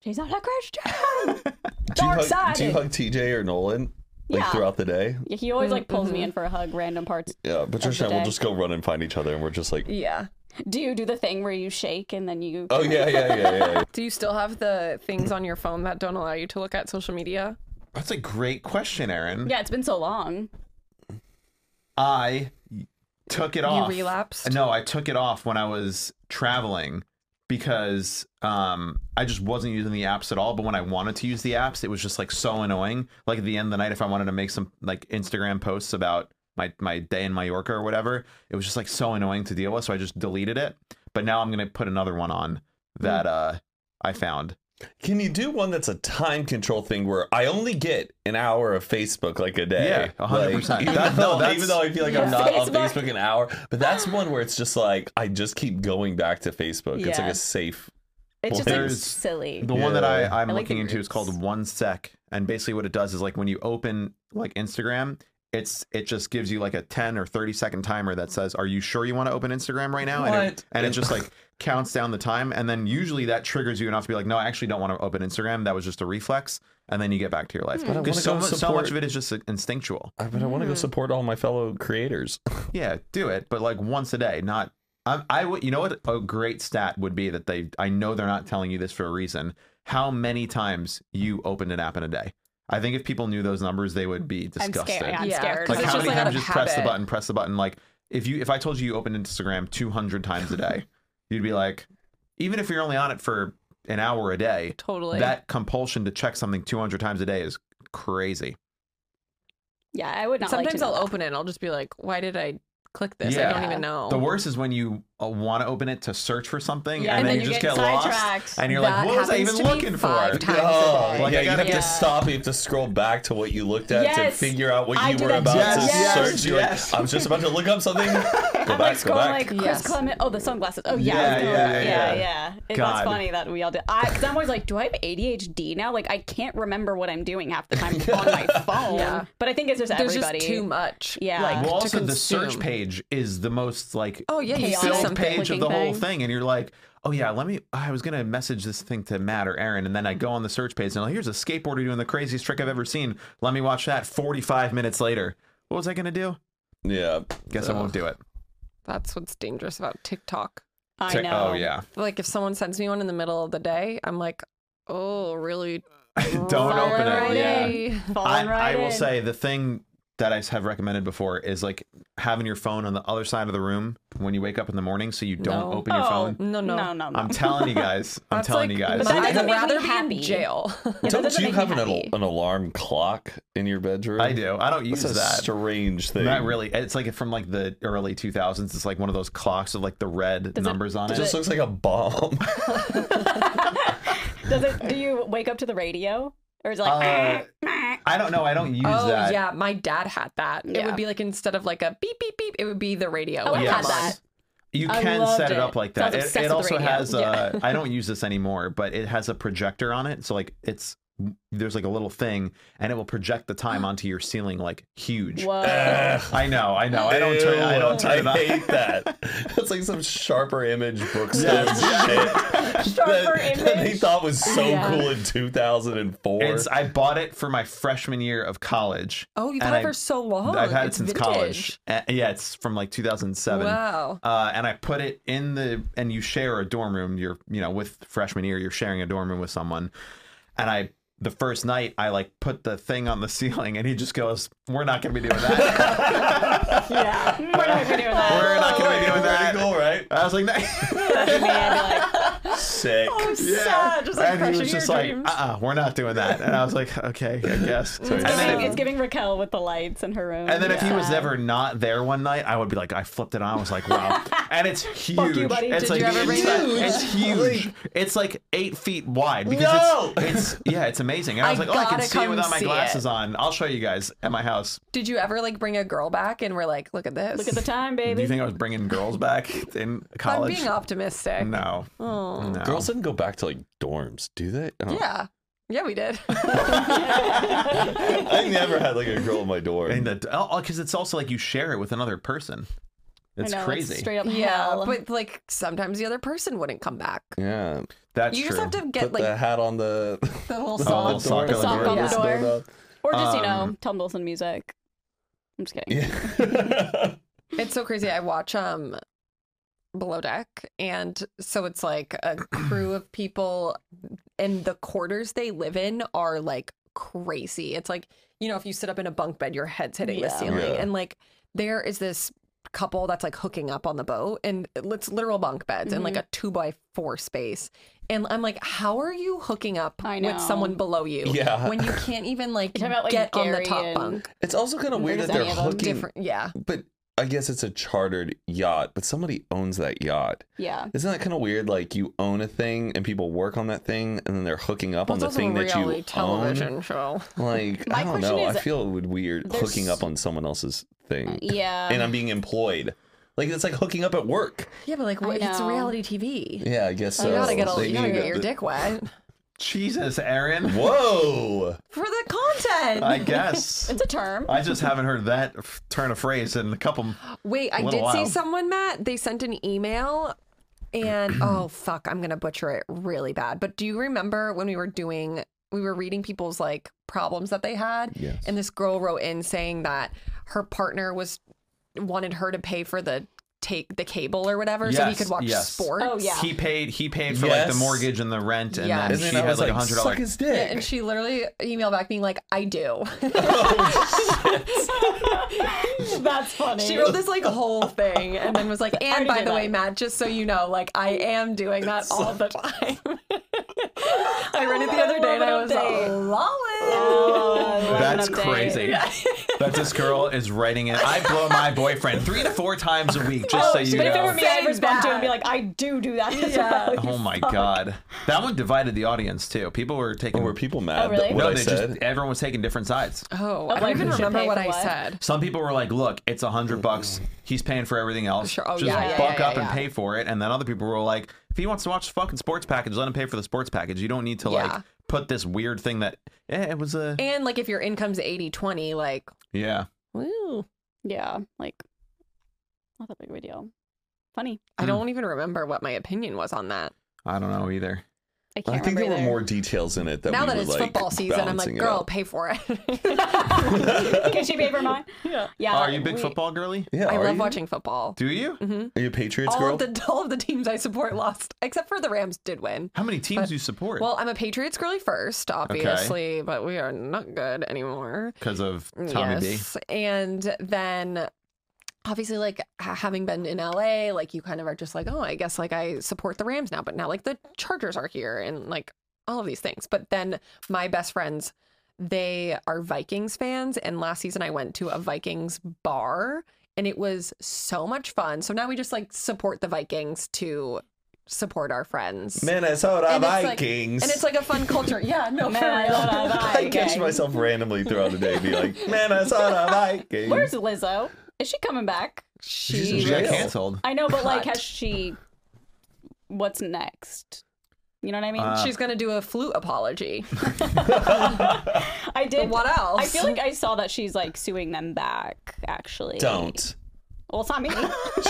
Speaker 3: She's not a Christian.
Speaker 2: Do you,
Speaker 3: Dark
Speaker 2: hug, do you
Speaker 3: sided.
Speaker 2: hug TJ or Nolan like
Speaker 3: Yeah.
Speaker 2: throughout the day?
Speaker 3: Yeah, he always like pulls
Speaker 4: Mm-hmm.
Speaker 3: me in for a hug, random parts.
Speaker 2: Yeah, but Trish
Speaker 3: the
Speaker 2: and I will
Speaker 3: day.
Speaker 2: just go run and find each other, and we're just like,
Speaker 1: Yeah.
Speaker 3: Do you do the thing where you shake and then you?
Speaker 4: Um,
Speaker 2: oh yeah, yeah, yeah, yeah. yeah.
Speaker 1: Do you still have the things on your phone that don't allow you to look at social media?
Speaker 4: That's a great question, Aaron.
Speaker 3: Yeah, it's been so long.
Speaker 4: I took it off.
Speaker 1: relapsed?
Speaker 4: No, I took it off when I was traveling because um, I just wasn't using the apps at all. But when I wanted to use the apps, it was just like so annoying. Like at the end of the night, if I wanted to make some like Instagram posts about my my day in Mallorca or whatever, it was just like so annoying to deal with. So I just deleted it. But now I'm gonna put another one on that uh, I found.
Speaker 2: Can you do one that's a time control thing where I only get an hour of Facebook like a day?
Speaker 4: Yeah, 100%.
Speaker 2: Like, even,
Speaker 4: That- no,
Speaker 2: though,
Speaker 4: that's-
Speaker 2: even though I feel like I'm
Speaker 3: Yeah.
Speaker 2: not on
Speaker 3: Facebook.
Speaker 2: Facebook an hour, but that's one where it's just like I just keep going back to Facebook. It's like
Speaker 3: Yeah.
Speaker 2: a safe.
Speaker 3: It's
Speaker 2: Well,
Speaker 3: just like
Speaker 4: there's-
Speaker 3: silly.
Speaker 4: The one that
Speaker 2: Yeah.
Speaker 4: I, I'm
Speaker 1: I like
Speaker 4: looking
Speaker 1: the
Speaker 4: into is
Speaker 1: groups.
Speaker 4: called One Sec, and basically what it does is like when you open like Instagram, it's it just gives you like a 10 or 30 second timer that says are you sure you want to open instagram right now and
Speaker 2: What?
Speaker 4: it, and it just like counts down the time and then usually that triggers you enough to be like no i actually don't want to open instagram that was just a reflex and then you get back to your
Speaker 1: Hmm.
Speaker 4: life
Speaker 2: But I wanna
Speaker 4: because so,
Speaker 2: go
Speaker 4: mu- so
Speaker 2: support-
Speaker 4: much of it is just like, instinctual
Speaker 2: I, but I
Speaker 3: Mm-hmm.
Speaker 2: want to go support all my fellow creators.
Speaker 4: yeah do it but like once a day not I, I would you know what a great stat would be that they i know they're not telling you this for a reason how many times you opened an app in a day i think if people knew those numbers they would be
Speaker 3: I'm
Speaker 4: disgusted
Speaker 3: scared. Yeah, I'm
Speaker 1: Yeah.
Speaker 3: scared.
Speaker 1: Because
Speaker 4: like
Speaker 1: it's
Speaker 4: how
Speaker 1: just
Speaker 4: many
Speaker 1: like out
Speaker 4: times
Speaker 1: of
Speaker 4: just press the
Speaker 1: habit.
Speaker 4: button press the button like if you if i told you you opened instagram 200 times a day you'd be like even if you're only on it for an hour a day
Speaker 1: Totally.
Speaker 4: that compulsion to check something 200 times a day is crazy
Speaker 3: yeah, I would not.
Speaker 1: Sometimes
Speaker 3: like to know
Speaker 1: I'll
Speaker 3: that.
Speaker 1: open it and I'll just be like, why did I click this? I
Speaker 4: Yeah.
Speaker 1: don't even know.
Speaker 4: the worst is when you uh, want to open it to search for something
Speaker 3: Yeah,
Speaker 4: and,
Speaker 3: and
Speaker 4: then,
Speaker 3: then
Speaker 4: you
Speaker 3: you
Speaker 4: just
Speaker 3: get
Speaker 4: get, lost
Speaker 3: sidetracked.
Speaker 4: and you're
Speaker 1: That
Speaker 4: like what was i
Speaker 1: happens
Speaker 4: even
Speaker 1: to me
Speaker 4: looking
Speaker 1: five
Speaker 4: for
Speaker 1: times a day.
Speaker 4: Oh, Like,
Speaker 2: yeah,
Speaker 4: I
Speaker 2: you
Speaker 4: gotta
Speaker 2: have
Speaker 4: get-
Speaker 2: to stop. You have to scroll back to what you looked at to
Speaker 3: Yes.
Speaker 2: figure out what
Speaker 3: I
Speaker 2: you
Speaker 3: do
Speaker 2: were
Speaker 3: that
Speaker 2: about to
Speaker 3: too. Yes.
Speaker 2: search. You're like,
Speaker 4: Yes.
Speaker 2: I was just about to look up something. Go
Speaker 3: I'm
Speaker 2: back,
Speaker 3: like
Speaker 2: go
Speaker 3: scrolling
Speaker 2: back.
Speaker 3: like Chris
Speaker 1: Yes.
Speaker 3: Clement. Oh, the sunglasses. Oh
Speaker 4: Yeah,
Speaker 3: yeah, I was doing
Speaker 4: yeah,
Speaker 3: that.
Speaker 4: yeah.
Speaker 3: yeah, yeah. It-
Speaker 4: God.
Speaker 3: That's funny that we all did. I, cause I'm always like, do I have ADHD now? Like I can't remember what I'm doing half the time on my phone.
Speaker 1: Yeah.
Speaker 3: But I think it's just
Speaker 1: There's
Speaker 3: everybody.
Speaker 1: just too much.
Speaker 3: Yeah.
Speaker 1: Like,
Speaker 4: well
Speaker 1: to
Speaker 4: also
Speaker 1: consume.
Speaker 4: the search page is the most like
Speaker 1: Oh yeah, you see
Speaker 3: Chaotic
Speaker 4: filled
Speaker 1: something.
Speaker 4: page of
Speaker 3: looking
Speaker 4: the whole
Speaker 3: thing.
Speaker 4: thing, and you're like, oh yeah, let me. I was gonna message this thing to Matt or Aaron, and then
Speaker 1: Mm-hmm.
Speaker 4: I go on the search page, and I'm like, here's a skateboarder doing the craziest trick I've ever seen. Let me watch that. Forty five minutes later, what was I gonna do?
Speaker 2: yeah.
Speaker 4: Guess I won't do it.
Speaker 1: That's what's dangerous about TikTok.
Speaker 3: I
Speaker 4: Tick-
Speaker 3: know.
Speaker 4: Oh yeah,
Speaker 1: Like if someone sends me one in the middle of the day, I'm like, oh, really?
Speaker 4: don't
Speaker 1: Fire
Speaker 4: open it.
Speaker 1: right
Speaker 4: Yeah.
Speaker 1: away.
Speaker 3: Falling
Speaker 4: I,
Speaker 3: right
Speaker 4: I will
Speaker 3: in.
Speaker 4: say the thing that I have recommended before is like having your phone on the other side of the room when you wake up in the morning, so you don't
Speaker 1: No.
Speaker 4: open your
Speaker 3: Oh,
Speaker 4: phone.
Speaker 1: No, no.
Speaker 3: No, no, no.
Speaker 4: I'm telling you guys. I'm
Speaker 1: That's
Speaker 4: telling
Speaker 1: like-
Speaker 4: you guys.
Speaker 3: But that
Speaker 1: I'd
Speaker 3: doesn't make me
Speaker 1: rather be
Speaker 3: happy.
Speaker 1: in jail.
Speaker 3: Yeah, that
Speaker 2: Don't
Speaker 3: doesn't
Speaker 2: you
Speaker 3: make
Speaker 2: have
Speaker 3: me
Speaker 2: an, al-
Speaker 3: happy.
Speaker 2: an alarm clock in your bedroom?
Speaker 4: I do. I don't use
Speaker 2: It's a
Speaker 4: that.
Speaker 2: strange thing.
Speaker 4: Not really. It's like from like the early 2000s. It's like one of those clocks with like the red numbers on
Speaker 2: It
Speaker 4: it.
Speaker 2: just looks like a bomb.
Speaker 3: Does it? Do you wake up to the radio, or is it like?
Speaker 4: Uh, I don't know. I don't use
Speaker 1: Oh
Speaker 4: that.
Speaker 1: yeah, my dad had that. It
Speaker 3: Yeah.
Speaker 1: would be like instead of like a beep beep beep, it would be the radio.
Speaker 3: Oh, I
Speaker 1: would
Speaker 3: had
Speaker 1: come on.
Speaker 3: that.
Speaker 4: You
Speaker 3: I
Speaker 4: can
Speaker 3: loved
Speaker 4: set it
Speaker 3: it.
Speaker 4: up like
Speaker 3: So I
Speaker 4: that.
Speaker 3: was
Speaker 4: It,
Speaker 3: obsessed
Speaker 4: it
Speaker 3: with
Speaker 4: also
Speaker 3: radio.
Speaker 4: has.
Speaker 3: Yeah.
Speaker 4: Uh, I don't use this anymore, but it has a projector on it. So like it's there's like a little thing, and it will project the time onto your ceiling like huge.
Speaker 3: Whoa.
Speaker 4: I know. I know. I don't turn. I don't turn it
Speaker 2: I
Speaker 4: on.
Speaker 2: hate that. That's like some sharper image bookstore
Speaker 4: Yes.
Speaker 2: shit.
Speaker 3: Sharper
Speaker 2: that, that they
Speaker 3: image.
Speaker 2: thought was so cool in 2004.
Speaker 4: It's. I bought it for my freshman year of college.
Speaker 1: Oh, you've had
Speaker 4: and
Speaker 1: it
Speaker 4: I-
Speaker 1: for so long.
Speaker 4: I've had it
Speaker 1: It's
Speaker 4: since
Speaker 1: vintage.
Speaker 4: college. Uh, yeah, it's from like 2007.
Speaker 1: Wow.
Speaker 4: Uh, and I put it in the and you share a dorm room. You're you know with freshman year, you're sharing a dorm room with someone. And I the first night I like put the thing on the ceiling, and he just goes, "We're not gonna be doing that.
Speaker 3: yeah. We're not gonna do
Speaker 4: We're
Speaker 3: that.
Speaker 4: not gonna be
Speaker 2: Oh, Pretty
Speaker 4: doing that."
Speaker 2: cool, right?
Speaker 4: I was like, no.
Speaker 3: Man, like,
Speaker 2: Sick.
Speaker 4: yeah.
Speaker 1: Sad, just, like,
Speaker 4: and he
Speaker 1: crushing
Speaker 4: was just
Speaker 1: your
Speaker 4: like,
Speaker 1: dreams. Mm,
Speaker 4: uh-uh, we're not doing that. And I was like, okay, I guess. and
Speaker 3: it's,
Speaker 4: then,
Speaker 3: giving,
Speaker 4: if,
Speaker 3: it's giving Raquel with the lights in her room.
Speaker 4: and then if he was
Speaker 3: Yeah.
Speaker 4: ever not there one night, I would be like, I flipped it on. I was like, wow. And it's huge.
Speaker 3: buddy.
Speaker 4: It's
Speaker 3: Did
Speaker 4: like
Speaker 1: you ever bring
Speaker 4: inside-
Speaker 2: that?
Speaker 4: It's huge. it's like eight feet wide because
Speaker 2: No!
Speaker 4: it's, it's yeah, it's amazing. And I was
Speaker 1: I
Speaker 4: like, oh, I can
Speaker 1: gotta
Speaker 4: see it
Speaker 1: come
Speaker 4: without my
Speaker 1: see
Speaker 4: glasses
Speaker 1: it.
Speaker 4: on. I'll show you guys at my house.
Speaker 1: Did you ever like bring a girl back and we're like, look at this?
Speaker 3: Look at the time,
Speaker 4: Do you
Speaker 3: baby.
Speaker 4: think I was bringing girls back in
Speaker 1: I'm
Speaker 4: college?
Speaker 1: being Oh. optimistic.
Speaker 4: no. no.
Speaker 2: Girls didn't go back to like dorms, do they? Oh.
Speaker 1: Yeah. Yeah, we did.
Speaker 2: I never had like a girl in my dorm.
Speaker 4: And the because it's also like you share it with another person.
Speaker 3: I
Speaker 4: It's
Speaker 3: know,
Speaker 4: crazy.
Speaker 3: straight up
Speaker 1: yeah,
Speaker 3: hell.
Speaker 1: but like sometimes the other person wouldn't come back.
Speaker 2: Yeah.
Speaker 4: That's
Speaker 1: You
Speaker 4: true.
Speaker 1: just have to get
Speaker 2: Put the
Speaker 1: like
Speaker 2: hat on the
Speaker 1: the little
Speaker 4: Oh,
Speaker 1: song.
Speaker 4: the sock
Speaker 2: the
Speaker 4: on the
Speaker 2: sock
Speaker 4: door.
Speaker 2: on the
Speaker 3: Sock on the
Speaker 2: door.
Speaker 3: or just you
Speaker 4: um,
Speaker 3: know, tumble some music. I'm just kidding.
Speaker 2: Yeah.
Speaker 1: It's so crazy. I watch um Below Deck and so it's like a crew of people and the quarters they live in are like crazy. It's like, you know, if you sit up in a bunk bed, your head's hitting the
Speaker 3: Yeah.
Speaker 1: ceiling.
Speaker 2: Yeah.
Speaker 1: And like there is this couple that's like hooking up on the boat and it's literal bunk beds and
Speaker 3: Mm-hmm.
Speaker 1: like a two by four space. And I'm like, how are you hooking up
Speaker 3: I
Speaker 1: with someone
Speaker 3: know.
Speaker 1: below you
Speaker 2: Yeah.
Speaker 1: when you can't even like,
Speaker 3: You're talking about, like,
Speaker 1: get on the
Speaker 3: Gary
Speaker 1: top
Speaker 3: and-
Speaker 1: bunk?
Speaker 2: It's also kind of weird
Speaker 3: Where's
Speaker 2: that they're
Speaker 3: any of them?
Speaker 2: hooking.
Speaker 1: Different, yeah.
Speaker 2: But I guess it's a chartered yacht, but somebody owns that yacht.
Speaker 3: Yeah.
Speaker 2: Isn't that kind of weird? Like you own a thing and people work on that thing, and then they're hooking up on
Speaker 1: It's
Speaker 2: the
Speaker 1: also
Speaker 2: thing
Speaker 1: a
Speaker 2: that you
Speaker 1: reality television
Speaker 2: own.
Speaker 1: show.
Speaker 2: Like
Speaker 3: My
Speaker 2: I don't
Speaker 3: question
Speaker 2: know.
Speaker 3: is-
Speaker 2: I feel it would weird
Speaker 3: There's-
Speaker 2: hooking up on someone else's
Speaker 1: Uh,
Speaker 2: thing,
Speaker 3: Yeah.
Speaker 2: and I'm being employed. Like it's like hooking up at work.
Speaker 1: Yeah, but like
Speaker 3: I
Speaker 1: what, it's
Speaker 3: know.
Speaker 1: reality TV.
Speaker 2: Yeah, I guess so.
Speaker 1: you gotta get a,
Speaker 2: They
Speaker 1: you gotta
Speaker 2: need
Speaker 1: get
Speaker 2: the-
Speaker 1: your dick wet.
Speaker 4: Jesus, Aaron.
Speaker 2: Whoa.
Speaker 1: for the content.
Speaker 4: I guess.
Speaker 3: It's a term.
Speaker 4: I just haven't heard that f- turn of phrase in a couple.
Speaker 1: Wait, I
Speaker 4: Little
Speaker 1: did see
Speaker 4: while.
Speaker 1: someone, Matt. They sent an email and oh fuck, I'm gonna butcher it really bad. But do you remember when we were doing we were reading people's like problems that they had?
Speaker 2: Yes.
Speaker 1: And this girl wrote in saying that her partner was wanted her to pay for the take the cable or whatever so he
Speaker 4: Yes,
Speaker 1: could watch
Speaker 4: yes.
Speaker 1: sports.
Speaker 3: Oh, yeah.
Speaker 4: He paid. He paid for like
Speaker 2: Yes.
Speaker 4: the mortgage and the rent, and
Speaker 1: Yeah.
Speaker 4: then
Speaker 1: Isn't
Speaker 4: she
Speaker 2: And then I
Speaker 4: had
Speaker 2: was
Speaker 4: like
Speaker 2: like,
Speaker 4: a hundred
Speaker 2: suck
Speaker 4: dollars.
Speaker 2: his dick.
Speaker 1: And she literally emailed back being like, I do.
Speaker 3: That's funny.
Speaker 1: she wrote this like whole thing and then was like, and
Speaker 3: already
Speaker 1: by
Speaker 3: did
Speaker 1: the way,
Speaker 3: that.
Speaker 1: Matt, just so you know, like I am doing that all the time. I read it the other day and I was like, lolly.
Speaker 3: Oh,
Speaker 4: That's crazy. that this girl is writing it. I blow my boyfriend three to four times a week,
Speaker 1: Oh,
Speaker 4: just so
Speaker 3: but
Speaker 4: you
Speaker 3: if it were
Speaker 4: know.
Speaker 3: me, I'd
Speaker 1: Say
Speaker 3: respond to it
Speaker 1: that.
Speaker 3: and be like, I do do that as well.
Speaker 4: Oh my god, that one divided the audience too. People were taking.
Speaker 2: Or were people mad
Speaker 3: Oh, really?
Speaker 2: that what
Speaker 4: no,
Speaker 2: I
Speaker 4: they
Speaker 2: said?
Speaker 4: just everyone was taking different sides.
Speaker 1: Oh, I
Speaker 3: like,
Speaker 1: don't even
Speaker 3: who should
Speaker 1: remember
Speaker 3: pay
Speaker 1: what
Speaker 3: for
Speaker 1: I
Speaker 3: what?
Speaker 1: said.
Speaker 4: Some people were like, "Look, it's a hundred bucks. He's paying for everything else.
Speaker 1: Sure. Oh,
Speaker 4: Just
Speaker 1: yeah, yeah,
Speaker 4: buck
Speaker 1: yeah,
Speaker 4: up
Speaker 1: yeah,
Speaker 4: and
Speaker 1: yeah.
Speaker 4: pay for it." And then other people were like, "If he wants to watch the fucking sports package, let him pay for the sports package. You don't need to
Speaker 1: Yeah.
Speaker 4: like put this weird thing that eh, it was a
Speaker 1: And like if your income's 80 20, like,
Speaker 4: yeah."
Speaker 1: woo.
Speaker 3: Yeah, like not that big of a deal. Funny.
Speaker 1: I don't even remember what my opinion was on that.
Speaker 4: I don't know either.
Speaker 3: I can't
Speaker 2: I think
Speaker 3: remember
Speaker 2: there were
Speaker 3: either.
Speaker 2: more details in it that
Speaker 1: now
Speaker 2: we
Speaker 1: that
Speaker 2: were,
Speaker 1: it's
Speaker 2: like,
Speaker 1: football season, I'm like,
Speaker 2: balancing it
Speaker 1: girl,
Speaker 2: out.
Speaker 1: pay for it.
Speaker 3: Can she pay for mine? Yeah. Yeah.
Speaker 4: Oh, are you a big
Speaker 3: we-
Speaker 4: football girly?
Speaker 2: Yeah,
Speaker 1: I
Speaker 2: are
Speaker 1: love
Speaker 2: you?
Speaker 1: watching football. Mm-hmm.
Speaker 4: Do you?
Speaker 2: Are you a Patriots
Speaker 1: All
Speaker 2: girl?
Speaker 1: of the all of the teams I support lost, except for the Rams did win.
Speaker 4: How many teams do you support?
Speaker 1: Well, I'm a Patriots girly first, obviously, but we are not good anymore.
Speaker 4: because of Tommy B.
Speaker 1: mm, yes. And then obviously like ha- having been in LA, like you kind of are just like, "Oh, I guess like I support the Rams now, but now like the Chargers are here and like all of these things." But then my best friends they are Vikings fans and last season I went to a Vikings bar and it was so much fun. So now we just like support the Vikings to support our friends.
Speaker 2: Minnesota
Speaker 1: And it's like-
Speaker 2: Vikings.
Speaker 1: and it's like a fun culture. Yeah, no, for
Speaker 3: Man,
Speaker 1: real.
Speaker 3: I love
Speaker 2: I catch
Speaker 3: Vikings.
Speaker 2: myself randomly throughout the day, be like, Minnesota Vikings.
Speaker 3: Where's Lizzo? Is she coming back?
Speaker 1: She,
Speaker 2: in
Speaker 4: She got
Speaker 2: jail.
Speaker 4: canceled.
Speaker 3: I know, but like,
Speaker 1: Cut.
Speaker 3: has she? What's next? You know what I mean?
Speaker 4: Uh,
Speaker 1: she's gonna do a flute apology.
Speaker 3: I did.
Speaker 1: What else?
Speaker 3: I feel like I saw that she's like suing them back. Actually,
Speaker 2: Don't.
Speaker 3: Well, it's not me.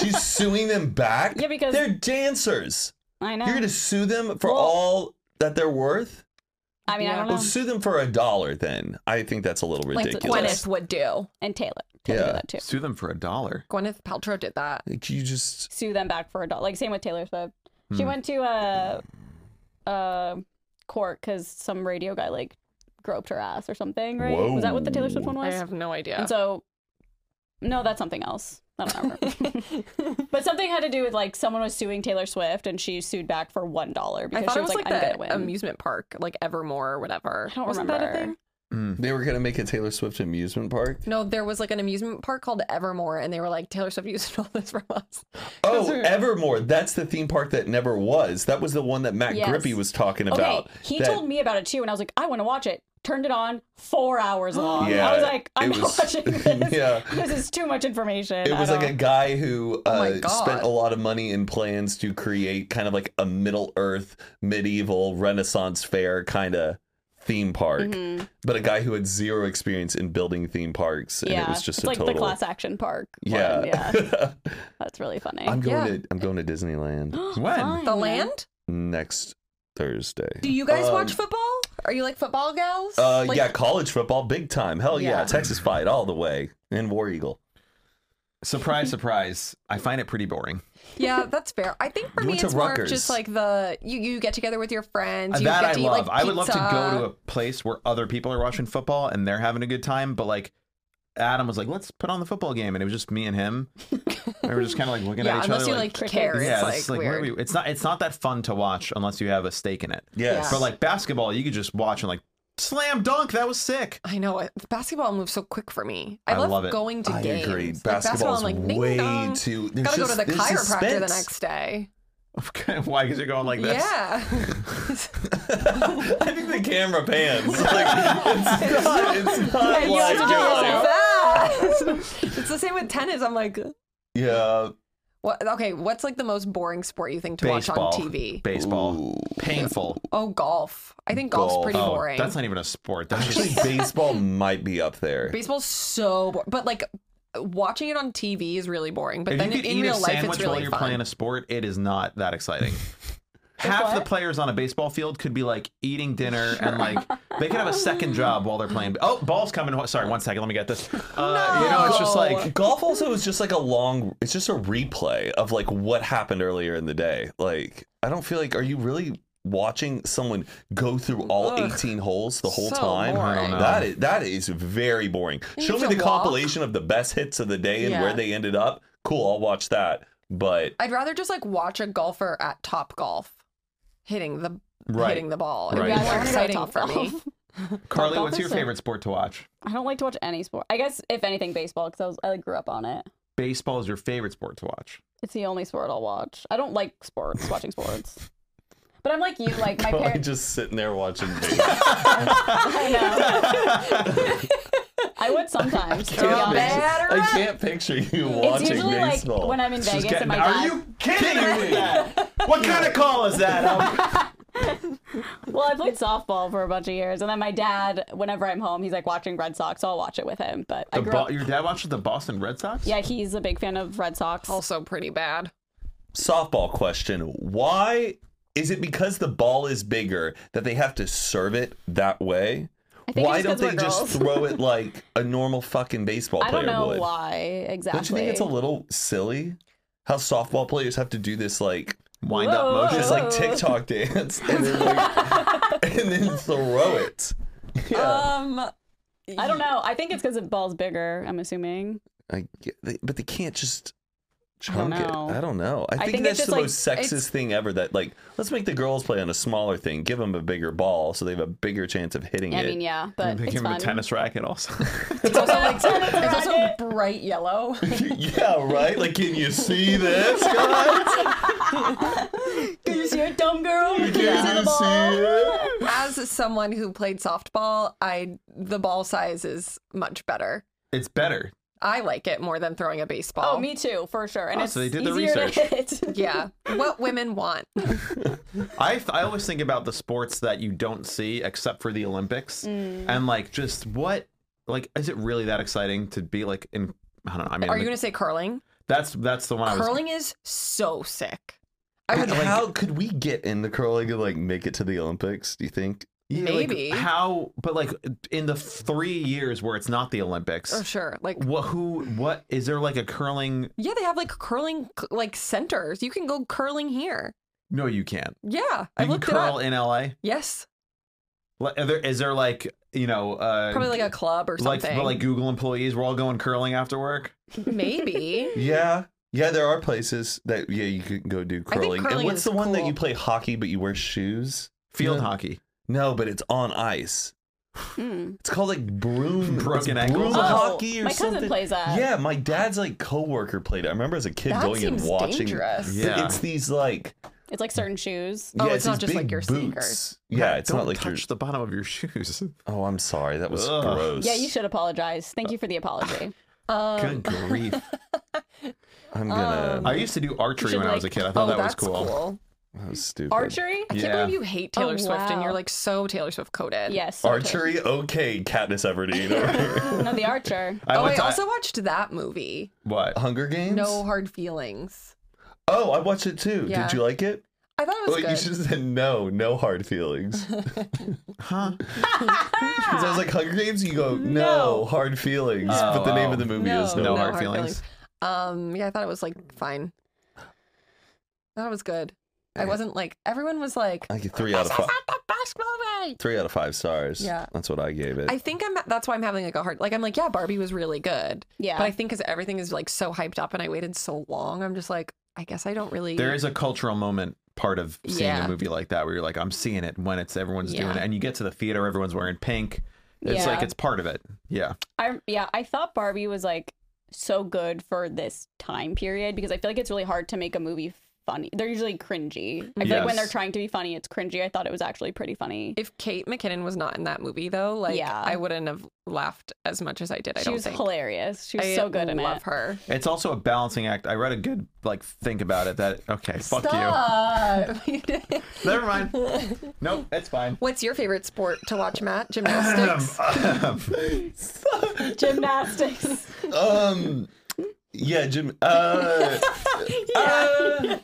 Speaker 2: She's suing them back?
Speaker 3: Yeah, because-
Speaker 2: they're dancers.
Speaker 3: I know.
Speaker 2: You're going to sue them for
Speaker 3: Well-
Speaker 2: all that they're worth?
Speaker 3: I mean, I don't know.
Speaker 2: Well,
Speaker 1: um,
Speaker 2: sue them for a dollar then. I think that's a little
Speaker 3: Like the
Speaker 2: ridiculous.
Speaker 1: Gwyneth would do.
Speaker 3: and Taylor, Taylor
Speaker 2: Yeah.
Speaker 3: did that too.
Speaker 4: Sue them for a dollar.
Speaker 1: Gwyneth Paltrow did that.
Speaker 2: Like, you just
Speaker 3: Sue them back for a dollar. Like same with Taylor Swift.
Speaker 2: Hmm.
Speaker 3: She went to a uh, uh, court because some radio guy like groped her ass or something. Right? Was that what the Taylor Swift one
Speaker 1: I
Speaker 3: was?
Speaker 1: have no idea.
Speaker 3: And so, no, that's something else. I don't remember. but something had to do with like someone was suing Taylor Swift and she sued back for one dollar
Speaker 1: I
Speaker 3: because
Speaker 1: thought
Speaker 3: she
Speaker 1: it was like,
Speaker 3: I'm gonna
Speaker 1: the
Speaker 3: win.
Speaker 1: amusement park, like Evermore or whatever.
Speaker 3: I don't
Speaker 1: Wasn't
Speaker 3: remember.
Speaker 1: that a thing?
Speaker 2: they were going to make a Taylor Swift amusement park.
Speaker 1: No, there was like an amusement park called Evermore, and they were like, Taylor Swift used all this from us.
Speaker 2: Oh, Evermore. That's the theme park that never was. That was the one that Matt
Speaker 3: Yes.
Speaker 2: Grippy was talking
Speaker 3: okay,
Speaker 2: about.
Speaker 3: he
Speaker 2: that-
Speaker 3: told me about it too, and I was like, I want to watch it. Turned it on, four hours long.
Speaker 2: Yeah,
Speaker 3: I was like, I'm
Speaker 2: it
Speaker 3: not
Speaker 2: was-
Speaker 3: watching this.
Speaker 2: Yeah.
Speaker 3: This is too much information.
Speaker 2: It was
Speaker 3: I
Speaker 2: like a
Speaker 3: don't-
Speaker 2: guy who
Speaker 1: Oh my
Speaker 2: uh,
Speaker 1: God.
Speaker 2: spent a lot of money in plans to create kind of like a Middle Earth, medieval, Renaissance fair kind of theme park.
Speaker 3: Mm-hmm.
Speaker 2: But a guy who had zero experience in building theme parks, and
Speaker 3: yeah,
Speaker 2: it was just
Speaker 3: it's
Speaker 2: a
Speaker 3: like
Speaker 2: total.
Speaker 3: the class action park. one.
Speaker 2: yeah,
Speaker 3: yeah, that's really funny.
Speaker 2: I'm going
Speaker 1: Yeah.
Speaker 2: to I'm going to Disneyland
Speaker 4: When?
Speaker 3: Fine.
Speaker 1: The land?
Speaker 2: next Thursday.
Speaker 1: Do you guys
Speaker 2: Um,
Speaker 1: watch football? Are you like football gals?
Speaker 2: Uh,
Speaker 1: Like-
Speaker 2: yeah, college football, big time. Hell yeah,
Speaker 1: Yeah.
Speaker 2: Texas fight all the way, and War Eagle.
Speaker 4: Surprise, surprise. I find it pretty boring.
Speaker 1: Yeah, that's fair. I think for
Speaker 2: You
Speaker 1: me,
Speaker 2: went to
Speaker 1: it's more of
Speaker 2: Rutgers.
Speaker 1: just like the you, you get together with your friends. You
Speaker 4: that
Speaker 1: get
Speaker 4: I
Speaker 1: to eat,
Speaker 4: love.
Speaker 1: Like,
Speaker 4: I would love to
Speaker 1: pizza.
Speaker 4: go to a place where other people are watching football and they're having a good time, but like Adam was like, let's put on the football game. And it was just me and him. we were just kind of like looking
Speaker 1: Yeah,
Speaker 4: at each
Speaker 1: unless
Speaker 4: other.
Speaker 1: you like, care, it's
Speaker 4: yeah,
Speaker 1: like,
Speaker 4: it's like, what are
Speaker 1: weird.
Speaker 4: we- it's not it's not that fun to watch unless you have a stake in it.
Speaker 2: Yes.
Speaker 1: Yeah.
Speaker 4: But like basketball, you could just watch and like slam dunk. That was sick.
Speaker 1: I know it. Basketball moves so quick for me. I,
Speaker 4: I
Speaker 1: love,
Speaker 4: love it.
Speaker 1: going to
Speaker 2: I
Speaker 1: games.
Speaker 2: agree.
Speaker 1: Like,
Speaker 2: Basketball's
Speaker 1: I'm like, ding
Speaker 2: way
Speaker 1: dong.
Speaker 2: too- there's
Speaker 1: Gotta
Speaker 2: just-
Speaker 1: go to the
Speaker 2: there's
Speaker 1: chiropractor the
Speaker 2: suspense.
Speaker 1: next day.
Speaker 4: Okay, Why? Because you're going like this.
Speaker 1: Yeah,
Speaker 2: I think the camera pans. Like, it's not. It's not
Speaker 1: You have
Speaker 2: like
Speaker 1: to do
Speaker 2: you're
Speaker 1: it
Speaker 2: like-
Speaker 1: so fast. it's the same with tennis. I'm like,
Speaker 2: yeah.
Speaker 1: What? Okay, what's like the most boring sport you think to
Speaker 4: baseball.
Speaker 1: watch on TV?
Speaker 4: Baseball. Painful.
Speaker 1: oh, golf. I think golf's
Speaker 2: Golf.
Speaker 1: pretty
Speaker 4: Oh,
Speaker 1: boring.
Speaker 4: that's not even a sport. That's
Speaker 2: Actually,
Speaker 4: just
Speaker 2: baseball might be up there.
Speaker 1: Baseball's so boring, but like watching it on TV is really boring. But
Speaker 4: if you
Speaker 1: then
Speaker 4: can
Speaker 1: in
Speaker 4: eat a
Speaker 1: real life,
Speaker 4: sandwich
Speaker 1: it's really
Speaker 4: while you're
Speaker 1: fun.
Speaker 4: playing a sport, it is not that exciting. Half the players on a baseball field could be like eating dinner and like they could have a second job while they're playing. Oh, ball's coming! Sorry, one second. Let me get this. Uh, You know, it's just like
Speaker 2: Golf also is just like a long. It's just a replay of like what happened earlier in the day. Like I don't feel like. Are you really watching someone go through all
Speaker 1: Ugh.
Speaker 2: 18 holes the whole
Speaker 1: So
Speaker 2: time?
Speaker 1: boring.
Speaker 2: That is that is very boring.
Speaker 1: You
Speaker 2: Show me
Speaker 1: need
Speaker 2: the
Speaker 1: to walk.
Speaker 2: compilation of the best hits of the day and
Speaker 1: Yeah.
Speaker 2: where they ended up. Cool, I'll watch that. But
Speaker 1: I'd rather just like watch a golfer at Top Golf hitting the
Speaker 4: Right.
Speaker 1: hitting the ball. It'd
Speaker 4: Right.
Speaker 1: be
Speaker 4: Yeah,
Speaker 1: more
Speaker 6: I wanna go to
Speaker 1: exciting for me.
Speaker 6: Topgolf.
Speaker 4: Carly,
Speaker 3: golf
Speaker 4: what's
Speaker 3: is
Speaker 4: your
Speaker 3: so-
Speaker 4: favorite sport to watch?
Speaker 3: I don't like to watch any sport. I guess if anything, baseball because I was I like, grew up on it.
Speaker 4: Baseball is your favorite sport to watch.
Speaker 3: It's the only sport I'll watch. I don't like sports. Watching sports. But I'm like you. Like my
Speaker 2: I'm
Speaker 3: parents.
Speaker 2: just sitting there watching. video.
Speaker 3: I know. I would sometimes. to be
Speaker 1: Can't
Speaker 3: honest.
Speaker 1: make-
Speaker 2: I can't picture you
Speaker 3: It's
Speaker 2: watching
Speaker 3: usually
Speaker 2: baseball.
Speaker 3: like when I'm in Vegas and my
Speaker 4: are
Speaker 3: dad.
Speaker 4: you kidding me? what kind of call is that? Um,
Speaker 3: Well, I played softball for a bunch of years, and then my dad, whenever I'm home, he's like watching Red Sox. So I'll watch it with him. But I
Speaker 4: the
Speaker 3: grew
Speaker 4: Bo-
Speaker 3: up.
Speaker 4: your dad watches the Boston Red Sox.
Speaker 3: Yeah, he's a big fan of Red Sox.
Speaker 1: Also pretty bad.
Speaker 2: softball question why is it because the ball is bigger that they have to serve it that way
Speaker 3: think
Speaker 2: why
Speaker 3: it's
Speaker 2: don't
Speaker 3: 'cause
Speaker 2: they
Speaker 3: we're
Speaker 2: just
Speaker 3: girls.
Speaker 2: throw it like a normal fucking baseball
Speaker 3: I
Speaker 2: player
Speaker 3: don't know
Speaker 2: would
Speaker 3: why exactly.
Speaker 2: don't you think it's a little silly how softball players have to do this like
Speaker 4: Wind
Speaker 3: Whoa,
Speaker 4: up
Speaker 3: whoa,
Speaker 4: motion.
Speaker 2: just like tiktok dance and then, like, and then throw it yeah
Speaker 1: Um,
Speaker 3: I don't know. I think it's because the ball's bigger. I'm assuming.
Speaker 2: I get- they- but they can't just
Speaker 3: don't
Speaker 2: chunk it
Speaker 3: know.
Speaker 2: i don't know i think,
Speaker 3: think it's
Speaker 2: that's the most
Speaker 3: just, like,
Speaker 2: sexist
Speaker 1: it's-
Speaker 2: thing ever that like let's make the girls play on a smaller thing give them a bigger ball so they have a bigger chance of hitting
Speaker 3: I
Speaker 2: it
Speaker 3: mean, yeah, but
Speaker 4: They
Speaker 3: it's
Speaker 4: give him a
Speaker 3: fun.
Speaker 4: tennis racket also.
Speaker 1: it's also like it's also bright yellow.
Speaker 2: yeah, right? Like, can you see this, guys?
Speaker 3: Did you see her dumb girl?
Speaker 2: Can you see it?
Speaker 1: As someone who played softball, I the ball size is much better.
Speaker 4: it's better.
Speaker 1: I like it more than throwing a baseball.
Speaker 3: Oh, me too, for sure. And
Speaker 4: Oh,
Speaker 3: it's
Speaker 4: so they did the
Speaker 3: easier
Speaker 4: research.
Speaker 3: to hit.
Speaker 1: Yeah, what women want.
Speaker 4: I, I always think about the sports that you don't see except for the Olympics
Speaker 1: Mm.
Speaker 4: and like just what like is it really that exciting to be like in I don't know I mean
Speaker 1: Are you gonna say curling?
Speaker 4: that's that's the one I was
Speaker 1: Curling is so sick.
Speaker 2: I would, how could we get into curling and, like, make it to the Olympics, do you think?
Speaker 4: Yeah, like,
Speaker 1: Maybe.
Speaker 4: how but like in the 3 years where it's not the Olympics
Speaker 1: Oh sure, like
Speaker 4: what who what is there like a curling
Speaker 1: yeah, they have like curling like centers. You can go curling here.
Speaker 4: no you can't
Speaker 1: Yeah, I
Speaker 4: you can
Speaker 1: looked it
Speaker 4: curl
Speaker 1: up.
Speaker 4: in LA
Speaker 1: Yes,
Speaker 4: Like, are there is there like you know uh
Speaker 1: probably like a club or
Speaker 4: like,
Speaker 1: something.
Speaker 4: like Google employees we're all going curling after work
Speaker 1: Maybe.
Speaker 2: Yeah. Yeah, there are places that, yeah, you could go do
Speaker 1: think
Speaker 2: curling. and
Speaker 1: curling
Speaker 2: what's
Speaker 1: is
Speaker 2: the one that
Speaker 1: cool.
Speaker 2: you play hockey but you wear shoes?
Speaker 4: field
Speaker 2: Yeah.
Speaker 4: hockey
Speaker 2: No, but it's on ice.
Speaker 6: Hmm.
Speaker 2: It's called like broom,
Speaker 4: Broken
Speaker 2: it's broom
Speaker 4: ankles? Oh,
Speaker 2: hockey or
Speaker 3: my cousin
Speaker 2: something.
Speaker 3: plays that.
Speaker 2: Yeah, my dad's like coworker played it. I remember as a kid
Speaker 1: that
Speaker 2: going and
Speaker 1: seems
Speaker 2: watching.
Speaker 1: dangerous.
Speaker 4: Yeah.
Speaker 2: But It's these like
Speaker 3: It's like certain shoes.
Speaker 1: Oh,
Speaker 2: yeah,
Speaker 1: it's not
Speaker 2: these
Speaker 1: just, like,
Speaker 2: big
Speaker 1: your sneakers.
Speaker 2: boots. Yeah, it's
Speaker 4: Don't
Speaker 2: not like
Speaker 4: touch
Speaker 2: your
Speaker 4: the bottom of your shoes.
Speaker 2: Oh, I'm sorry. That was
Speaker 4: Ugh.
Speaker 2: gross.
Speaker 3: Yeah, you should apologize. Thank you for the apology.
Speaker 1: Um,
Speaker 4: Good grief.
Speaker 2: I'm gonna.
Speaker 4: I used to do archery
Speaker 3: should,
Speaker 4: when I was a
Speaker 3: like-
Speaker 4: kid. I thought
Speaker 1: oh,
Speaker 4: that was
Speaker 1: that's
Speaker 4: cool.
Speaker 1: cool.
Speaker 2: that was stupid.
Speaker 3: Archery?
Speaker 1: I
Speaker 4: Yeah.
Speaker 1: can't believe you hate Taylor
Speaker 3: Oh,
Speaker 1: Swift and you're
Speaker 3: wow.
Speaker 1: like so Taylor Swift coded.
Speaker 3: Yes. so
Speaker 2: Archery? Okay, Katniss Everdeen. over here.
Speaker 3: good. No, the archer.
Speaker 4: I
Speaker 1: oh, I
Speaker 4: went to-
Speaker 1: also Oh, watched that movie.
Speaker 4: what?
Speaker 2: Hunger Games?
Speaker 1: No hard feelings.
Speaker 2: Oh, I watched it too.
Speaker 1: Yeah.
Speaker 2: Did you like it?
Speaker 1: I thought it was
Speaker 2: Wait, you
Speaker 1: good.
Speaker 2: should have said no. No hard feelings. Because
Speaker 4: Huh?
Speaker 2: I was like, Hunger Games? You go, no,
Speaker 1: No.
Speaker 2: hard feelings.
Speaker 4: Oh,
Speaker 2: but the name
Speaker 4: oh.
Speaker 2: of the movie
Speaker 1: no,
Speaker 2: is
Speaker 4: No
Speaker 2: no.
Speaker 4: Hard Feelings.
Speaker 1: Um, yeah, I thought it was like fine. I thought it was good. I wasn't like everyone was like.
Speaker 2: I get three out of
Speaker 1: "This is
Speaker 2: five.
Speaker 1: not the best movie.
Speaker 2: Three out of five stars.
Speaker 1: Yeah.
Speaker 2: That's what I gave it.
Speaker 1: I think I'm. That's why I'm having like a hard. Like I'm like, yeah, Barbie was really good.
Speaker 3: Yeah.
Speaker 1: But I think because everything is like so hyped up, and I waited so long, I'm just like, I guess I don't really.
Speaker 4: There is a cultural moment part of seeing
Speaker 1: Yeah.
Speaker 4: a movie like that where you're like, I'm seeing it when it's everyone's doing
Speaker 1: Yeah.
Speaker 4: it, and you get to the theater, everyone's wearing pink. It's
Speaker 3: Yeah.
Speaker 4: like it's part of it. Yeah.
Speaker 3: I yeah, I thought Barbie was like so good for this time period because I feel like it's really hard to make a movie funny. They're usually cringy. I feel like
Speaker 5: Yes.
Speaker 3: when they're trying to be funny, it's cringy. I thought it was actually pretty funny.
Speaker 1: If Kate McKinnon was not in that movie, though, like
Speaker 3: Yeah.
Speaker 1: I wouldn't have laughed as much as I did. I
Speaker 3: she
Speaker 1: don't
Speaker 3: was
Speaker 1: think.
Speaker 3: hilarious. She was
Speaker 1: I
Speaker 3: so good in
Speaker 1: love
Speaker 3: it.
Speaker 1: her.
Speaker 4: It's also a balancing act. I read a good like think about it. That okay, fuck you. Never mind. Nope, it's fine.
Speaker 1: What's your favorite sport to watch, Matt? Gymnastics.
Speaker 4: Um,
Speaker 3: Gymnastics.
Speaker 2: Um, yeah, Jim. Uh, uh,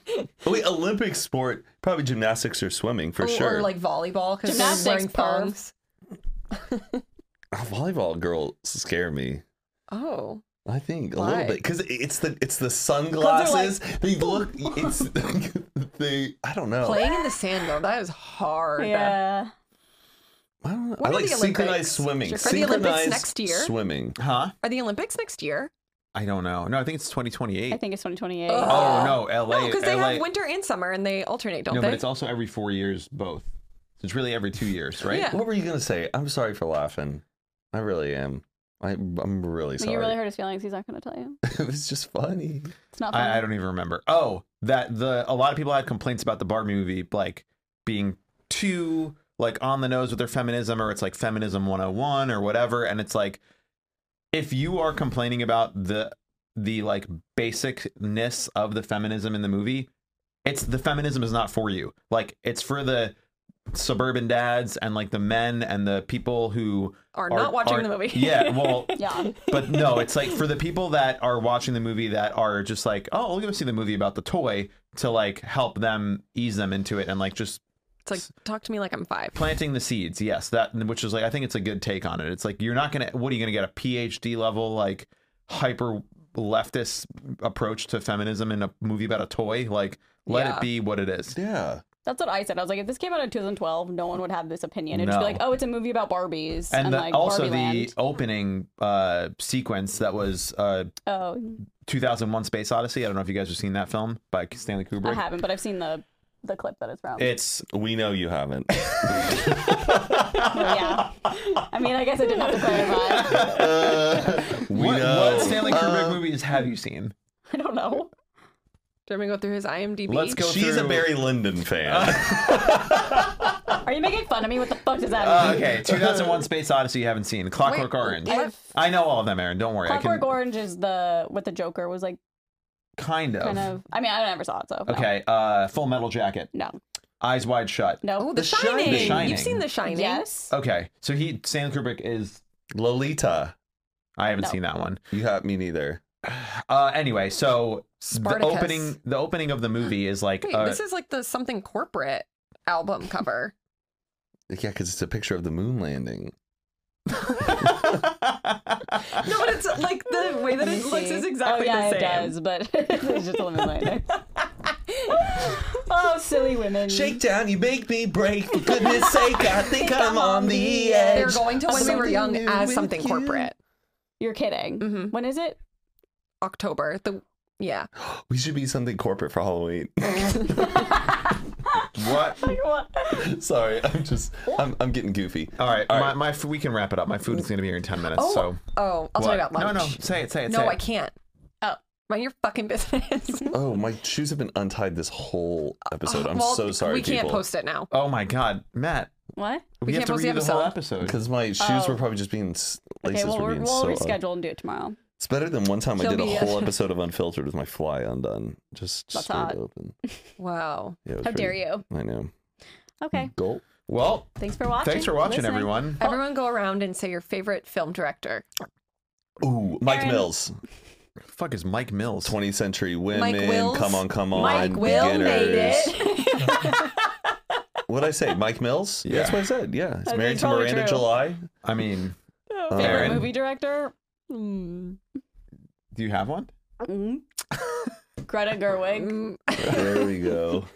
Speaker 2: wait, Olympic sport, probably gymnastics or swimming for
Speaker 1: Or-
Speaker 2: sure.
Speaker 1: Or like volleyball because
Speaker 3: Gymnastics,
Speaker 1: they're wearing
Speaker 3: perv.
Speaker 1: pumps.
Speaker 2: Ah, volleyball girls scare me.
Speaker 1: Oh,
Speaker 2: I think a
Speaker 1: Why?
Speaker 2: little bit because it's the it's the
Speaker 3: they're like,
Speaker 2: sunglasses. they look. It's they. I don't
Speaker 4: Oh.
Speaker 2: know.
Speaker 1: playing in the sand though, that is hard.
Speaker 3: yeah.
Speaker 2: I, don't know. I
Speaker 1: When are
Speaker 2: like
Speaker 1: the
Speaker 2: synchronized swimming.
Speaker 1: Olympics? Are the
Speaker 2: synchronized
Speaker 1: Olympics next year?
Speaker 2: Swimming.
Speaker 4: Huh?
Speaker 1: Are the Olympics next year?
Speaker 4: I don't know. No, I think it's 2028.
Speaker 3: I think it's 2028.
Speaker 4: oh no, LA.
Speaker 1: No, because they
Speaker 4: LA.
Speaker 1: have winter and summer and they alternate, don't
Speaker 4: no,
Speaker 1: they?
Speaker 4: but it's also every four years, both. So it's really every two years, right?
Speaker 1: Yeah.
Speaker 2: What were you gonna say? I'm sorry for laughing. I really am. I, I'm really
Speaker 3: But
Speaker 2: sorry.
Speaker 3: you really hurt his feelings. He's not going to tell you.
Speaker 2: it was just funny.
Speaker 3: It's not funny.
Speaker 4: I, I don't even remember. Oh, that the a lot of people had complaints about the Barbie movie like being too like on the nose with their feminism or it's like feminism 101 or whatever and it's like if you are complaining about the the like basicness of the feminism in the movie, it's the feminism is not for you. Like it's for the suburban dads and like the men and the people who
Speaker 1: Are not watching the movie.
Speaker 4: Yeah, well,
Speaker 3: Yeah.
Speaker 4: but no, it's like for the people that are watching the movie that are just like, oh, we're gonna see the movie about the toy to like help them ease them into it and like just
Speaker 1: It's like talk to me like I'm five.
Speaker 4: planting the seeds. Yes, that which is like I think it's a good take on it. It's like you're not gonna what are you gonna get a PhD level like hyper leftist approach to feminism in a movie about a toy? Like let
Speaker 1: Yeah.
Speaker 4: it be what it is.
Speaker 2: Yeah.
Speaker 3: That's what I said. I was like, if this came out in 2012, no one would have this opinion. It'd just be
Speaker 4: No.
Speaker 3: like, oh, it's a movie about Barbies and,
Speaker 4: And, the,
Speaker 3: like
Speaker 4: also
Speaker 3: Barbie
Speaker 4: the
Speaker 3: Land.
Speaker 4: opening uh, sequence that was uh,
Speaker 3: Oh,
Speaker 4: 2001 Space Odyssey. I don't know if you guys have seen that film by Stanley Kubrick.
Speaker 3: I haven't, but I've seen the the clip that it's from.
Speaker 4: It's
Speaker 2: We know you haven't.
Speaker 3: yeah. I mean, I guess I didn't have to clarify.
Speaker 2: we
Speaker 4: what,
Speaker 2: know. Um,
Speaker 4: what Stanley Kubrick movies have you seen?
Speaker 3: I don't know.
Speaker 1: Do you want me to go through his IMDb?
Speaker 4: Let's go
Speaker 2: She's a
Speaker 4: through-
Speaker 2: Barry Lyndon fan.
Speaker 3: Are you making fun of me? What the fuck does that mean?
Speaker 4: Uh, okay, 2001 Space Odyssey you haven't seen. Clockwork
Speaker 1: Wait,
Speaker 4: Orange.
Speaker 1: what?
Speaker 4: I know all of them, Aaron. Don't worry. I
Speaker 3: Clockwork
Speaker 4: can
Speaker 3: Orange is the what the Joker was like,
Speaker 4: kind of.
Speaker 3: kind of. I mean, I never saw it, so no.
Speaker 4: Okay, uh, Full Metal Jacket.
Speaker 3: No,
Speaker 4: Eyes Wide Shut.
Speaker 3: no.
Speaker 1: Oh, The, Shining.
Speaker 4: The Shining.
Speaker 1: You've seen Oh, The Shining.
Speaker 3: yes.
Speaker 4: Okay, so he Stanley Kubrick is.
Speaker 2: Lolita.
Speaker 4: I haven't
Speaker 3: No.
Speaker 4: seen that one.
Speaker 2: You have me neither.
Speaker 4: Uh, anyway, so
Speaker 1: Spartacus.
Speaker 4: the opening the opening of the movie is like
Speaker 1: Wait,
Speaker 4: uh,
Speaker 1: this is like the something corporate album cover.
Speaker 2: Yeah, because it's a picture of the moon landing.
Speaker 1: no, but it's like the way that
Speaker 3: Let me
Speaker 1: it looks
Speaker 3: see.
Speaker 1: is exactly
Speaker 3: oh, yeah,
Speaker 1: the same.
Speaker 3: it does, but it's just a little bit later. oh, silly women.
Speaker 2: Shake down, you make me break. For goodness sake, I think I'm on the edge.
Speaker 1: They're going to when we were
Speaker 2: Something
Speaker 1: young
Speaker 2: new
Speaker 1: as
Speaker 2: with
Speaker 1: something
Speaker 2: you.
Speaker 1: corporate.
Speaker 3: You're kidding.
Speaker 1: Mhm.
Speaker 3: When is it?
Speaker 1: October. The yeah.
Speaker 2: We should be something corporate for Halloween.
Speaker 4: what?
Speaker 3: What?
Speaker 2: Sorry, I'm just, I'm, I'm getting goofy.
Speaker 4: All right,
Speaker 2: All
Speaker 4: my,
Speaker 2: right.
Speaker 4: my f- we can wrap it up. My food is going to be here in ten minutes.
Speaker 1: Oh,
Speaker 4: so
Speaker 1: oh, I'll tell you
Speaker 4: What?
Speaker 1: about lunch.
Speaker 4: No, no, say it, say it,
Speaker 1: No,
Speaker 4: say
Speaker 1: I
Speaker 4: it.
Speaker 1: can't. Oh, mind your fucking business.
Speaker 2: Oh, my shoes have been untied this whole episode. I'm
Speaker 1: Well,
Speaker 2: so sorry,
Speaker 1: We can't
Speaker 2: people.
Speaker 1: post it now.
Speaker 4: Oh my God, Matt,
Speaker 3: What?
Speaker 4: we,
Speaker 1: We
Speaker 4: have
Speaker 1: can't
Speaker 4: to
Speaker 1: post the
Speaker 4: read the whole episode.
Speaker 2: Because my shoes
Speaker 1: Oh.
Speaker 2: were probably just being, s- laces
Speaker 3: Okay, well,
Speaker 2: were
Speaker 3: we're,
Speaker 2: being
Speaker 3: we'll
Speaker 2: so un-
Speaker 3: reschedule and do it tomorrow.
Speaker 2: It's better than one time I
Speaker 1: She'll
Speaker 2: did a
Speaker 1: be- uh,
Speaker 2: whole episode of Unfiltered with my fly undone, just
Speaker 3: That's
Speaker 2: straight
Speaker 3: hot.
Speaker 2: open.
Speaker 1: Wow.
Speaker 2: Yeah, it was
Speaker 3: How
Speaker 2: pretty-
Speaker 3: dare you?
Speaker 2: I know.
Speaker 3: Okay.
Speaker 2: Gulp.
Speaker 4: Well,
Speaker 3: Thanks for watching.
Speaker 4: thanks for watching,
Speaker 3: listening.
Speaker 4: everyone.
Speaker 1: Everyone go around and say your favorite film director.
Speaker 2: Ooh, Mike
Speaker 3: Aaron-
Speaker 2: Mills,
Speaker 4: Fuck is Mike Mills?
Speaker 2: 20th Century Women.
Speaker 1: Mike Wills.
Speaker 2: Come on, come on.
Speaker 1: Mike Will made
Speaker 2: beginners.
Speaker 1: it.
Speaker 2: What'd I say? Mike Mills? Yeah. That's
Speaker 4: Yeah.
Speaker 2: what I said. Yeah. It's
Speaker 3: That's
Speaker 2: married to
Speaker 3: probably
Speaker 2: Miranda
Speaker 3: true.
Speaker 2: July.
Speaker 4: I mean,
Speaker 3: Favorite
Speaker 4: Aaron.
Speaker 3: movie director?
Speaker 4: do you have one?
Speaker 3: Mm. Greta Gerwig.
Speaker 2: There we go.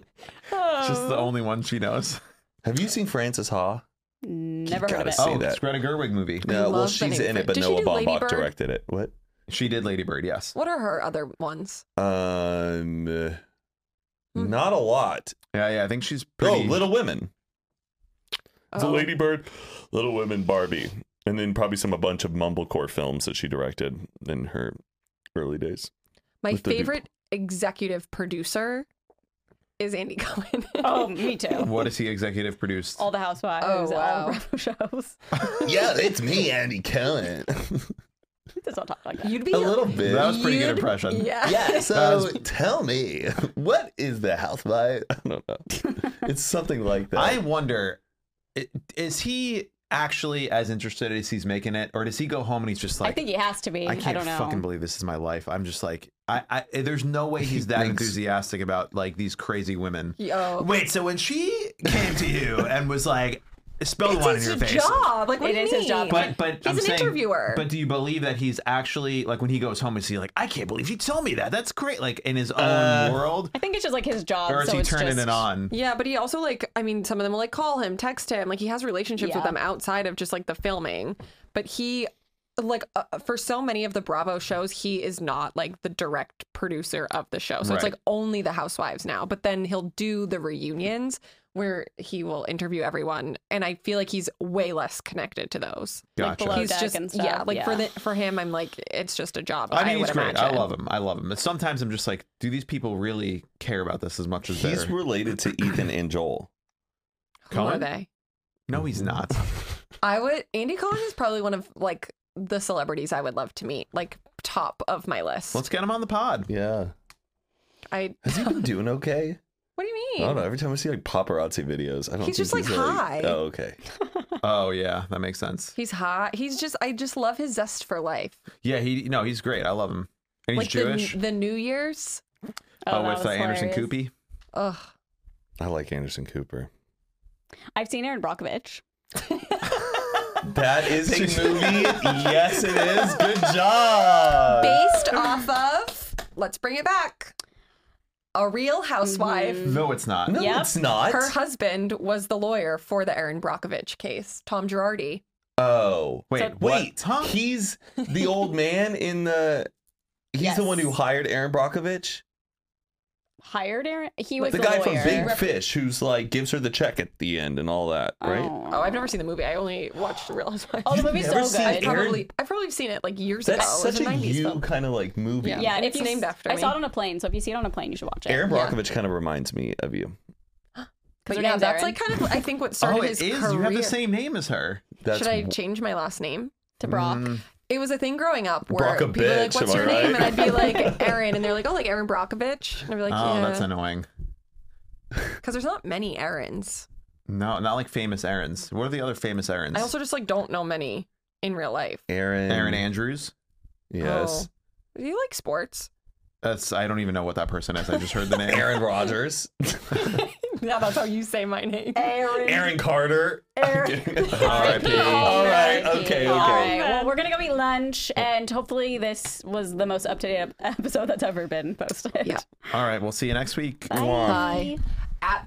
Speaker 4: It's just
Speaker 3: Uh,
Speaker 4: the only one she knows.
Speaker 2: Have you seen Frances Ha?
Speaker 1: Mm.
Speaker 3: Never
Speaker 2: gotta
Speaker 3: heard of it.
Speaker 2: see-
Speaker 4: Oh,
Speaker 2: that.
Speaker 4: it's Greta Gerwig movie.
Speaker 2: No, well,
Speaker 1: love
Speaker 2: she's
Speaker 1: Benny
Speaker 2: in it,
Speaker 1: Fran-
Speaker 2: but
Speaker 1: Did she
Speaker 2: Noah
Speaker 1: do Lady
Speaker 2: Baumbach
Speaker 1: Bird?
Speaker 2: directed it. What?
Speaker 4: She did Lady Bird. Yes,
Speaker 1: What are her other ones?
Speaker 2: Um, uh,
Speaker 1: Hmm.
Speaker 2: not a lot.
Speaker 4: yeah, yeah. I think she's
Speaker 2: Oh,
Speaker 4: pretty.
Speaker 2: Little Women. The
Speaker 1: Oh.
Speaker 2: Lady Bird, Little Women, Barbie, and then probably some a bunch of mumblecore films that she directed in her early days.
Speaker 1: My
Speaker 2: with the dupe.
Speaker 1: favorite executive producer is Andy Cohen.
Speaker 3: Oh, me too.
Speaker 4: What is he executive produced?
Speaker 3: All the housewives,
Speaker 1: Oh, wow.
Speaker 3: all Bravo shows.
Speaker 2: yeah, it's me, Andy Cohen.
Speaker 3: Let's not talk like that.
Speaker 1: You'd be
Speaker 2: A little bit.
Speaker 4: that was pretty good
Speaker 1: you'd-
Speaker 4: impression.
Speaker 1: Yeah.
Speaker 2: yeah. So tell me, what is the house by? I don't know. It's something like that.
Speaker 4: I wonder, i- is he actually as interested as he's making it, or does he go home and he's just like,
Speaker 3: I think he has to be. I,
Speaker 4: I can't
Speaker 3: don't know.
Speaker 4: fucking believe this is my life. I'm just like, I, I there's no way he's that
Speaker 2: Thanks.
Speaker 4: enthusiastic about like these crazy women.
Speaker 1: Yo.
Speaker 4: Wait, so when she came to you and was like, spill the
Speaker 1: It's
Speaker 4: wine in your
Speaker 1: his
Speaker 4: face.
Speaker 1: job. Like, what
Speaker 3: It
Speaker 1: do you
Speaker 3: is his job,
Speaker 1: mean?
Speaker 4: But but
Speaker 1: He's
Speaker 4: I'm
Speaker 1: an
Speaker 4: saying,
Speaker 1: interviewer.
Speaker 4: But do you believe that he's actually like when he goes home, is he like, I can't believe you told me that? That's great. Like in his own
Speaker 2: Uh,
Speaker 4: world,
Speaker 3: I think it's just like his job.
Speaker 4: or is
Speaker 3: so
Speaker 4: he
Speaker 3: it's
Speaker 4: turning
Speaker 3: just,
Speaker 4: it on?
Speaker 1: yeah, but he also like I mean some of them will like call him, text him. Like he has relationships with
Speaker 3: Yeah.
Speaker 1: them outside of just like the filming. But he like uh, for so many of the Bravo shows, he is not like the direct producer of the show. So it's
Speaker 4: Right.
Speaker 1: like only the housewives now. But then he'll do the reunions where he will interview everyone and I feel like he's way less connected to those.
Speaker 3: Like,
Speaker 4: Gotcha.
Speaker 3: below
Speaker 1: he's
Speaker 3: deck
Speaker 1: just
Speaker 3: and stuff,
Speaker 1: yeah, like for
Speaker 3: yeah.
Speaker 1: the for him I'm like it's just a job.
Speaker 4: I mean,
Speaker 1: would
Speaker 4: he's great.
Speaker 1: imagine.
Speaker 4: I love him. I love him. But sometimes I'm just like, do these people really care about this as much as they're?
Speaker 2: He's related to Ethan and Joel.
Speaker 1: Who are
Speaker 4: Cohen?
Speaker 1: they?
Speaker 4: no, he's not.
Speaker 1: I would Andy Cohen is probably one of like the celebrities I would love to meet, like top of my list.
Speaker 4: Let's get him on the pod.
Speaker 2: Yeah.
Speaker 1: I
Speaker 2: Has he been doing okay?
Speaker 1: what do you
Speaker 2: I
Speaker 1: mean?
Speaker 2: don't know. Every time I see like paparazzi videos, I don't. think
Speaker 1: He's just, like, high.
Speaker 2: Oh, okay.
Speaker 4: Oh yeah, that makes sense.
Speaker 1: He's hot. He's just I just love his zest for life.
Speaker 4: Yeah, he no, he's great. I love him. And he's
Speaker 1: like
Speaker 4: Jewish.
Speaker 1: the the New Year's.
Speaker 4: oh,
Speaker 3: that
Speaker 4: with
Speaker 3: was
Speaker 4: uh, Anderson
Speaker 3: hilarious.
Speaker 4: Cooper.
Speaker 1: Ugh.
Speaker 2: I like Anderson Cooper.
Speaker 3: I've seen Aaron Brockovich.
Speaker 2: That is the movie. yes, it is. Good job.
Speaker 1: Based off of let's bring it back. A real housewife.
Speaker 3: Mm-hmm.
Speaker 4: No, it's not.
Speaker 2: No,
Speaker 3: Yep.
Speaker 2: it's not.
Speaker 1: Her husband was the lawyer for the Aaron Brockovich case, Tom Girardi.
Speaker 2: Oh,
Speaker 4: Wait,
Speaker 2: wait,
Speaker 4: what?
Speaker 2: wait.
Speaker 4: Huh?
Speaker 2: He's the old man in the. He's the one who
Speaker 3: Yes.
Speaker 2: hired Aaron Brockovich,
Speaker 3: Hired Aaron. He was
Speaker 2: the
Speaker 3: the
Speaker 2: guy
Speaker 3: lawyer.
Speaker 2: from Big Fish, who's like gives her the check at the end and all that, right?
Speaker 1: Oh, I've never seen the movie. I only watched The Real Housewives.
Speaker 3: Oh, the
Speaker 2: You've
Speaker 3: movie's
Speaker 2: never
Speaker 3: so
Speaker 2: seen
Speaker 1: I've
Speaker 3: good.
Speaker 2: Aaron-
Speaker 1: probably I've probably seen it like years
Speaker 2: That's
Speaker 1: ago.
Speaker 2: such
Speaker 1: Oh, it was
Speaker 2: a
Speaker 1: a 90s
Speaker 2: you
Speaker 1: film.
Speaker 2: kind of like movie.
Speaker 1: Yeah.
Speaker 3: yeah, and
Speaker 1: And
Speaker 3: if
Speaker 1: it's
Speaker 3: you s-
Speaker 1: named after
Speaker 3: I
Speaker 1: me.
Speaker 3: saw it on a plane, so if you see it on a plane, you should watch it.
Speaker 2: Aaron
Speaker 1: Yeah.
Speaker 2: Brockovich kind of reminds me of you.
Speaker 1: But
Speaker 3: her
Speaker 1: yeah,
Speaker 3: name's
Speaker 1: that's
Speaker 3: Erin.
Speaker 1: like kind of I think what started
Speaker 4: Oh, it
Speaker 1: his
Speaker 4: is.
Speaker 1: career.
Speaker 4: You have the same name as her.
Speaker 2: That's
Speaker 1: Should I change my last name?
Speaker 3: to Brock.
Speaker 1: It was a thing growing up where
Speaker 2: Brockovich,
Speaker 1: people were like, "What's
Speaker 2: am I
Speaker 1: your name?"
Speaker 2: right?
Speaker 1: and I'd be like, "Aaron," and they're like, "Oh, like Aaron Brockovich," and I'd be like,
Speaker 4: Oh, that's
Speaker 1: "Yeah,"
Speaker 4: annoying.
Speaker 1: because there's not many Aarons.
Speaker 4: No, not like famous Aaron's. What are the other famous Aaron's?
Speaker 1: I also just like don't know many in real life.
Speaker 2: Aaron.
Speaker 4: Aaron Andrews.
Speaker 2: Yes.
Speaker 1: Oh. Do you like sports?
Speaker 4: That's I don't even know what that person is. I just heard the name.
Speaker 2: Aaron Rodgers.
Speaker 1: Yeah, that's how you say my name.
Speaker 2: Aaron Carter.
Speaker 3: Aaron.
Speaker 2: R.I.P. All right. Okay. Okay.
Speaker 3: All right. Well, we're gonna go eat lunch, and hopefully, this was the most up to date episode that's ever been posted.
Speaker 1: Yeah.
Speaker 4: All right, we'll see you next week.
Speaker 2: Mwah.
Speaker 1: At